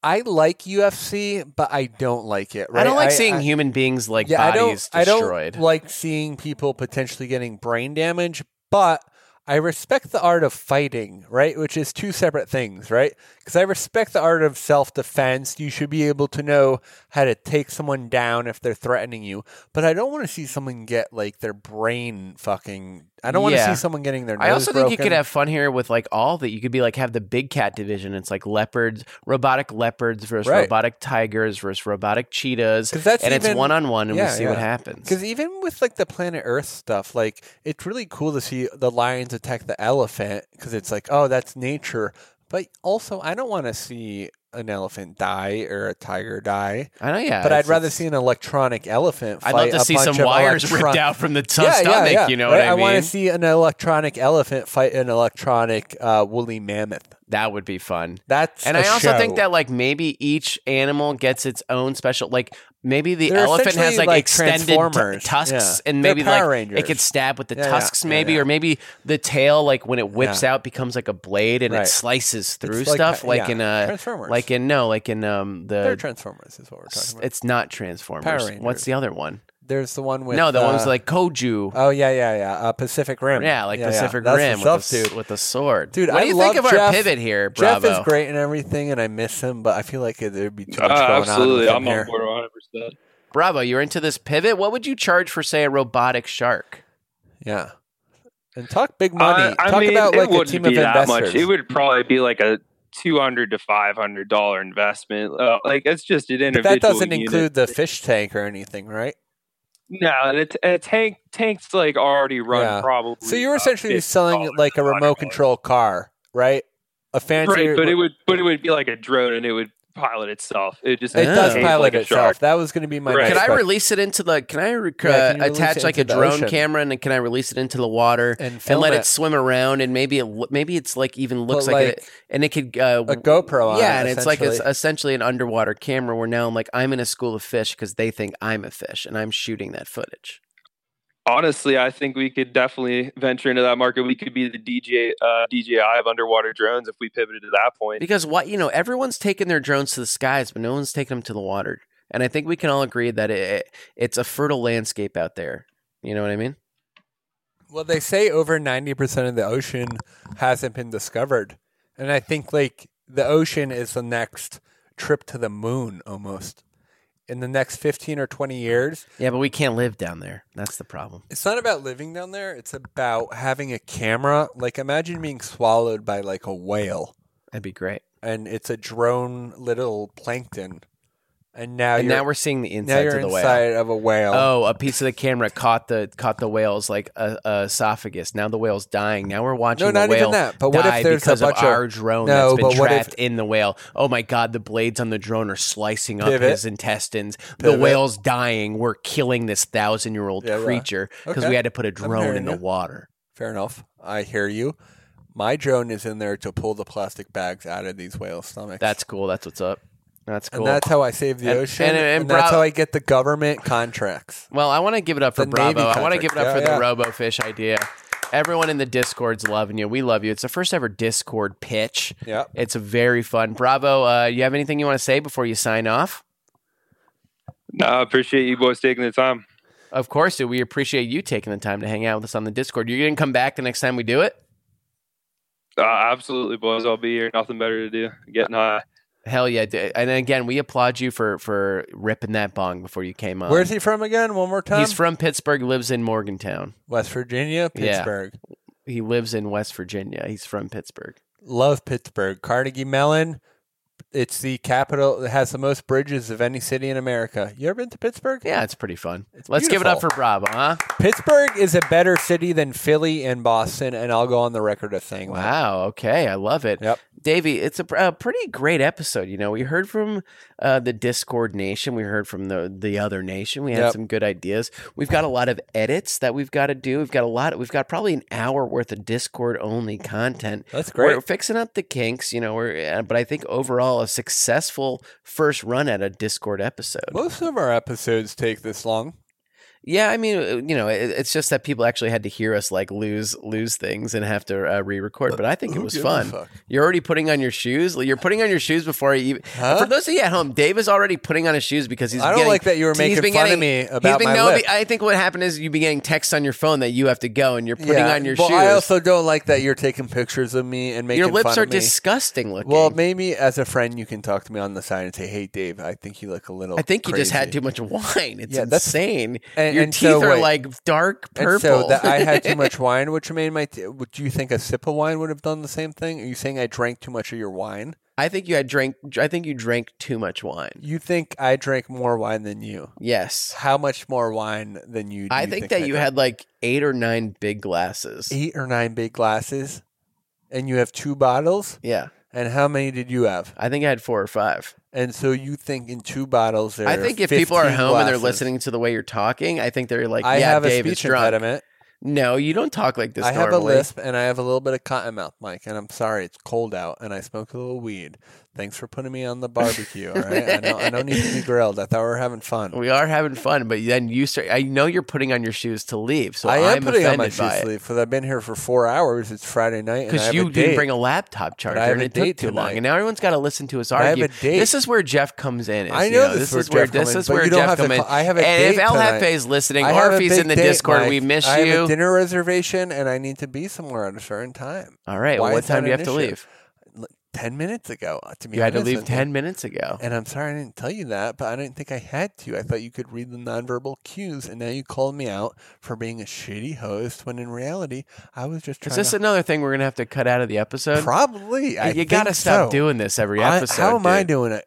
Speaker 4: I like UFC, but I don't like it. Right?
Speaker 3: I don't like seeing
Speaker 4: I-
Speaker 3: human beings like
Speaker 4: yeah, I don't.
Speaker 3: bodies destroyed.
Speaker 4: I don't like seeing people potentially getting brain damage, but I respect the art of fighting, right? Which is two separate things, right? Because I respect the art of self defense. You should be able to know how to take someone down if they're threatening you. But I don't want to see someone get like their brain fucking. I don't
Speaker 3: Yeah.
Speaker 4: want to see someone getting their. Nose
Speaker 3: I also think you could
Speaker 4: broken.
Speaker 3: have fun here with like all that. You could be like have the big cat division. It's like leopards, robotic leopards versus
Speaker 4: Right.
Speaker 3: robotic tigers versus robotic cheetahs,
Speaker 4: 'Cause that's
Speaker 3: and it's
Speaker 4: even-
Speaker 3: one on one, and we
Speaker 4: yeah,
Speaker 3: see what
Speaker 4: yeah.
Speaker 3: happens.
Speaker 4: Because even with like the planet Earth stuff, like it's really cool to see the lions attack the elephant because it's like, oh, that's nature. But also, I don't want to see an elephant die or a tiger die.
Speaker 3: I know, yeah.
Speaker 4: but
Speaker 3: it's-
Speaker 4: I'd rather
Speaker 3: it's-
Speaker 4: see an electronic elephant. Fight
Speaker 3: I'd love to
Speaker 4: a
Speaker 3: see
Speaker 4: bunch
Speaker 3: some
Speaker 4: of
Speaker 3: wires ripped
Speaker 4: electron-
Speaker 3: out from the t-
Speaker 4: Yeah, yeah,
Speaker 3: stomach.
Speaker 4: yeah.
Speaker 3: You know
Speaker 4: Right?
Speaker 3: what I,
Speaker 4: I
Speaker 3: mean?
Speaker 4: want to see an electronic elephant fight an electronic uh, woolly mammoth.
Speaker 3: that would be fun.
Speaker 4: That's
Speaker 3: And
Speaker 4: I
Speaker 3: I also think that like maybe each animal gets its own special like maybe the
Speaker 4: They're
Speaker 3: elephant has
Speaker 4: essentially
Speaker 3: like,
Speaker 4: like
Speaker 3: extended t-
Speaker 4: Transformers.
Speaker 3: tusks
Speaker 4: Yeah.
Speaker 3: and
Speaker 4: They're
Speaker 3: maybe
Speaker 4: Power
Speaker 3: like it
Speaker 4: Rangers.
Speaker 3: could stab with the
Speaker 4: Yeah, yeah,
Speaker 3: tusks
Speaker 4: yeah,
Speaker 3: maybe
Speaker 4: yeah.
Speaker 3: or maybe the tail like when it whips
Speaker 4: Yeah.
Speaker 3: out becomes like a blade and it
Speaker 4: Right.
Speaker 3: slices through
Speaker 4: like
Speaker 3: stuff
Speaker 4: pa-
Speaker 3: uh, like
Speaker 4: yeah.
Speaker 3: in a
Speaker 4: Transformers.
Speaker 3: like in no like in um
Speaker 4: they're
Speaker 3: the
Speaker 4: Transformers is what we're talking about.
Speaker 3: it's not Transformers.
Speaker 4: Power
Speaker 3: What's
Speaker 4: Rangers.
Speaker 3: the other one?
Speaker 4: There's the one with
Speaker 3: no, the one's
Speaker 4: uh,
Speaker 3: like Koju.
Speaker 4: Oh yeah, yeah, yeah. Uh, Pacific Rim.
Speaker 3: yeah, like Pacific
Speaker 4: That's the
Speaker 3: Rim
Speaker 4: stuff,
Speaker 3: with, the, s-
Speaker 4: dude.
Speaker 3: with the sword.
Speaker 4: Dude,
Speaker 3: what
Speaker 4: I
Speaker 3: do you
Speaker 4: love
Speaker 3: think of our
Speaker 4: Jeff.
Speaker 3: pivot here, Bravo?
Speaker 4: Jeff is great and everything, and I miss him, but I feel like there'd be too much
Speaker 6: Ah,
Speaker 4: going
Speaker 6: absolutely.
Speaker 4: on.
Speaker 6: I'm
Speaker 4: with him
Speaker 6: on board 100. percent
Speaker 3: Bravo, you're into this pivot. What would you charge for, say, a robotic shark?
Speaker 4: here. Yeah. And talk big money.
Speaker 6: Uh, I
Speaker 4: talk
Speaker 6: mean,
Speaker 4: about
Speaker 6: it
Speaker 4: like a
Speaker 6: wouldn't
Speaker 4: team
Speaker 6: be
Speaker 4: of
Speaker 6: that
Speaker 4: investors.
Speaker 6: much. It would probably be like a 200 to 500 dollar investment. Uh, like it's just an
Speaker 4: but
Speaker 6: individual.
Speaker 4: that doesn't
Speaker 6: unit.
Speaker 4: include the fish tank or anything, right?
Speaker 6: No, and it, a tank tanks like already run
Speaker 4: Yeah.
Speaker 6: probably.
Speaker 4: So you're
Speaker 6: uh,
Speaker 4: essentially
Speaker 6: $50
Speaker 4: selling like a
Speaker 6: $100.
Speaker 4: remote control car, right? A fancy.
Speaker 6: Right, but it would but it would be like a drone and it would pilot itself. It just
Speaker 4: It does
Speaker 6: behaves
Speaker 4: pilot
Speaker 6: like a
Speaker 4: itself.
Speaker 6: shark.
Speaker 4: That was going to be my.
Speaker 6: Right.
Speaker 4: next
Speaker 3: Can I
Speaker 4: question.
Speaker 3: release it into the? Can I rec-
Speaker 4: Yeah, can
Speaker 3: uh,
Speaker 4: you release
Speaker 3: attach
Speaker 4: it
Speaker 3: like a
Speaker 4: into the
Speaker 3: drone
Speaker 4: ocean?
Speaker 3: camera and then can I release it into the water and,
Speaker 4: and film
Speaker 3: let it.
Speaker 4: it
Speaker 3: swim around and maybe it, lo- maybe it's like even looks
Speaker 4: Put,
Speaker 3: like,
Speaker 4: like,
Speaker 3: it and it could uh,
Speaker 4: a GoPro on it,
Speaker 3: Yeah, and it's like it's
Speaker 4: essentially.
Speaker 3: essentially an underwater camera where now I'm like I'm in a school of fish because they think I'm a fish and I'm shooting that footage.
Speaker 6: Honestly, I think we could definitely venture into that market. We could be the DJ uh, DJI of underwater drones if we pivoted to that point.
Speaker 3: Because what you know, everyone's taking their drones to the skies, but no one's taking them to the water. And I think we can all agree that it, it's a fertile landscape out there. You know what I mean?
Speaker 4: Well, they say over 90% of the ocean hasn't been discovered. And I think like the ocean is the next trip to the moon almost. In the next 15 or 20 years,
Speaker 3: Yeah, but we can't live down there. That's the problem.
Speaker 4: it's not about living down there, it's about having a camera. Like imagine being swallowed by like a whale
Speaker 3: That'd be great.
Speaker 4: and it's a drone little plankton. And now
Speaker 3: and
Speaker 4: you're
Speaker 3: now we're seeing the
Speaker 4: now
Speaker 3: inside
Speaker 4: you're
Speaker 3: of the whale.
Speaker 4: inside of a whale.
Speaker 3: Oh, a piece of the camera caught the caught the whale's like uh, uh, esophagus. Now the whale's dying. Now we're watching
Speaker 4: no,
Speaker 3: the
Speaker 4: not
Speaker 3: whale
Speaker 4: even that. But what
Speaker 3: die
Speaker 4: if there's a
Speaker 3: because
Speaker 4: bunch
Speaker 3: of
Speaker 4: of
Speaker 3: our drone
Speaker 4: No,
Speaker 3: that's been
Speaker 4: but what if-
Speaker 3: trapped in the whale. Oh my god, the blades on the drone are slicing up
Speaker 4: Pivot.
Speaker 3: his intestines. The
Speaker 4: Pivot.
Speaker 3: whale's dying. We're killing this thousand year old
Speaker 4: Yeah, right.
Speaker 3: creature because
Speaker 4: Okay.
Speaker 3: we had to put a drone
Speaker 4: hearing
Speaker 3: in the
Speaker 4: you.
Speaker 3: water.
Speaker 4: Fair enough. I hear you. My drone is in there to pull the plastic bags out of these whales' stomachs.
Speaker 3: That's cool. That's what's up. That's cool.
Speaker 4: and that's how I save the
Speaker 3: And-
Speaker 4: ocean,
Speaker 3: and-
Speaker 4: and,
Speaker 3: and bro-
Speaker 4: that's how I get the government contracts.
Speaker 3: Well, I want to give it up for
Speaker 4: The Navy
Speaker 3: Bravo. I want to
Speaker 4: contract.
Speaker 3: give it up
Speaker 4: Yeah,
Speaker 3: for
Speaker 4: yeah.
Speaker 3: the RoboFish idea. Everyone in the Discord's loving you. We love you. It's the first ever Discord pitch.
Speaker 4: Yeah.
Speaker 3: It's very fun. Bravo. Uh, you have anything you want to say before you sign off?
Speaker 6: No, I appreciate you boys taking the time.
Speaker 3: Of course, dude, we appreciate you taking the time to hang out with us on the Discord. You're going to come back the next time we do it?
Speaker 6: Uh, absolutely, boys. I'll be here. Nothing better to do. Getting high.
Speaker 3: Hell yeah. d- And again, we applaud you for for ripping that bong before you came on.
Speaker 4: Where's he from again? One more time.
Speaker 3: Um, He's from Pittsburgh, lives in Morgantown.
Speaker 4: West Virginia,
Speaker 3: Yeah.
Speaker 4: Pittsburgh.
Speaker 3: He lives in West Virginia. He's from Pittsburgh.
Speaker 4: Love Pittsburgh. Carnegie Mellon. It's the capital. It has the most bridges of any city in America. You ever been to Pittsburgh?
Speaker 3: Yeah, it's pretty fun.
Speaker 4: It's
Speaker 3: Let's give it up for
Speaker 4: beautiful.
Speaker 3: Bravo, huh?
Speaker 4: Pittsburgh is a better city than Philly and Boston, and I'll go on the record of saying that.
Speaker 3: Wow. Okay. I love it.
Speaker 4: Yep.
Speaker 3: Davey, it's a, pr- a pretty great episode. You know, we heard from uh, the Discord Nation, we heard from the the other nation. We had
Speaker 4: Yep.
Speaker 3: some good ideas. We've got a lot of edits that we've got to do. We've got a lot. We've got probably an hour worth of Discord only content.
Speaker 4: That's
Speaker 3: We're fixing up the kinks, you know. We're, uh, but I think overall a successful first run at a Discord episode.
Speaker 4: Most of our episodes take this long.
Speaker 3: Yeah, I mean, uh, you know, it, it's just that people actually had to hear us like lose lose things and have to uh, re-record. But I think it
Speaker 4: Who
Speaker 3: was
Speaker 4: gives a
Speaker 3: fun.
Speaker 4: fuck?
Speaker 3: You're already putting on your shoes. You're putting on your shoes before I even.
Speaker 4: Huh?
Speaker 3: For those of you at home, Dave is already putting on his shoes because he's.
Speaker 4: I don't
Speaker 3: getting-
Speaker 4: like that you were
Speaker 3: he's
Speaker 4: making
Speaker 3: been
Speaker 4: fun
Speaker 3: getting-
Speaker 4: of me
Speaker 3: he's
Speaker 4: about
Speaker 3: been-
Speaker 4: my
Speaker 3: no,
Speaker 4: lip.
Speaker 3: I think what happened is you've been getting texts on your phone that you have to go and you're putting
Speaker 4: Yeah,
Speaker 3: on your
Speaker 4: but
Speaker 3: shoes.
Speaker 4: I also don't like that you're taking pictures of me and making
Speaker 3: your lips
Speaker 4: fun
Speaker 3: are
Speaker 4: of me.
Speaker 3: disgusting looking.
Speaker 4: Well, maybe as a friend, you can talk to me on the side and say, "Hey, Dave, I think you look a little."
Speaker 3: I think you just had
Speaker 4: crazy."
Speaker 3: too much wine. It's
Speaker 4: Yeah, that's-
Speaker 3: insane.
Speaker 4: and-
Speaker 3: your
Speaker 4: and
Speaker 3: teeth
Speaker 4: so
Speaker 3: are
Speaker 4: wait.
Speaker 3: like dark purple.
Speaker 4: And so that I had too much wine, which made my. T- would you think a sip of wine would have done the same thing? Are you saying I drank too much of your wine?
Speaker 3: I think you had drank. I think you drank too much wine.
Speaker 4: You think I drank more wine than you?
Speaker 3: Yes,
Speaker 4: How much more wine than you? Do
Speaker 3: I
Speaker 4: you
Speaker 3: think,
Speaker 4: think
Speaker 3: that
Speaker 4: I
Speaker 3: you
Speaker 4: drank?
Speaker 3: had like eight or nine big glasses.
Speaker 4: eight or nine big glasses, and you have two bottles.
Speaker 3: Yeah,
Speaker 4: And how many did you have?
Speaker 3: I think I had four or five.
Speaker 4: And so you think in two bottles there?
Speaker 3: I
Speaker 4: are
Speaker 3: think if people are
Speaker 4: 15
Speaker 3: home and they're
Speaker 4: glasses.
Speaker 3: listening to the way you're talking, I think they're like, "Yeah,
Speaker 4: I have
Speaker 3: Dave
Speaker 4: a
Speaker 3: is
Speaker 4: speech
Speaker 3: drunk."
Speaker 4: impediment.
Speaker 3: No, you don't talk like this.
Speaker 4: I have a
Speaker 3: normally.
Speaker 4: lisp and I have a little bit of cotton mouth, Mike. And I'm sorry, it's cold out, and I smoke a little weed. Thanks for putting me on the barbecue. all right, I don't, I don't need to be grilled. I thought we were having fun.
Speaker 3: We are having fun, but then you start. I know you're putting on your shoes to leave, so
Speaker 4: I am
Speaker 3: am
Speaker 4: putting on my
Speaker 3: offended by it.
Speaker 4: shoes because I've been here for four hours. It's Friday night, and I
Speaker 3: because
Speaker 4: have
Speaker 3: you
Speaker 4: a date.
Speaker 3: didn't bring a laptop charger
Speaker 4: have
Speaker 3: and
Speaker 4: a
Speaker 3: it took
Speaker 4: date
Speaker 3: too long,
Speaker 4: tonight.
Speaker 3: and now everyone's got to listen to us
Speaker 4: I have
Speaker 3: argue.
Speaker 4: a date.
Speaker 3: This is where Jeff comes in. is,
Speaker 4: I
Speaker 3: you
Speaker 4: know
Speaker 3: know,
Speaker 4: this
Speaker 3: this
Speaker 4: is
Speaker 3: is
Speaker 4: where
Speaker 3: where
Speaker 4: Jeff come
Speaker 3: this
Speaker 4: in,
Speaker 3: is
Speaker 4: but
Speaker 3: where
Speaker 4: you don't
Speaker 3: Jeff
Speaker 4: have to
Speaker 3: comes in.
Speaker 4: call- I have a
Speaker 3: and
Speaker 4: date
Speaker 3: if El
Speaker 4: tonight.
Speaker 3: Jefe is listening,
Speaker 4: I have
Speaker 3: or
Speaker 4: a
Speaker 3: if he's
Speaker 4: big
Speaker 3: in the
Speaker 4: date,
Speaker 3: Discord,
Speaker 4: Mike.
Speaker 3: we miss
Speaker 4: I have a
Speaker 3: you.
Speaker 4: dinner reservation, and I need to be somewhere at a certain time.
Speaker 3: All right,
Speaker 4: Why
Speaker 3: well, what
Speaker 4: is that
Speaker 3: time do you
Speaker 4: an
Speaker 3: have to
Speaker 4: issue?
Speaker 3: leave?
Speaker 4: L- Ten minutes ago, uh, to be
Speaker 3: You had to
Speaker 4: honest
Speaker 3: leave
Speaker 4: with you.
Speaker 3: ten minutes ago.
Speaker 4: And I'm sorry I didn't tell you that, but I didn't think I had to. I thought you could read the nonverbal cues, and now you called me out for being a shitty host when in reality I was just trying
Speaker 3: Is this
Speaker 4: to.
Speaker 3: another thing we're gonna have to cut out of the episode?
Speaker 4: Probably. I
Speaker 3: you gotta
Speaker 4: think
Speaker 3: stop
Speaker 4: so.
Speaker 3: doing this every
Speaker 4: I-
Speaker 3: episode.
Speaker 4: how am I
Speaker 3: dude.
Speaker 4: doing it?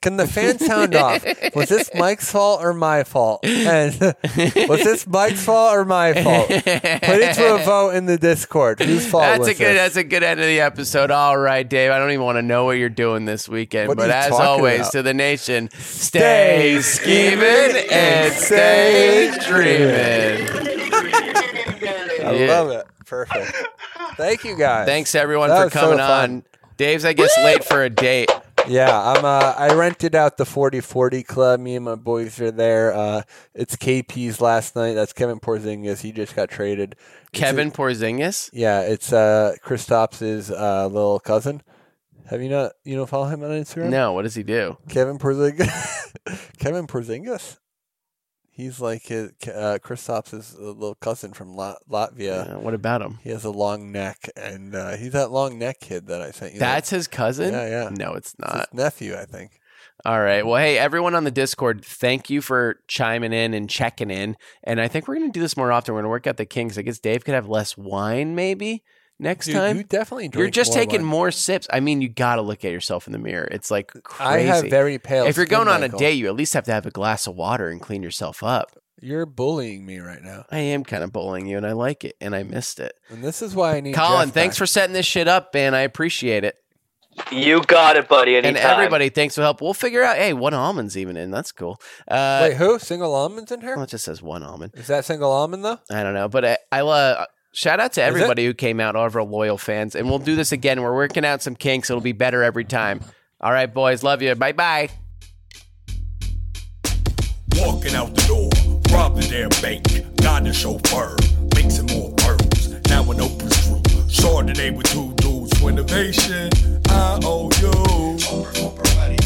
Speaker 4: Can the fan sound off? Was this Mike's fault or my fault? And was this Mike's fault or my fault? Put it to a vote in the Discord. Whose fault
Speaker 3: That's
Speaker 4: was
Speaker 3: a good.
Speaker 4: this?
Speaker 3: That's a good end of the episode. All right, Dave. I don't even want to know what you're doing this weekend,
Speaker 4: What
Speaker 3: but
Speaker 4: are you
Speaker 3: as
Speaker 4: talking
Speaker 3: always,
Speaker 4: about?
Speaker 3: to the nation, stay, scheming and stay dreaming.
Speaker 4: I
Speaker 3: Yeah.
Speaker 4: love it. Perfect. Thank you guys.
Speaker 3: Thanks everyone
Speaker 4: That
Speaker 3: for
Speaker 4: was so
Speaker 3: coming
Speaker 4: fun.
Speaker 3: on. Dave's, I guess, late for a date.
Speaker 4: Yeah, I'm. Uh, I rented out the 4040 Club. Me and my boys are there. Uh, it's KP's last night. That's Kevin Porzingis. He just got traded. It's
Speaker 3: Kevin
Speaker 4: a-
Speaker 3: Porzingis.
Speaker 4: yeah, it's uh, Kristaps' uh, little cousin. Have you not? You don't follow him on Instagram?
Speaker 3: No, what does he do?
Speaker 4: Kevin Porzingis. Kevin Porzingis. He's like his, uh, Kristaps' little cousin from Lat- Latvia.
Speaker 3: Uh, what about him?
Speaker 4: He has a long neck, and uh, he's that long neck kid that I sent you.
Speaker 3: That's his cousin.
Speaker 4: Yeah, yeah.
Speaker 3: No, it's
Speaker 4: It's
Speaker 3: not.
Speaker 4: his nephew, I think.
Speaker 3: All right. Well, hey, everyone on the Discord, thank you for chiming in and checking in. And I think we're going to do this more often. We're going to work out the kinks. I guess Dave could have less wine maybe next
Speaker 4: Dude,
Speaker 3: time.
Speaker 4: you definitely.
Speaker 3: You are
Speaker 4: drink
Speaker 3: just
Speaker 4: more
Speaker 3: taking
Speaker 4: wine.
Speaker 3: more sips. I mean, you got to look at yourself in the mirror. It's like
Speaker 4: I
Speaker 3: crazy.
Speaker 4: have very pale.
Speaker 3: if you're
Speaker 4: skin,
Speaker 3: going on a
Speaker 4: Michael.
Speaker 3: date, you at least have to have a glass of water and clean yourself up.
Speaker 4: you're bullying me right now,
Speaker 3: I am kind of bullying you, and I like it, and I missed it.
Speaker 4: and this is why I need.
Speaker 3: Colin,
Speaker 4: Jeff
Speaker 3: thanks
Speaker 4: back.
Speaker 3: for setting this shit up, man. I appreciate it.
Speaker 5: You got it, buddy. Anytime.
Speaker 3: And everybody, thanks for help. We'll figure out. Hey, one almond's even in. That's cool. Uh,
Speaker 4: Wait, who? Single almonds in
Speaker 3: well,
Speaker 4: here?
Speaker 3: it just says one almond.
Speaker 4: Is that single almond though?
Speaker 3: I don't know, but I, I love. Shout out to everybody who came out, all of our loyal fans, and we'll do this again. We're working out some kinks. It'll be better every time. All right, boys, love you. Bye bye.
Speaker 2: Walking out the door, robbing their bank, got a chauffeur, mixing more pearls. Now an open screw, Chardonnay with two dudes for innovation. I owe you.